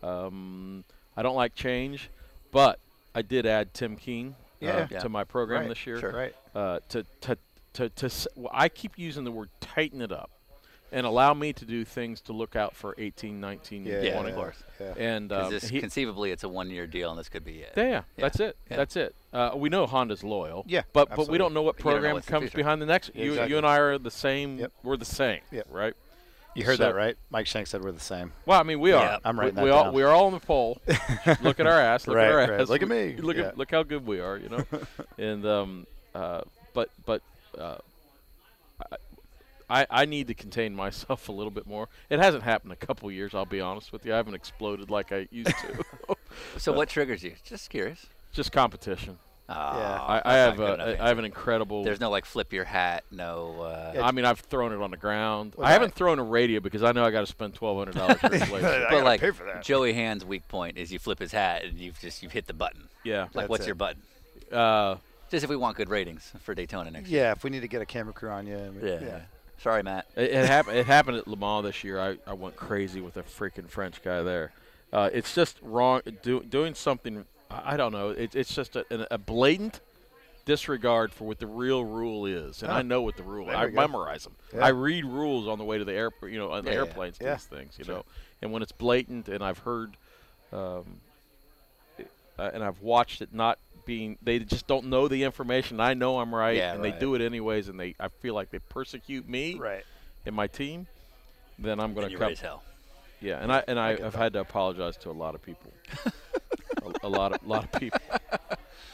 S2: Um, I don't like change, but I did add Tim Keen uh,
S3: Yeah.
S1: Yeah.
S2: to my program
S3: Right.
S2: this year.
S1: Sure.
S3: Right.
S2: Uh, to to to, to s- well, I keep using the word tighten it up, and allow me to do things to look out for 18, 19,
S3: Yeah,
S2: and
S1: Yeah,
S2: 20.
S1: of course.
S3: Yeah.
S2: And
S1: 'Cause
S2: um,
S1: this,
S2: he-
S1: conceivably, it's a one-year deal, and this could be it.
S2: yeah, yeah, that's it.
S1: Yeah.
S2: That's it. Uh, we know Honda's loyal.
S3: Yeah,
S2: but but
S3: absolutely.
S2: we don't know what
S1: You don't know
S2: program
S1: what's the
S2: comes
S1: future.
S2: behind the next. you
S3: exactly.
S2: you and I are the same.
S3: Yep.
S2: We're the same.
S3: Yep.
S2: Right.
S3: You heard
S2: So-
S3: that right? Mike Shank said we're the same.
S2: Well, I mean, we
S1: Yeah.
S2: are.
S3: I'm
S2: We,
S3: writing that
S2: we all
S3: down.
S2: we are all in the poll. look at our ass. Look at our
S3: Right, right.
S2: ass.
S3: Look at
S2: We-
S3: me.
S2: Look
S3: Yeah.
S2: at look how good we are. You know. and um, uh, but but uh, I- I, I need to contain myself a little bit more. It hasn't happened in a couple years, I'll be honest with you. I haven't exploded like I used to. uh,
S1: So what triggers you? Just curious.
S2: Just competition.
S1: Oh,
S2: I,
S1: that's
S2: I
S1: not
S2: have
S1: good
S2: a-
S1: enough
S2: I
S1: answer.
S2: have an incredible.
S1: There's no like flip your hat. No. Uh,
S2: I mean, I've thrown it on the ground. I haven't thrown a radio because I know I got to spend twelve hundred dollars for replacement.
S1: but like Joey Hand's weak point is you flip his hat and you've just you've hit the button.
S2: yeah,
S1: Like what's your button?
S2: uh,
S1: Just if we want good ratings for Daytona next year.
S3: Yeah, if we need to get a camera crew on you. And we,
S1: Sorry, Matt.
S2: It, it, hap- it happened at Le Mans this year. I, I went crazy with a freaking French guy there. Uh, it's just wrong. Do, doing something, I I don't know. It, it's just a, an- a blatant disregard for what the real rule is. And
S1: Ah.
S2: I know what the rule is. I memorize them. I read rules on the way to the airport, you know, on the airplanes, to these things, you know. And when it's blatant, and I've heard, um, it- uh, and I've watched it not being, they just don't know the information. I know I'm right,
S1: Yeah,
S2: and
S1: right.
S2: they do it anyways, and they, I feel like they persecute me
S3: Right.
S2: in my team, then I'm going
S1: And
S2: to
S1: you're
S2: come.
S1: ready as hell.
S2: Yeah, and I and I, have had to apologize to a lot of people, a, a lot of lot of people,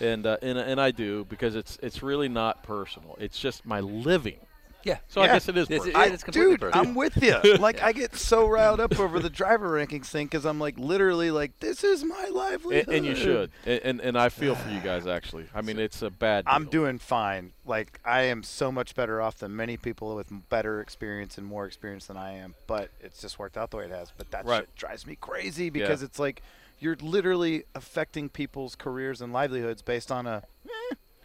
S2: and uh, and and I do because it's it's really not personal. It's just my living.
S1: Yeah.
S2: So I guess it is.
S1: This is-
S2: Personal.
S1: yeah, it's completely
S3: Dude,
S1: personal.
S3: I'm with you. Like, I get so riled up over the driver rankings thing because I'm like, literally, like, this is my livelihood.
S2: and, and you should. And, and and I feel for you guys actually. I mean, it's a bad.
S3: I'm
S2: deal.
S3: doing fine. Like, I am so much better off than many people with better experience and more experience than I am. But it's just worked out the way it has. But that
S2: Right.
S3: shit drives me crazy because it's like you're literally affecting people's careers and livelihoods based on a.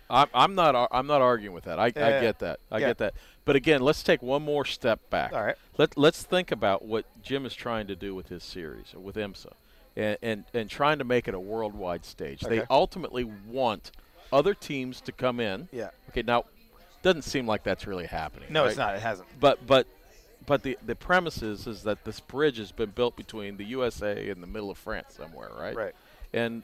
S2: I'm, I'm not. ar- I'm not arguing with that. I, I
S3: Yeah.
S2: get that. I
S3: Yeah.
S2: get that. But again, let's take one more step back.
S3: All right.
S2: Let Let's think about what Jim is trying to do with his series, with IMSA, and and, and trying to make it a worldwide stage. They
S3: Okay.
S2: ultimately want other teams to come in.
S3: Yeah.
S2: Okay. Now, doesn't seem like that's really happening.
S3: No, it's
S2: right?
S3: not. It hasn't.
S2: But but but the the premise is is that this bridge has been built between the USA and the middle of France somewhere, right?
S3: Right.
S2: And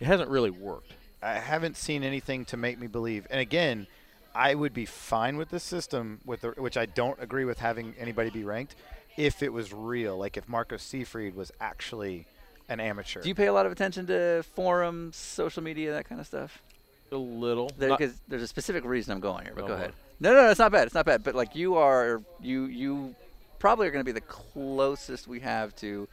S2: it hasn't really worked.
S3: I haven't seen anything to make me believe. And again, I would be fine with this system, with the, which I don't agree with having anybody be ranked, if it was real. Like if Marco Seafried was actually an amateur.
S1: Do you pay a lot of attention to forums, social media, that kind of stuff?
S2: A little. Not-
S1: Because there's a specific reason I'm going here, but
S2: Oh,
S1: go
S2: boy.
S1: ahead. No, no, no, it's not bad. It's not bad. But like you are, you you probably are going to be the closest we have to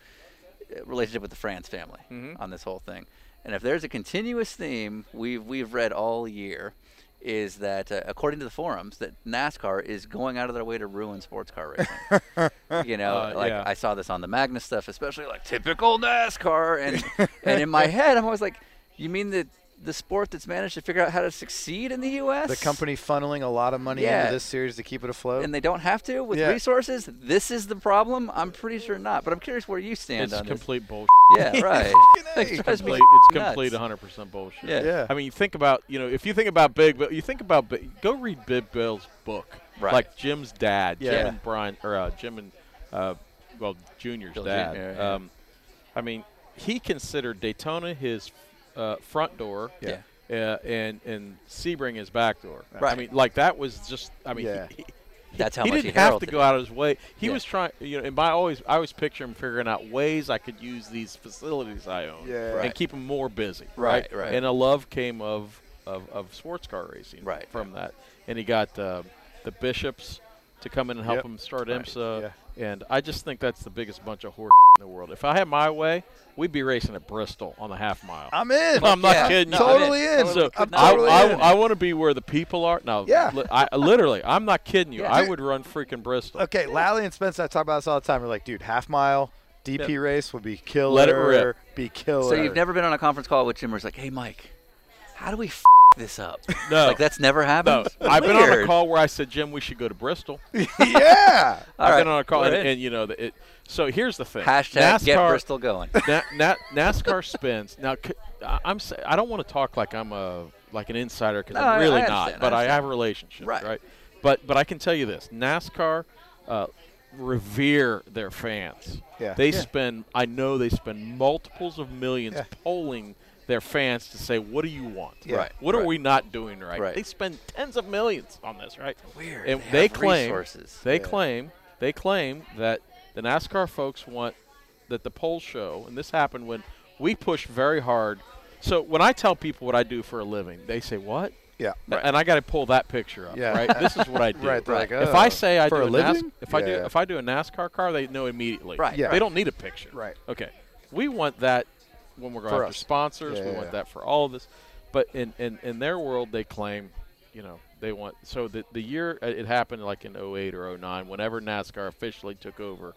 S1: uh, relationship with the France family
S2: Mm-hmm.
S1: on this whole thing. And if there's a continuous theme we've we've read all year, is that uh, according to the forums that NASCAR is going out of their way to ruin sports car racing. you know,
S2: Uh,
S1: like
S2: yeah.
S1: I saw this on the Magnus stuff, especially like typical NASCAR, and and in my head I'm always like, you mean that the sport that's managed to figure out how to succeed in the U.S.
S3: the company funneling a lot of money
S1: Yeah.
S3: into this series to keep it afloat?
S1: and they don't have to with
S3: Yeah.
S1: resources. This is the problem. I'm pretty sure not, but I'm curious where you stand
S2: It's
S1: on this.
S2: complete bullshit.
S1: Yeah, right. Like, it drives me
S2: Complete- it's
S1: nuts.
S2: complete 100% bullshit.
S1: Yeah. Yeah.
S2: I mean, you think about, you know, if you think about Big Bill, you think about, Big, go read Big Bill's book.
S1: Right.
S2: Like Jim's dad, Jim
S1: Yeah.
S2: and Brian, or uh, Jim and, uh, well, Junior's
S1: Bill
S2: dad.
S1: Junior, yeah.
S2: Um, I mean, he considered Daytona his uh, front door.
S1: Yeah.
S2: Uh, and and Sebring his back door. I
S1: Right.
S2: mean, like that was just. I mean,
S3: Yeah.
S2: he, he-
S1: That's how
S2: he
S1: much
S2: didn't
S1: he
S2: have to
S1: heralded
S2: go
S1: it.
S2: out of his way. He
S1: Yeah.
S2: was trying, you know, and by always, I always picture him figuring out ways I could use these facilities I own
S3: Yeah.
S2: and
S3: Right.
S2: keep him more busy.
S1: Right, right.
S2: And a love came of of, of sports car racing
S1: Right.
S2: from that, and he got uh, the bishops to come in and help
S3: Yep.
S2: him start
S3: Right,
S2: IMSA. And I just think that's the biggest bunch of horse in the world. If I had my way, we'd be racing at Bristol on the half mile.
S3: I'm in.
S2: I'm not
S1: Yeah,
S2: kidding. you.
S3: totally in.
S2: So
S3: I'm
S2: I,
S3: totally
S2: I,
S3: in.
S2: I want to be where the people are. No,
S3: Yeah.
S2: li- I, literally, I'm not kidding you.
S1: Yeah.
S2: I
S1: Dude.
S2: would run freaking Bristol.
S3: okay, Lally and Spence, I talk about this all the time. We're like, dude, half mile DP race would be killer.
S2: Let it rip.
S3: Be killer.
S1: So you've never been on a conference call with Jim where it's like, hey, Mike, how do we f- this up?
S2: No.
S1: Like, that's never
S2: No,
S1: happened.
S2: I've been on a
S1: Weird.
S2: call where I said, Jim, we should go to Bristol.
S3: yeah.
S2: I've
S1: All right,
S2: been on a call,
S1: go
S2: and,
S1: ahead.
S2: and, you know, the, it, so here's the thing.
S1: Hashtag
S2: NASCAR,
S1: get Bristol going.
S2: Na, na, NASCAR spins. Now, c- I- I'm sa- I don't want to talk like I'm a like an insider because
S1: No, I-
S2: I'm
S1: I
S2: really
S1: understand,
S2: not,
S1: I
S2: but I
S1: understand.
S2: have relationships,
S1: Right.
S2: right? But but I can tell you this: NASCAR uh, revere their fans.
S3: Yeah.
S2: They
S3: Yeah.
S2: spend. I know they spend multiples of millions
S3: Yeah.
S2: polling their fans to say, "What do you want?
S3: Yeah. Right,
S2: What
S1: right.
S2: are we not doing right?
S1: Right.
S2: They spend tens of millions on this, right?
S1: Weird.
S2: And
S1: They
S2: they,
S1: have
S2: claim
S1: resources.
S2: they claim they claim that the NASCAR folks want that the poll show, and this happened when we push very hard. So when I tell people what I do for a living, they say, "What?"
S3: Yeah.
S9: Right.
S2: and I got to pull that picture up.
S3: Yeah.
S2: Right, this is what I do.
S3: Right, they're like,
S2: if I
S3: "Oh,
S2: say I
S3: for
S2: do
S3: a
S2: a NAS-
S3: living?"
S2: if I do
S3: Yeah.
S2: if I do a NASCAR car, they know immediately.
S1: Right.
S3: Yeah.
S2: they don't need a picture.
S3: Right.
S2: Okay, we want that when we're going
S3: For
S2: after
S3: us.
S2: sponsors.
S3: Yeah,
S2: we
S3: yeah,
S2: want
S3: yeah.
S2: that for all of this, but in, in in their world, they claim, you know, they want so the the year uh, it happened like in 08 or 09, whenever NASCAR officially took over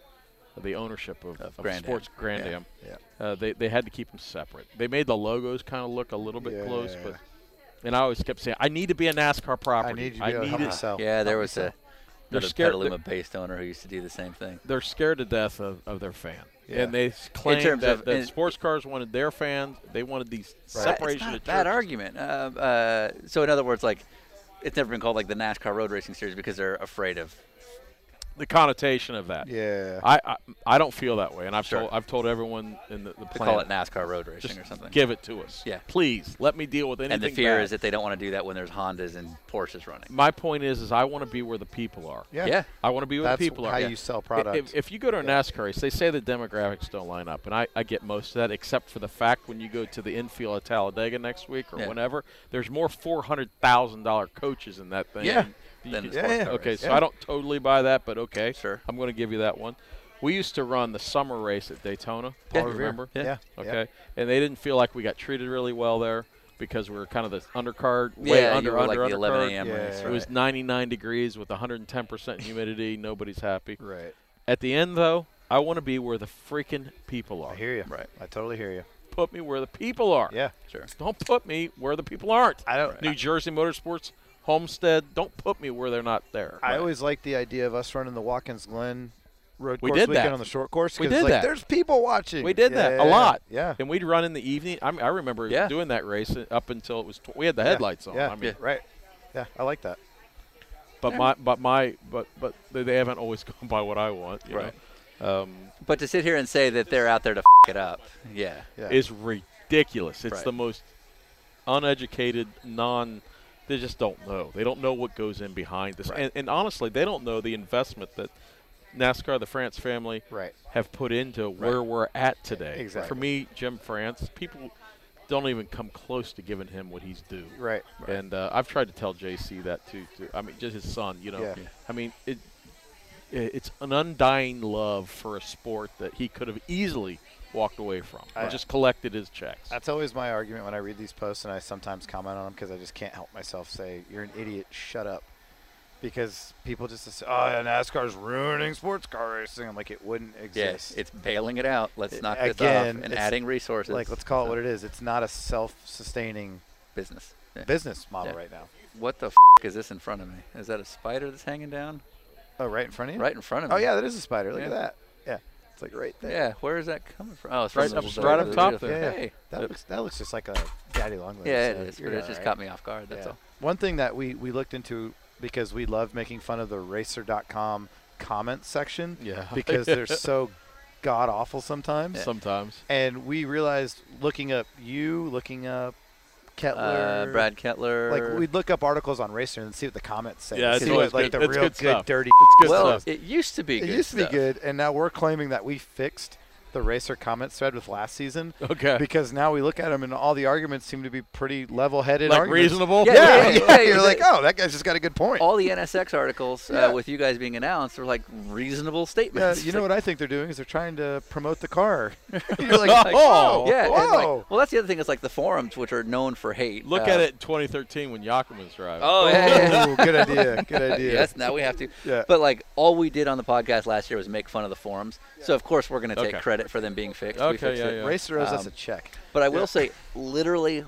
S2: the ownership of, of,
S1: Grand Am.
S2: sports Grand Am.
S3: Yeah.
S2: Uh, they, they had to keep them separate. They made the logos kind of look a little bit
S3: Yeah,
S2: close,
S3: yeah,
S2: but
S3: yeah.
S2: and I always kept saying, I need to be a NASCAR property.
S3: I need you to be able to help
S2: it."
S3: myself.
S1: Yeah, there was a
S2: They're
S1: another
S2: scared-
S1: Petaluma based owner who used to do the same thing.
S2: They're scared to death of, of their fan, and they s-
S1: In
S2: claim
S1: terms
S2: that,
S1: of-
S2: that
S1: in-
S2: sports cars wanted their fans. They wanted these
S1: It's
S2: separation.
S1: not a
S2: of
S1: bad
S2: churches.
S1: argument. Uh, uh, so in other words, like it's never been called like the NASCAR Road Racing Series because they're afraid of.
S2: The connotation of that.
S3: Yeah.
S2: I I, I don't feel that way, and I've
S1: Sure.
S2: told I've told everyone in the, the
S1: They call
S2: planet.
S1: it NASCAR Road Racing
S2: Just
S1: or something.
S2: give it to us.
S1: Yeah.
S2: Please let me deal with anything.
S1: and the fear
S2: bad.
S1: is that they don't want to do that when there's Hondas and Porsches running.
S2: my point is, is I want to be where the people are.
S3: Yeah.
S1: Yeah.
S2: I want to be where
S3: That's
S2: the people are.
S3: how you sell
S2: If-
S3: product.
S2: If, if you go to a NASCAR race, they say the demographics don't line up, and I, I get most of that, except for the fact when you go to the infield at Talladega next week or
S1: Yeah.
S2: whenever, there's more four hundred thousand dollar coaches in that thing.
S1: Yeah.
S2: than
S1: Than
S2: you can-
S1: the sports
S3: Yeah,
S1: car
S2: Okay,
S1: race.
S2: so I don't totally buy that, but okay,
S1: Sure.
S2: I'm going to give you that one. We used to run the summer race at Daytona.
S1: Yeah.
S2: Do you remember?
S3: Yeah. Yeah.
S2: Okay, and they didn't feel like we got treated really well there because we were kind of the undercard, way
S1: yeah,
S2: under
S1: you were
S2: under
S1: like the 11
S2: undercard.
S1: a.m.
S3: Yeah,
S1: race.
S2: It
S1: Right?
S2: was 99 degrees with 110% humidity. Nobody's happy.
S3: Right.
S2: At the end, though, I want to be where the freaking people are.
S3: I hear you.
S1: Right.
S3: I totally hear you.
S2: Put me where the people are.
S3: Yeah.
S1: sure.
S2: Don't put me where the people aren't.
S3: I don't-
S2: New Jersey Motorsports, Homestead. Don't put me where they're not there.
S3: I always like the idea of us running the Watkins Glen road
S2: We
S3: course
S2: did that.
S3: weekend on the short course.
S2: We
S3: 'cause,
S2: did
S3: like,
S2: that.
S3: There's people watching.
S2: we did
S3: Yeah,
S2: that a
S3: yeah,
S2: lot.
S3: Yeah.
S2: And we'd run in the evening. I, mean, I remember
S1: Yeah.
S2: doing that race up until it was. Tw- we had the
S3: Yeah,
S2: headlights on.
S3: Yeah.
S2: I mean,
S3: Right. Yeah. I like that.
S2: but my, but my, but but they- they haven't always gone by what I want. You
S1: Right.
S2: Know? Um,
S1: But to sit here and say that they're out there to f- it up, yeah,
S3: Yeah.
S2: is ridiculous. It's
S1: Right.
S2: the most uneducated, non. They just don't know. They don't know what goes in behind this,
S1: Right.
S2: and, and honestly, they don't know the investment that NASCAR, the France family,
S3: Right.
S2: have put into where we're at today. For
S3: Exactly.
S2: me, Jim France, people don't even come close to giving him what he's due.
S3: Right.
S2: And uh, I've tried to tell JC that too, too. I mean, just his son. You know,
S3: Yeah. Yeah.
S2: I mean, it, i it's an undying love for a sport that he could have easily walked away from.
S3: I-
S2: just collected his checks.
S3: That's always my argument when I read these posts, and I sometimes comment on them because I just can't help myself say, "You're an idiot. Shut up." Because people just say, "Oh, yeah, NASCAR's ruining sports car racing." I'm like, it wouldn't
S1: yes,
S3: exist.
S1: it's bailing it out. Let's
S3: It-
S1: knock this
S3: again,
S1: off and
S3: it's
S1: adding resources.
S3: like let's call it what it is. It's not a self-sustaining
S1: business. Yeah.
S3: business model
S1: Yeah.
S3: right now.
S1: What the f- is this in front of me? Is that a spider that's hanging down
S3: Oh, right in front of you.
S1: right in front of me?
S3: Oh yeah, that is a spider. Look
S1: Yeah.
S3: at that. Yeah, it's like right there.
S1: Yeah, where is that coming from? Oh, it's
S2: Right
S1: from the
S2: up-
S1: little
S2: right
S1: dog.
S2: up top
S1: Beautiful.
S2: there.
S3: Yeah, yeah.
S1: Hey.
S3: That looks that looks just like a daddy long legs.
S1: Yeah,
S3: so
S1: it is,
S3: you're
S1: but it
S3: all
S1: just
S3: right.
S1: caught me off guard. That's
S3: Yeah.
S1: all.
S3: One thing that we we looked into because we love making fun of the racer.com comment section
S2: Yeah.
S3: because they're so god awful sometimes.
S2: Sometimes.
S3: And we realized looking up you, looking up Kettler,
S1: Uh, Brad Kettler.
S3: like we'd look up articles on Racer and see what the comments say.
S2: Yeah, it's
S3: see
S2: always
S3: what, like
S2: good-
S3: the
S2: it's
S3: real
S2: good stuff.
S3: dirty.
S2: It's good
S1: well,
S2: stuff.
S1: it used to be.
S3: It
S1: good
S3: used to be
S1: stuff.
S3: good, and now we're claiming that we fixed the Racer comments thread with last season.
S2: okay.
S3: Because now we look at them and all the arguments seem to be pretty level-headed.
S2: like
S3: arguments.
S2: reasonable.
S1: Yeah,
S3: Yeah,
S1: yeah,
S3: yeah,
S1: yeah,
S3: you're
S1: yeah.
S3: like, oh, that guy's just got a good point.
S1: All the NSX articles
S3: Yeah.
S1: uh, with you guys being announced were like reasonable
S3: Yeah,
S1: statements.
S3: you
S1: It's
S3: know
S1: like,
S3: what I think they're doing is they're trying to promote the car. you're like,
S2: Oh,
S3: oh,
S1: Yeah. and, like-
S3: Whoa.
S1: well, that's the other thing is like the forums, which are known for hate.
S2: Look
S1: Uh,
S2: at it in 2013 when Yakum was driving.
S1: Oh, yeah, yeah, yeah.
S3: Ooh, good idea, good idea.
S1: Yes, now we have to.
S3: Yeah.
S1: But like all we did on the podcast last year was make fun of the forums. So of course we're going to take
S2: Okay.
S1: credit for them being fixed. we
S2: Okay,
S1: fixed
S2: yeah,
S1: it.
S2: yeah.
S3: Racer owes us
S1: Um,
S3: a check.
S1: But I will say, literally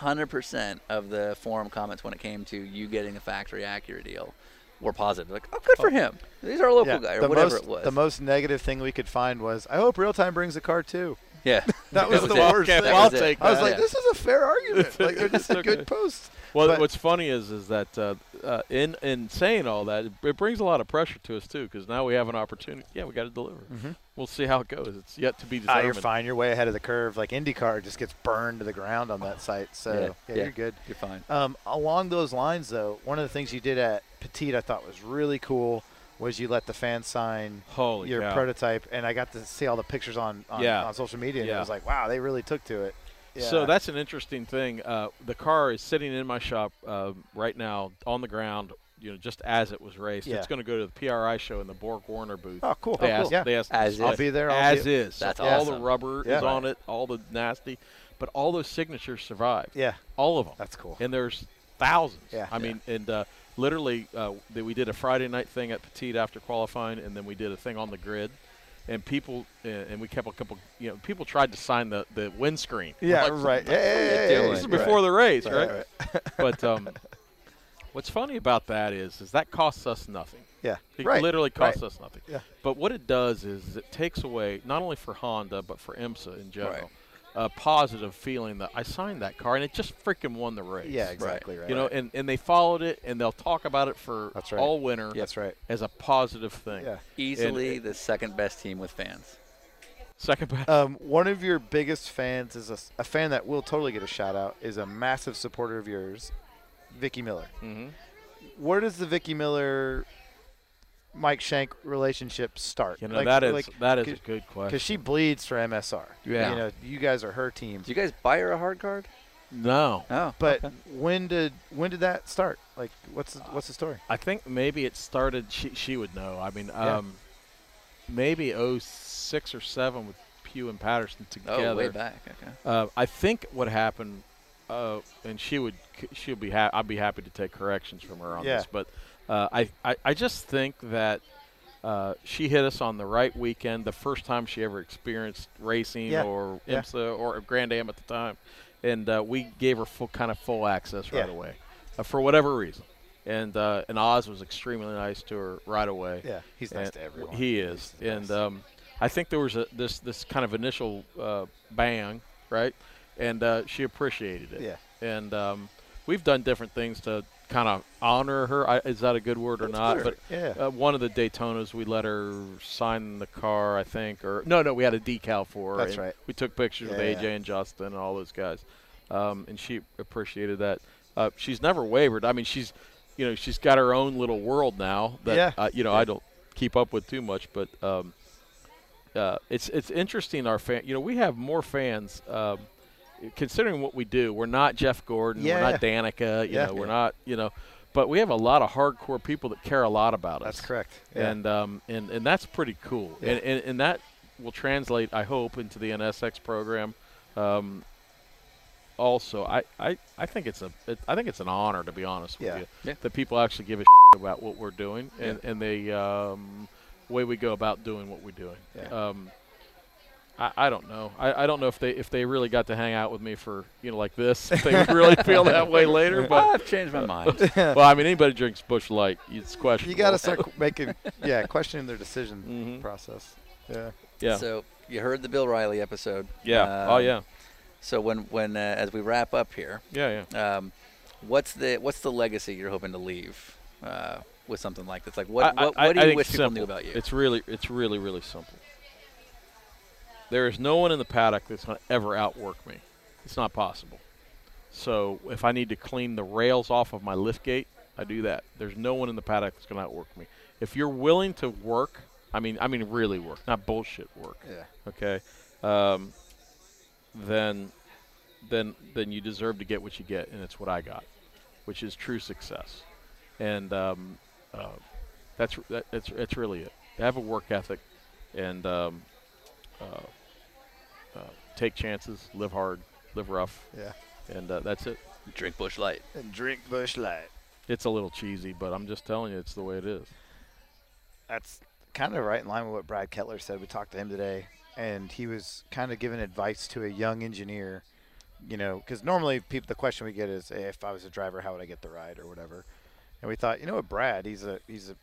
S1: 100% of the forum comments when it came to you getting a factory Acura deal were positive. Like, oh, good for him. He's our local
S3: Yeah,
S1: guy, or
S3: the
S1: whatever
S3: most,
S1: it was.
S3: The most negative thing we could find was, I hope real time brings a car too.
S1: yeah,
S3: That was the
S1: it.
S3: worst
S2: Okay,
S3: thing.
S2: well, I'll
S1: was it.
S2: take
S3: I was
S2: that.
S3: like,
S1: Yeah.
S3: this is a fair argument. Like, they're just a
S2: Okay.
S3: good post.
S2: Well,
S3: But-
S2: what's funny is is that uh, uh, in in saying all that, it, it brings a lot of pressure to us too, because now we have an opportunity. Yeah, we got to deliver.
S3: Mm-hmm.
S2: We'll see how it goes. It's yet to be
S3: Ah,
S2: determined.
S3: you're fine. You're way ahead of the curve. Like IndyCar just gets burned to the ground on that site. So
S1: Yeah,
S3: yeah,
S1: yeah.
S3: you're good.
S1: You're fine.
S3: Um, along those lines, though, one of the things you did at Petite I thought was really cool was you let the fans sign
S2: Holy
S3: your
S2: cow.
S3: prototype, and I got to see all the pictures on on,
S2: Yeah.
S3: on social media, and
S2: Yeah.
S3: it was like, wow, they really took to it.
S2: So that's an interesting thing. Uh, the car is sitting in my shop um right now on the ground. You know, just as it was raced,
S3: Yeah.
S2: it's going to go to the PRI show in the Borg Warner booth.
S3: Oh, cool.
S2: They
S3: Oh,
S2: asked,
S3: cool.
S2: they asked
S1: As
S2: I'll
S1: is.
S3: be there, I'll
S2: As
S3: be-
S2: is.
S1: That's
S2: all the
S1: awesome.
S2: rubber
S3: Yeah.
S2: is on it. All the nasty, but all those signatures survive.
S3: Yeah.
S2: all of them.
S3: That's cool.
S2: And there's thousands.
S3: Yeah.
S2: I mean, and uh, literally, uh, that we did a Friday night thing at Petite after qualifying, and then we did a thing on the grid. And people, uh, and we kept a couple. You know, people tried to sign the the windscreen.
S3: yeah,
S2: Like,
S3: right. Hey,
S2: yeah, this is before the race, right? But um, what's funny about that is, is that costs us nothing.
S3: Yeah,
S2: It
S3: right.
S2: literally costs
S3: right.
S2: us nothing.
S3: Yeah.
S2: But what it does is, is it takes away not only for Honda but for IMSA in general a positive feeling that I signed that car and it just freaking won the race.
S3: Yeah, exactly right.
S2: You know, and, and they followed it and they'll talk about it for
S3: That's right.
S2: all winter.
S3: That's right.
S2: As a positive thing.
S3: Yeah.
S1: Easily the second best team with fans.
S2: Second best.
S3: Um, one of your biggest fans is a, s- a fan that will totally get a shout out. Is a massive supporter of yours, Vicky Miller. Mm-hmm. Where does the Vicky Miller, Mike Shank relationship start?
S2: you know that is that is a
S3: cause,
S2: good question.
S3: because she bleeds for MSR.
S2: Yeah.
S3: you know you guys are her team.
S1: Do you guys buy her a hard card?
S2: No.
S1: Oh,
S3: But when did when did that start? Like, what's the, what's the story?
S2: I think maybe it started. She she would know. I mean, um, maybe 06 or seven with Pew and Patterson
S1: oh,
S2: together.
S1: way back. Okay.
S2: Uh, I think what happened, uh, and she would c- she'll be ha- I'd be happy to take corrections from her on
S3: Yeah.
S2: this, but uh, I, I I just think that. Uh, she hit us on the right weekend, the first time she ever experienced racing
S3: Yeah.
S2: or
S3: Yeah.
S2: IMSA or Grand Am at the time, and uh, we gave her full kind of full access right
S3: Yeah.
S2: away, uh, for whatever reason, and uh, and Oz was extremely nice to her right away.
S3: Yeah, he's nice
S2: And
S3: to everyone.
S2: He is, and um, I think there was a, this this kind of initial uh, bang, right? And uh, she appreciated it.
S3: Yeah.
S2: And um, we've done different things to kind of honor her. I, is that a good word or not? But
S3: Yeah.
S2: uh, one of the Daytonas, we let her sign the car, I think, or no, no, we had a decal for her.
S3: That's
S2: and
S3: right.
S2: We took pictures with
S3: Yeah,
S2: AJ
S3: yeah.
S2: and Justin and all those guys, um, and she appreciated that. Uh, she's never wavered. I mean, she's, you know, she's got her own little world now that
S3: Yeah.
S2: uh, you know I don't keep up with too much, but um, uh, it's it's interesting. Our fan, you know, we have more fans. Um, considering what we do, we're not Jeff Gordon,
S3: Yeah.
S2: we're not Danica, you
S3: Yeah.
S2: know, we're not, you know, but we have a lot of hardcore people that care a lot about us.
S3: That's correct. Yeah.
S2: And um, and and that's pretty cool. And, and and that will translate, I hope, into the NSX program. Um, also, I, I, I think it's a it, I think it's an honor to be honest with
S3: Yeah.
S2: you
S1: Yeah.
S2: that people actually give a about what we're doing and and the um, way we go about doing what we're doing.
S3: Yeah.
S2: Um, I, I don't know. I, I don't know if they if they really got to hang out with me for you know like this. If they would really feel that way later, but
S1: I've changed my mind.
S2: well, I mean, anybody drinks Bush Light, it's questionable.
S3: you got to start qu- making, yeah, questioning their decision
S2: Mm-hmm.
S3: process. Yeah.
S2: Yeah.
S1: So you heard the Bill Riley episode.
S2: yeah. oh
S1: Um,
S2: yeah.
S1: So when when uh, as we wrap up here,
S2: Yeah. Yeah.
S1: um, what's the what's the legacy you're hoping to leave uh, with something like this? Like what what, what do you
S2: think
S1: wish
S2: it's
S1: people
S2: simple.
S1: knew about you?
S2: It's really, it's really, really simple. There is no one in the paddock that's going to ever outwork me. It's not possible. So if I need to clean the rails off of my lift gate, I do that. There's no one in the paddock that's going to outwork me. If you're willing to work, I mean, I mean, really work, not bullshit work.
S3: Yeah.
S2: Okay. Um, then, then, then you deserve to get what you get, and it's what I got, which is true success. And um, that's that, that's that's really it. Have a work ethic, and um, uh, uh, take chances, live hard, live rough,
S3: Yeah.
S2: and uh, that's it.
S1: Drink Bush Light.
S3: And drink Bush Light.
S2: It's a little cheesy, but I'm just telling you, it's the way it is.
S3: That's kind of right in line with what Brad Kettler said. We talked to him today, and he was kind of giving advice to a young engineer. You know, because normally people, the question we get is, hey, if I was a driver, how would I get the ride or whatever. And we thought, you know what, Brad, he's a he's a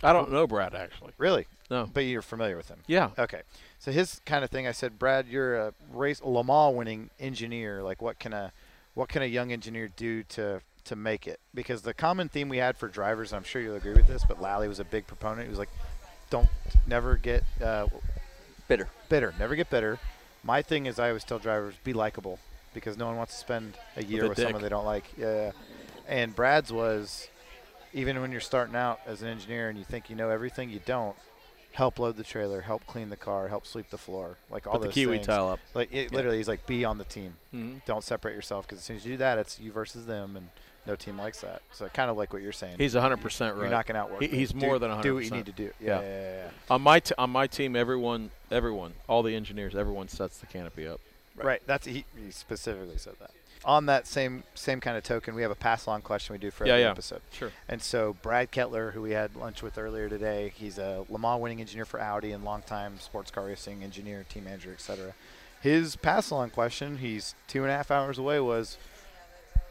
S2: I don't know Brad actually.
S3: really,
S2: No.
S3: but you're familiar with him.
S2: Yeah.
S3: Okay. So his kind of thing, I said, Brad, you're a race a Le Mans winning engineer. Like, what can a what can a young engineer do to to make it? Because the common theme we had for drivers, and I'm sure you'll agree with this, but Lally was a big proponent. He was like, don't never get uh,
S1: Bitter.
S3: bitter, never get bitter. My thing is, I always tell drivers, be likable, because no one wants to spend a year
S2: a
S3: with
S2: dick.
S3: someone they don't like. Yeah. And Brad's was, even when you're starting out as an engineer and you think you know everything, you don't. help load the trailer, help clean the car, help sweep the floor, like all
S2: Put the
S3: those
S2: Kiwi
S3: things.
S2: tile up.
S3: Like it, literally, he's like, be on the team.
S2: Mhm.
S3: Don't separate yourself because as soon as you do that, it's you versus them, and no team likes that. So kind of like what you're saying.
S2: He's 100% right.
S3: you're not going to outwork.
S2: He-
S3: them.
S2: he's
S3: Do-
S2: more than 100%.
S3: Do what you need to do.
S2: Yeah.
S3: Yeah, yeah, yeah, yeah.
S2: On my t- on my team, everyone, everyone, all the engineers, everyone sets the canopy up.
S3: Right. That's he, he specifically said that. On that same same kind of token, we have a pass along question we do for
S2: Yeah,
S3: every
S2: yeah.
S3: episode.
S2: Sure.
S3: And so Brad Kettler, who we had lunch with earlier today, he's a Le Mans winning engineer for Audi and longtime sports car racing engineer, team manager, etc. His pass along question, he's two and a half hours away, was,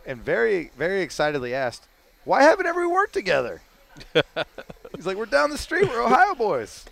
S3: and very very excitedly asked, "Why haven't every worked together?" he's like, "We're down the street. We're Ohio boys."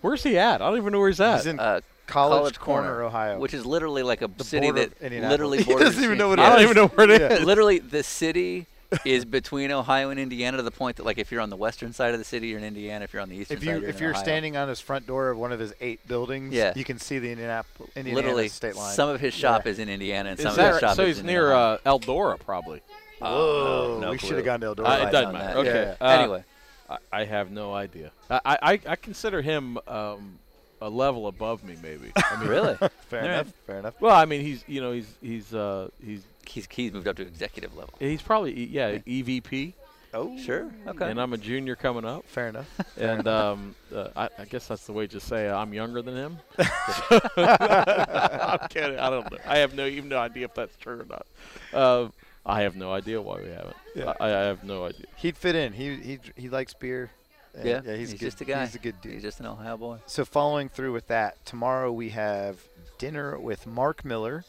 S2: Where's he at? I don't even know where he's at.
S3: He's in
S1: Uh,
S3: College, Corner, Ohio,
S1: which is literally like a city
S3: border of
S1: that
S3: Indianapolis.
S1: literally
S3: He
S1: borders.
S3: doesn't even know what it
S1: Indiana.
S2: I don't even know where it is.
S1: literally the city is between Ohio and Indiana to the point that like if you're on the western side of the city, you're in Indiana. If you're on the eastern
S3: if
S1: side,
S3: you
S1: you're
S3: if
S1: in
S3: you're
S1: Ohio.
S3: standing on his front door of one of his eight buildings,
S1: Yeah.
S3: you can see the Indianapolis Indiana
S1: literally
S3: state line.
S1: some of his shop is in Indiana and some
S2: Is
S1: of his
S2: that right?
S1: shop
S2: So
S1: is
S2: he's
S1: in
S2: near
S1: Ohio.
S2: uh, Eldora, probably.
S3: Whoa,
S1: Oh, no
S3: we
S1: clue.
S3: should have gone to Eldora.
S1: Uh,
S2: Uh,
S1: on
S2: it
S3: by
S2: doesn't
S3: now.
S1: that.
S2: matter. Okay.
S3: Yeah.
S2: Uh,
S1: anyway,
S2: I, I have no idea. I, I, I consider him um, a level above me, maybe. I mean,
S1: really,
S3: Fair
S1: All right.
S3: enough. Fair enough.
S2: Well, I mean, he's you know he's he's uh, he's
S1: he's he's moved up to executive level.
S2: he's probably E, yeah EVP,
S3: Oh,
S1: Sure, okay.
S2: and I'm a junior coming up,
S3: Fair enough.
S2: and um, uh, I, I guess that's the way to say I'm younger than him. I'm kidding. I don't know. I have no even no idea if that's true or not. Uh, I have no idea why we haven't. I, I have no idea.
S3: He'd fit in. He he he likes beer. Uh,
S1: yeah,
S3: yeah. He's,
S1: he's
S3: good.
S1: just a guy.
S3: He's a good dude.
S1: He's just an Ohio boy.
S3: So following through with that, tomorrow we have dinner with Mark Miller,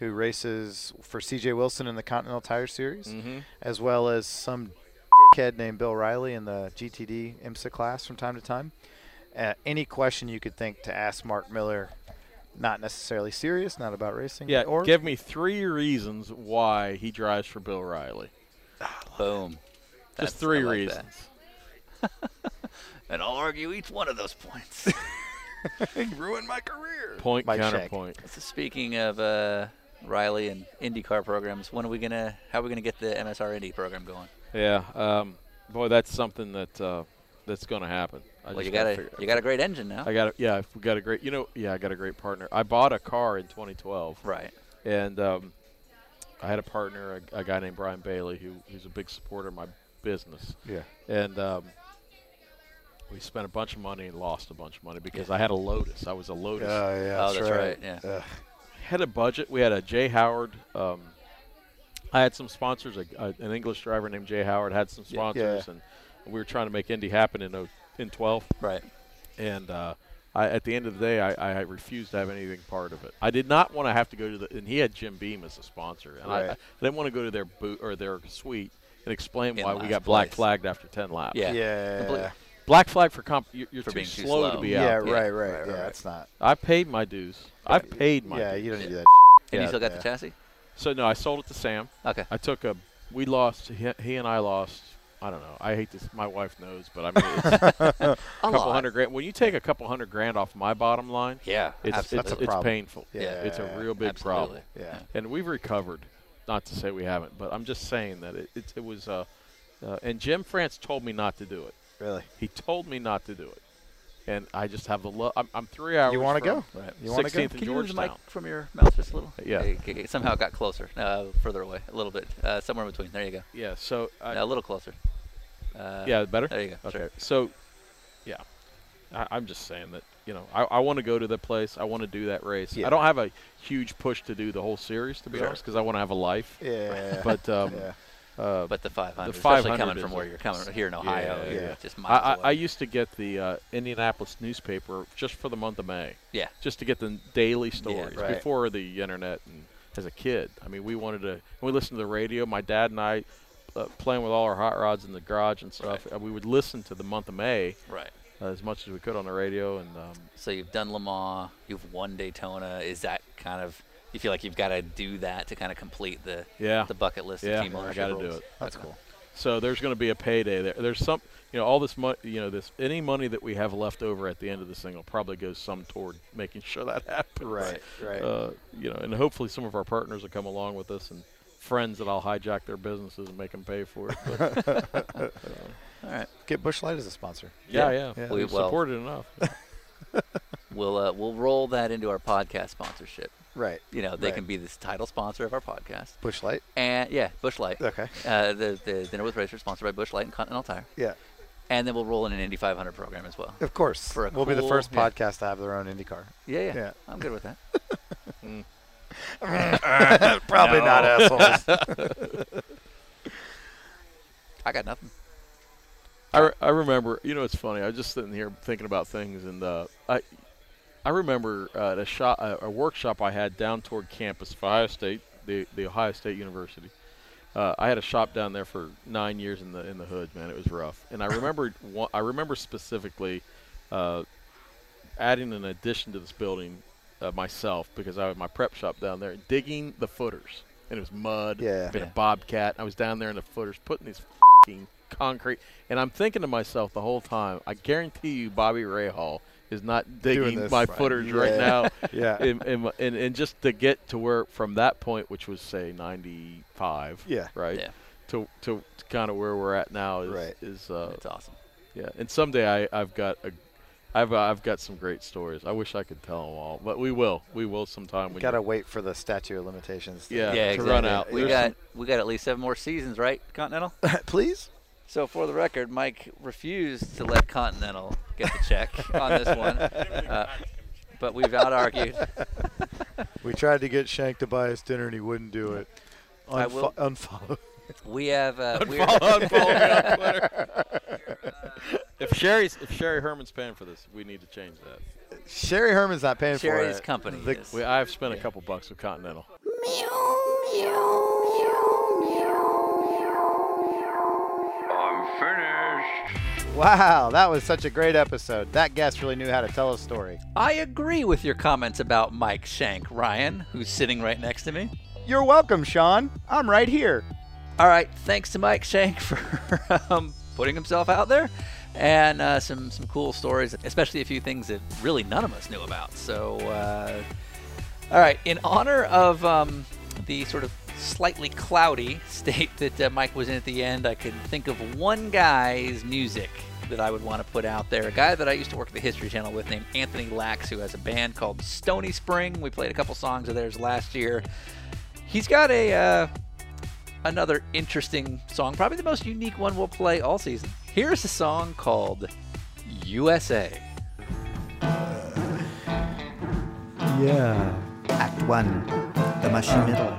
S3: who races for CJ Wilson in the Continental Tire Series,
S2: Mm-hmm.
S3: as well as some kid named Bill Riley in the GTD IMSA class from time to time. Uh, any question you could think to ask Mark Miller, not necessarily serious, not about racing.
S2: Yeah,
S3: or
S2: give me three reasons why he drives for Bill Riley.
S1: Boom. That's-
S2: Just three
S1: I like
S2: reasons.
S1: that. And I'll argue each one of those points.
S3: ruin my career.
S2: Point
S3: Mike Shank.
S2: counterpoint.
S1: So speaking of uh, Riley and IndyCar programs, when are we gonna? How are we gonna get the MSR Indy program going?
S2: Yeah, um, boy, that's something that uh, that's going to happen. I
S1: Well,
S2: just
S1: you got
S2: gotta
S1: a
S2: figure-
S1: you got a great engine now,
S2: I got a, yeah, I've got a great, you know, yeah, I got a great partner. I bought a car in 2012,
S1: right?
S2: and um, I had a partner, a, a guy named Brian Bailey, who who's a big supporter of my business,
S3: Yeah.
S2: and um, we spent a bunch of money and lost a bunch of money because I had a Lotus. I was a
S3: Oh, yeah.
S2: Lotus
S1: oh, that's right.
S3: right.
S1: Yeah.
S3: Ugh.
S2: had a budget. We had a Jay Howard. Um, I had some sponsors. A, a, an English driver named Jay Howard had some
S3: Yeah.
S2: sponsors, and we were trying to make Indy happen in o- in 12.
S1: Right.
S2: And uh, I, at the end of the day, I, I refused to have anything part of it. I did not want to have to go to the. And he had Jim Beam as a sponsor, and I- I,
S3: Right.
S2: didn't want to go to their boot or their suite and explain
S1: In
S2: why we
S1: last
S2: got black
S1: place.
S2: flagged after 10 laps.
S1: Yeah.
S3: Yeah.
S1: Completely.
S2: Black flag for comp. You're, you're
S1: For
S2: too,
S1: being too
S2: slow,
S1: slow.
S2: to be
S3: Yeah,
S2: out.
S3: right,
S1: Yeah.
S3: right.
S1: Right, right,
S3: yeah,
S1: right.
S3: it's not.
S2: I paid my dues. I paid my.
S3: Yeah,
S2: dues.
S3: you don't do that.
S1: And you
S2: Yeah.
S1: still got
S3: Yeah.
S1: the chassis?
S2: So no, I sold it to Sam.
S1: Okay.
S2: I took a. We lost. He, he and I lost. I don't know. I hate this. My wife knows, but I mean, it's a couple
S1: lot.
S2: hundred grand. When you take a couple hundred grand off my bottom line,
S1: Yeah.
S2: it's
S1: abs-
S2: it's,
S3: That's a
S2: it's
S3: problem.
S2: painful.
S3: Yeah.
S2: it's a real big
S1: absolutely.
S2: problem.
S3: Yeah.
S2: And we've recovered. Not to say we haven't, but I'm just saying that it it, it was. Uh, uh, and Jim France told me not to do it.
S3: Really.
S2: He told me not to do it, and I just have the love. I'm, I'm three hours.
S3: You want to
S2: from
S3: go? You want to go?
S2: 16th in
S1: Can you move the mic
S2: Georgetown.
S1: from your mouth just a little?
S2: Yeah.
S1: It, it- it somehow got closer, uh, further away, a little bit, uh, somewhere in between. There you go.
S2: Yeah. So I,
S1: No, a little closer. Uh,
S2: yeah, better.
S1: There you go.
S2: Okay.
S1: Sure.
S2: So, yeah, I, I'm just saying that you know I, I want to go to the place. I want to do that race.
S3: Yeah.
S2: I don't have a huge push to do the whole series to be honest, 'cause honest because I want to have a life.
S3: Yeah.
S2: But um,
S3: yeah.
S2: uh,
S1: But the 500, especially
S2: 500
S1: coming from
S2: is
S1: where
S2: a-
S1: you're coming here in Ohio,
S2: yeah,
S1: you're
S3: yeah.
S1: just
S2: I, I,
S1: miles
S2: I
S1: away.
S2: used to get the uh, Indianapolis newspaper just for the month of May,
S1: yeah.
S2: just to get the daily stories
S1: right.
S2: before the internet and as a kid. I mean, we wanted to. We listened to the radio. My dad and I. Uh, playing with all our hot rods in the garage and stuff, and we would listen to the month of May
S1: Right.
S2: uh, as much as we could on the radio, and um,
S1: So you've done Le Mans, you've won Daytona. Is that kind of you feel like you've got to do that to kind of complete the
S2: Yeah.
S1: the bucket list
S2: Yeah,
S1: of team
S2: I
S1: ownership
S2: gotta do
S1: rules?
S2: it.
S3: That's
S1: Okay.
S3: cool.
S2: So there's going to be a payday there. There's some, you know, all this money, you know, this any money that we have left over at the end of this thing will probably go some toward making sure that happens.
S3: Right, right.
S2: Uh, you know, and hopefully some of our partners will come along with us and friends that I'll hijack their businesses and make them pay for it. But,
S1: All right.
S3: Get Bush Light as a sponsor.
S2: Yeah,
S3: Yeah.
S2: yeah.
S3: Yeah.
S1: We
S2: We
S1: will.
S2: supported enough.
S1: We'll uh, we'll roll that into our podcast sponsorship.
S3: Right.
S1: You know, they
S3: Right.
S1: can be the title sponsor of our podcast.
S3: Bush Light.
S1: And yeah, Bushlight.
S3: Okay.
S1: Uh, the the dinner with Racer sponsored by Bushlight and Continental Tire.
S3: Yeah.
S1: And then we'll roll in an Indy 500 program as well.
S3: Of course.
S1: For a
S3: We'll be the
S1: cool-
S3: first
S1: yeah.
S3: podcast to have their own IndyCar.
S1: Yeah, yeah.
S3: Yeah.
S1: I'm good with that.
S3: Probably not assholes.
S1: I got nothing.
S2: I, re- I remember, you know, it's funny. I was just sitting here thinking about things, and uh, I I remember uh, at a, shop, a, a workshop I had down toward campus of Ohio State, the, the Ohio State University. Uh, I had a shop down there for nine years in the in the hood, man. It was rough, and I remember one, I remember specifically uh, adding an addition to this building uh, myself because I had my prep shop down there digging the footers, and it was mud
S3: Yeah.
S2: and a bobcat. I was down there in the footers putting these fing concrete, and I'm thinking to myself the whole time, I guarantee you, Bobby Rahal is not digging
S3: this.
S2: my
S3: Right.
S2: footers right
S3: Yeah.
S2: now
S3: yeah.
S2: and, and, my- and, and just to get to where from that point, which was say 95,
S3: Yeah.
S2: right,
S1: Yeah.
S2: to, to, to kind of where we're at now is
S3: Right.
S2: is uh,
S1: It's awesome.
S2: yeah. And someday I I've got a. I've, I've got some great stories. I wish I could tell them all, but we will. We will sometime. When
S3: Gotta
S2: you-
S3: wait for the statute of limitations. to-
S2: yeah,
S1: Yeah,
S2: to
S1: exactly.
S2: run out.
S1: We
S2: There's
S1: got we got at least seven more seasons, right, Continental?
S3: Please.
S1: So for the record, Mike refused to let Continental get the check on this one, uh, but we've out argued.
S3: We tried to get Shank to buy us dinner and he wouldn't do it.
S1: I will-
S3: Unfollow.
S1: We have uh, we're-
S2: Follow, follow me on Twitter. if Sherry's if Sherry Herman's paying for this, we need to change that.
S3: Sherry Herman's not paying for
S1: Sherry's
S3: it.
S1: company.
S3: The-
S1: is-
S2: We, I've spent a couple bucks with Continental.
S6: I'm finished.
S3: Wow, that was such a great episode. That guest really knew how to tell a story.
S1: I agree with your comments about Mike Shank Ryan, who's sitting right next to me.
S3: You're welcome, Sean. I'm right here.
S1: All right, thanks to Mike Shank for um, putting himself out there and uh, some some cool stories, especially a few things that really none of us knew about. So, uh, all right, in honor of um, the sort of slightly cloudy state that uh, Mike was in at the end, I could think of one guy's music that I would want to put out there. A guy that I used to work at the History Channel with named Anthony Lax, who has a band called Stony Spring. We played a couple songs of theirs last year. He's got a uh, another interesting song, probably the most unique one we'll play all season. Here's a song called USA.
S10: Act One, the Mushroom Middle.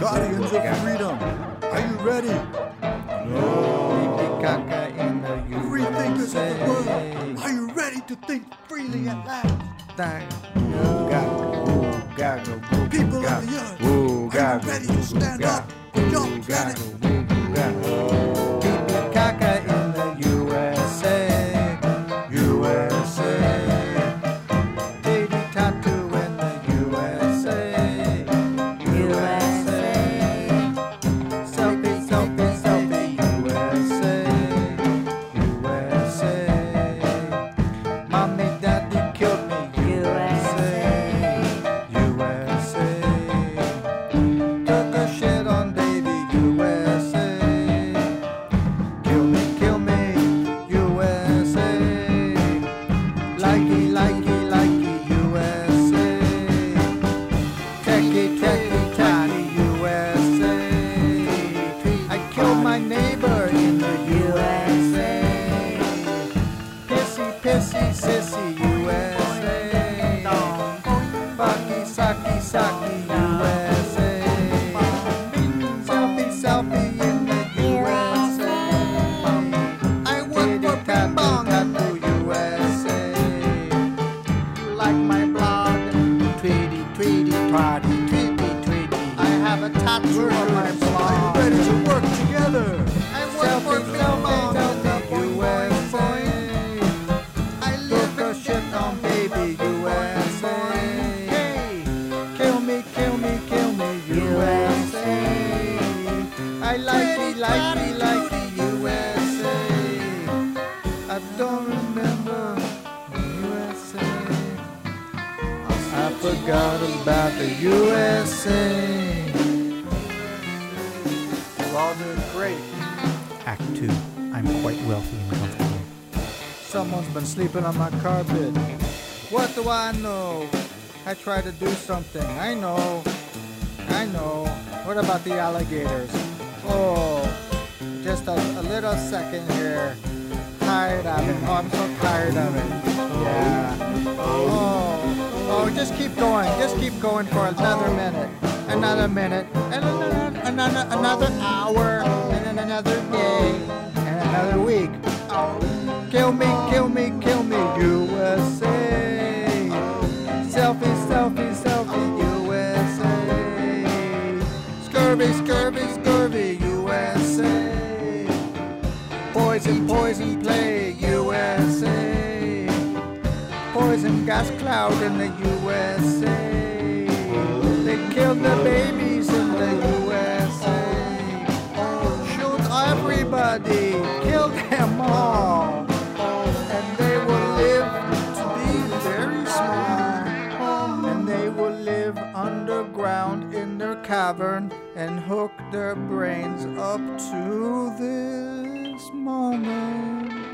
S4: Guardians of freedom, are you ready? Freethinkers of the world, are you ready to think freely at last? People of the earth, are you ready to stand up for your planet?
S10: Took a shit on baby USA. Kill me, kill me, USA. Likey, likey, likey, USA. Techie, techie, tiny USA. I killed my neighbor in the USA. Pissy, pissy, sissy, USA. Fucky, sucky, sucky, USA. Selfie, selfie in the USA. I work for Bing Bong at the USA. Like my blog, Tweety, Tweety, Toddy, Tweety, Tweety. I have a tattoo on my blog. Ready to work together. I work for Bing Bong at the USA. I live in shit on baby USA. Hey, kill me, kill me, kill me USA. I like it, like it, like it USA. I don't remember USA. I forgot about the USA. all doing great.
S11: Act two. I'm quite wealthy and comfortable.
S10: Someone's been sleeping on my car bed. What do I know? I try to do something. I know. I know. What about the alligators? Oh, just a, a little second here. Tired of it. Oh, I'm so tired of it. Yeah. Oh, oh, just keep going. Just keep going for another minute, another minute, and another, another, another hour, and then another day, and another week. Oh, kill me, kill me, kill me, USA. Selfie, selfie, selfie, USA. Scurvy, scurvy, scurvy, USA. Poison, poison, plague, USA. Poison gas cloud in the USA. They killed the babies in the USA. Shoot everybody, kill them all. And they will live to be very small. And they will live underground in their cavern and hook their brains up to this moment.